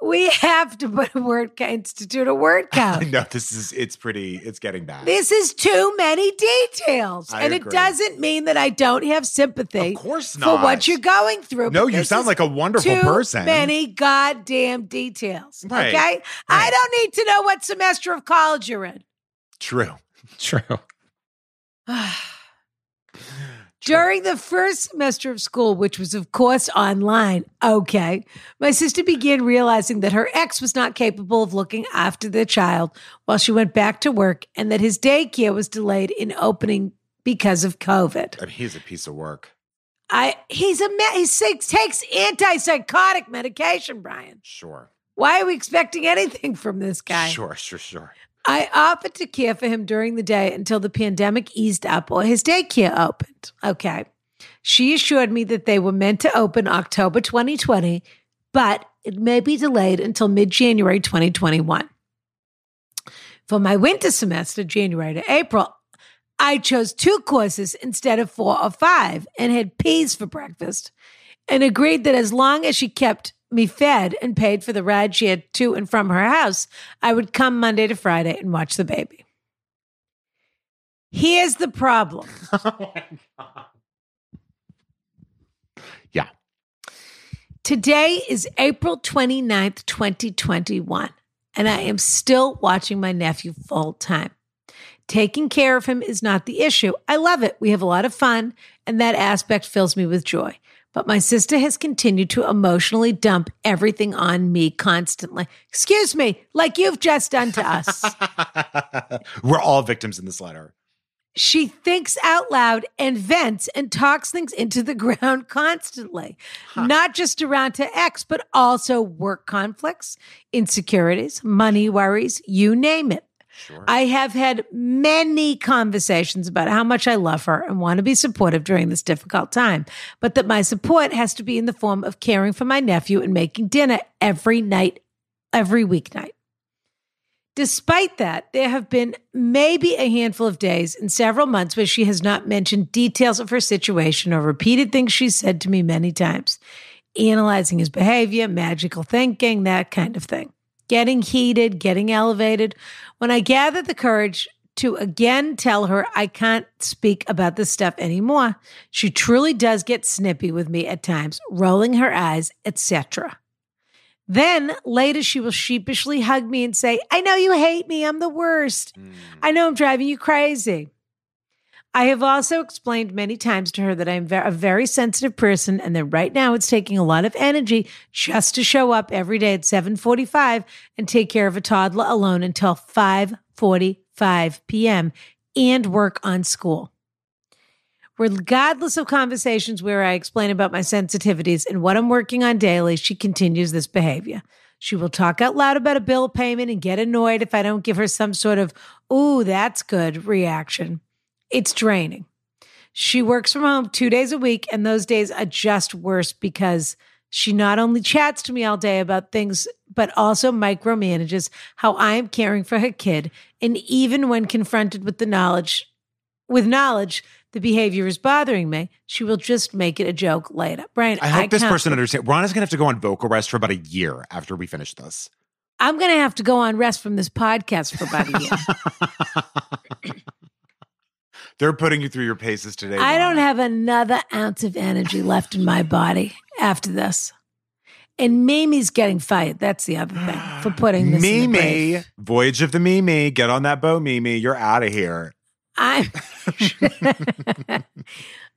Speaker 2: We have to put a word count, institute a word
Speaker 3: I
Speaker 2: count.
Speaker 3: know this is it's pretty, it's getting bad.
Speaker 2: This is too many details,
Speaker 3: I
Speaker 2: and it
Speaker 3: agree.
Speaker 2: doesn't mean that I don't have
Speaker 3: of
Speaker 2: sympathy
Speaker 3: course not.
Speaker 2: for what you're going through.
Speaker 3: No,
Speaker 2: but
Speaker 3: you
Speaker 2: this
Speaker 3: sound
Speaker 2: is
Speaker 3: like a wonderful
Speaker 2: too
Speaker 3: person.
Speaker 2: Many goddamn details.
Speaker 3: Right,
Speaker 2: Okay, I don't need to know what semester of college you're in.
Speaker 3: True. True.
Speaker 2: *sighs* During the first semester of school, which was, of course, online, okay, my sister began realizing that her ex was not capable of looking after their child while she went back to work and that his daycare was delayed in opening because of COVID.
Speaker 3: I mean, he's a piece of work.
Speaker 2: I he's a me- he takes takes antipsychotic medication, Brian.
Speaker 3: Sure.
Speaker 2: Why are we expecting anything from this guy?
Speaker 3: Sure, sure, sure. *laughs*
Speaker 2: I offered to care for him during the day until the pandemic eased up or his daycare opened. Okay. She assured me that they were meant to open October 2020, but it may be delayed until mid January 2021. For my winter semester, January to April, I chose two courses instead of four or five and had peas for breakfast and agreed that as long as she kept me fed and paid for the ride she had to and from her house, I would come Monday to Friday and watch the baby. Here's the problem.
Speaker 3: Yeah.
Speaker 2: Today is April 29th, 2021, and I am still watching my nephew full time. Taking care of him is not the issue. I love it. We have a lot of fun, and that aspect fills me with joy. But my sister has continued to emotionally dump everything on me constantly. Excuse me, like you've just done to us.
Speaker 3: We're all victims in this letter.
Speaker 2: She thinks out loud and vents and talks things into the *laughs* ground constantly, not just around to ex, but also work conflicts, insecurities, money worries, you name it.
Speaker 3: Sure.
Speaker 2: I have had many conversations about how much I love her and want to be supportive during this difficult time, but that my support has to be in the form of caring for my nephew and making dinner every night, every weeknight. Despite that, there have been maybe a handful of days and several months where she has not mentioned details of her situation or repeated things she's said to me many times, analyzing his behavior, magical thinking, that kind of thing. Getting heated, getting elevated. When I gathered the courage to again tell her I can't speak about this stuff anymore, she truly does get snippy with me at times, rolling her eyes, etc. Then later, she will sheepishly hug me and say, I know you hate me. I'm the worst.
Speaker 3: Mm.
Speaker 2: I know I'm driving you crazy. I have also explained many times to her that I'm ve- a very sensitive person and that right now it's taking a lot of energy just to show up every day at 7:45 and take care of a toddler alone until 5:45 p.m. and work on school. Regardless of conversations where I explain about my sensitivities and what I'm working on daily, she continues this behavior. She will talk out loud about a bill payment and get annoyed if I don't give her some sort of, ooh, that's good reaction. It's draining. She works from home two days a week, and those days are just worse because she not only chats to me all day about things, but also micromanages how I am caring for her kid. And even when confronted with the knowledge, with knowledge, the behavior is bothering me, she will just make it a joke later. Brian,
Speaker 3: I hope this
Speaker 2: can't-
Speaker 3: person understands. Rana's gonna have to go on vocal rest for about a year after we finish this.
Speaker 2: I'm going to have to go on rest from this podcast for about a year.
Speaker 3: They're putting you through your paces today.
Speaker 2: I don't
Speaker 3: Rana.
Speaker 2: have another ounce of energy left in my body after this. And Mimi's getting fired. That's the other thing
Speaker 3: *gasps*
Speaker 2: for putting this in the
Speaker 3: Mimi,
Speaker 2: grave.
Speaker 3: voyage of the Mimi. Get on that boat, Mimi. You're out of here. *laughs*
Speaker 2: I'm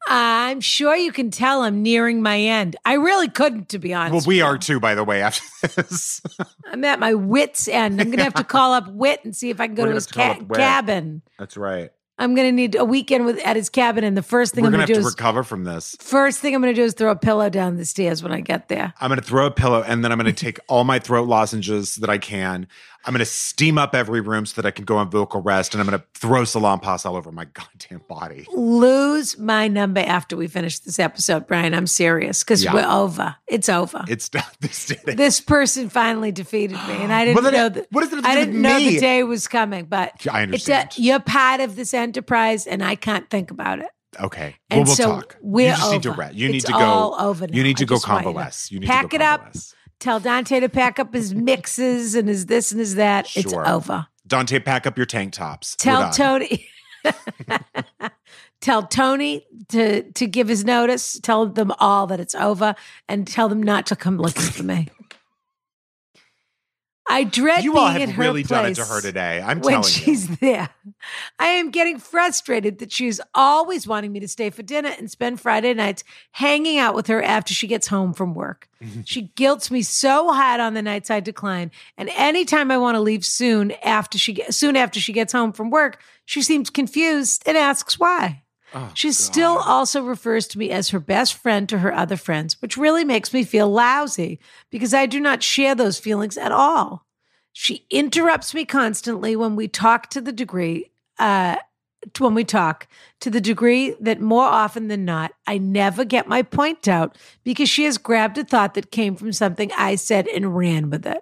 Speaker 2: I'm sure you can tell I'm nearing my end. I really couldn't, to be honest.
Speaker 3: Well, we
Speaker 2: with
Speaker 3: are
Speaker 2: you.
Speaker 3: too, by the way, *laughs* after this.
Speaker 2: I'm at my wit's end. I'm gonna have to call up Wit and see if I can go to
Speaker 3: We're gonna
Speaker 2: his
Speaker 3: have to call
Speaker 2: ca-
Speaker 3: up Wit.
Speaker 2: cabin.
Speaker 3: That's right.
Speaker 2: I'm gonna need a weekend with at his cabin, and the first thing
Speaker 3: We're
Speaker 2: I'm
Speaker 3: gonna
Speaker 2: gonna,
Speaker 3: have to
Speaker 2: do is
Speaker 3: recover from this.
Speaker 2: first thing I'm gonna do is throw a pillow down the stairs when I get there.
Speaker 3: I'm gonna throw a pillow and then
Speaker 2: *laughs*
Speaker 3: I'm gonna take all my throat lozenges that I can. I'm gonna steam up every room so that I can go on vocal rest, and I'm gonna throw salon pasta all over my *laughs* goddamn body.
Speaker 2: lose my number after we finish this episode, Brian. I'm serious because
Speaker 3: Yeah.
Speaker 2: we're over. It's over.
Speaker 3: It's *laughs* this did it.
Speaker 2: this person finally defeated me, and
Speaker 3: *gasps*
Speaker 2: I didn't
Speaker 3: But then
Speaker 2: know
Speaker 3: it-
Speaker 2: that.
Speaker 3: what does it have to
Speaker 2: I
Speaker 3: do with
Speaker 2: didn't know
Speaker 3: me?
Speaker 2: the day was coming, but
Speaker 3: I
Speaker 2: it's
Speaker 3: understand.
Speaker 2: a, you're part of this enterprise, and I can't think about it.
Speaker 3: okay.
Speaker 2: And
Speaker 3: Well, we'll
Speaker 2: so
Speaker 3: talk.
Speaker 2: we're
Speaker 3: you just need to
Speaker 2: over.
Speaker 3: rest. You need
Speaker 2: It's
Speaker 3: to go.
Speaker 2: all over now.
Speaker 3: You need
Speaker 2: I
Speaker 3: to go
Speaker 2: just want you to
Speaker 3: convalesce. You need
Speaker 2: pack
Speaker 3: to
Speaker 2: it
Speaker 3: go
Speaker 2: up.
Speaker 3: convalesce.
Speaker 2: Tell Dante to pack up his mixes and his this and his that. It's
Speaker 3: Sure.
Speaker 2: over.
Speaker 3: Dante, pack up your tank tops. We're
Speaker 2: Tell
Speaker 3: done.
Speaker 2: Tony. *laughs* tell Tony to to give his notice. Tell them all that it's over, and tell them not to come looking for me. I dread
Speaker 3: You
Speaker 2: being
Speaker 3: all
Speaker 2: at
Speaker 3: have
Speaker 2: her
Speaker 3: really done it to
Speaker 2: place
Speaker 3: her today. I'm
Speaker 2: when
Speaker 3: telling
Speaker 2: she's *laughs*
Speaker 3: you.
Speaker 2: there. I am getting frustrated that she's always wanting me to stay for dinner and spend Friday nights hanging out with her after she gets home from
Speaker 3: *laughs*
Speaker 2: work. she guilts me so hard on the nights I decline, and anytime I want to leave soon after she get, soon after she gets home from work, she seems confused and asks why.
Speaker 3: Oh,
Speaker 2: She
Speaker 3: God.
Speaker 2: still also refers to me as her best friend to her other friends, which really makes me feel lousy because I do not share those feelings at all. She interrupts me constantly when we talk to the degree, uh, to- when we talk to the degree that more often than not, I never get my point out because she has grabbed a thought that came from something I said and ran with it.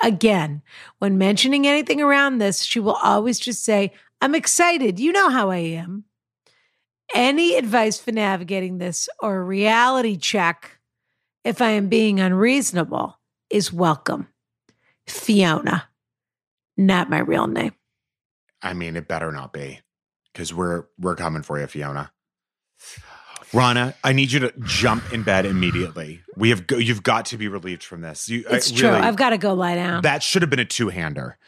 Speaker 2: Again, when mentioning anything around this, she will always just say, I'm excited. You know how I am any advice for navigating this or a reality check if I am being unreasonable is welcome. Fiona, not my real name.
Speaker 3: I mean, it better not be, because we're we're coming for you, Fiona. Rana, I need you to jump in bed immediately. We have go- you've got to be relieved from this. You,
Speaker 2: It's
Speaker 3: I,
Speaker 2: true.
Speaker 3: really-
Speaker 2: I've got to go lie down.
Speaker 3: that should have been a two hander,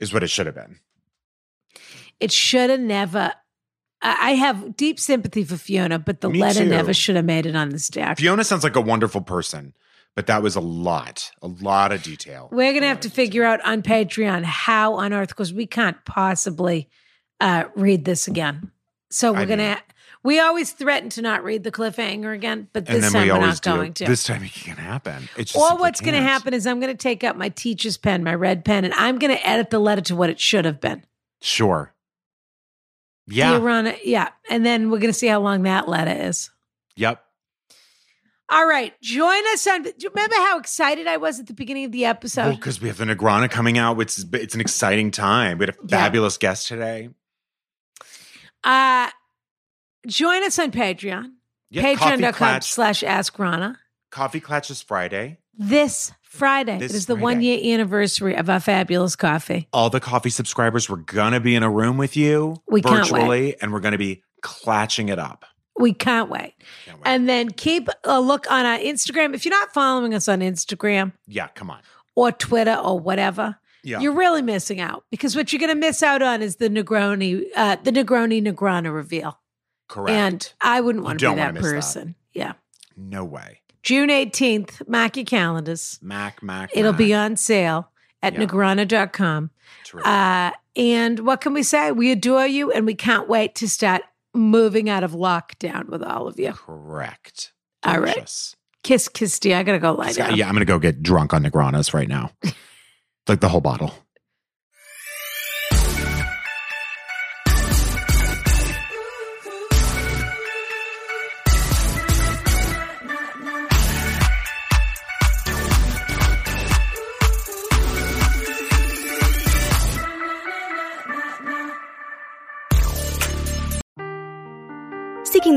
Speaker 3: is what it should have been.
Speaker 2: It should have never. I I have deep sympathy for Fiona, but the
Speaker 3: Me
Speaker 2: letter
Speaker 3: too.
Speaker 2: never should have made it on the stack.
Speaker 3: Fiona sounds like a wonderful person, but that was a lot, a lot of detail.
Speaker 2: We're
Speaker 3: A
Speaker 2: gonna
Speaker 3: lot
Speaker 2: have
Speaker 3: of
Speaker 2: to
Speaker 3: detail.
Speaker 2: figure out on Patreon how on earth because we can't possibly uh, read this again. So we're
Speaker 3: I
Speaker 2: gonna. We always threaten to not read the cliffhanger again, but
Speaker 3: And
Speaker 2: this
Speaker 3: then
Speaker 2: time
Speaker 3: we
Speaker 2: we are
Speaker 3: always
Speaker 2: not
Speaker 3: do.
Speaker 2: going to.
Speaker 3: This time it can happen. It's just
Speaker 2: or
Speaker 3: simply
Speaker 2: what's going to
Speaker 3: can't.
Speaker 2: happen is I'm going to take up my teacher's pen, my red pen, and I'm going to edit the letter to what it should have been.
Speaker 3: Sure. Yeah.
Speaker 2: Dear Ronna- yeah. And then we're going to see how long that letter is.
Speaker 3: Yep.
Speaker 2: All right. Join us on. Do you remember how excited I was at the beginning of the episode?
Speaker 3: Well, because we have the Negrana coming out, it's it's an exciting time. We had a
Speaker 2: Yeah.
Speaker 3: fabulous guest today.
Speaker 2: Uh, join us on Patreon.
Speaker 3: Yeah, Coffee
Speaker 2: Patreon.com
Speaker 3: Clatch.
Speaker 2: slash Ask Rana.
Speaker 3: Coffee Clatch is Friday.
Speaker 2: This Friday.
Speaker 3: This
Speaker 2: it is the
Speaker 3: Friday.
Speaker 2: one year anniversary of our fabulous coffee.
Speaker 3: All the coffee subscribers, we're gonna be in a room with you
Speaker 2: We can't wait.
Speaker 3: virtually, and we're gonna be clatching it up.
Speaker 2: We can't wait.
Speaker 3: Can't wait.
Speaker 2: And then keep a look on our Instagram. If you're not following us on Instagram,
Speaker 3: yeah, come on.
Speaker 2: or Twitter or whatever,
Speaker 3: Yeah.
Speaker 2: you're really missing out because what you're going to miss out on is the Negroni, uh, the Negroni Negrana reveal.
Speaker 3: Correct.
Speaker 2: And I wouldn't
Speaker 3: You
Speaker 2: want to be
Speaker 3: don't wanna
Speaker 2: that
Speaker 3: miss that.
Speaker 2: person. Yeah.
Speaker 3: no way.
Speaker 2: June 18th, mark your calendars.
Speaker 3: Mac, Mac.
Speaker 2: It'll
Speaker 3: Mac.
Speaker 2: be on sale at
Speaker 3: Uh-huh. Yeah.
Speaker 2: Negrana.com.
Speaker 3: Terrific.
Speaker 2: Uh, and what can we say? We adore you and we can't wait to start moving out of lockdown with all of you.
Speaker 3: Correct.
Speaker 2: All right.
Speaker 3: Delicious.
Speaker 2: Kiss, kiss, dear. I got to go lie down.
Speaker 3: Yeah, I'm gonna go get drunk on Negranas
Speaker 2: *laughs*
Speaker 3: right now, like the whole bottle.
Speaker 5: Seeking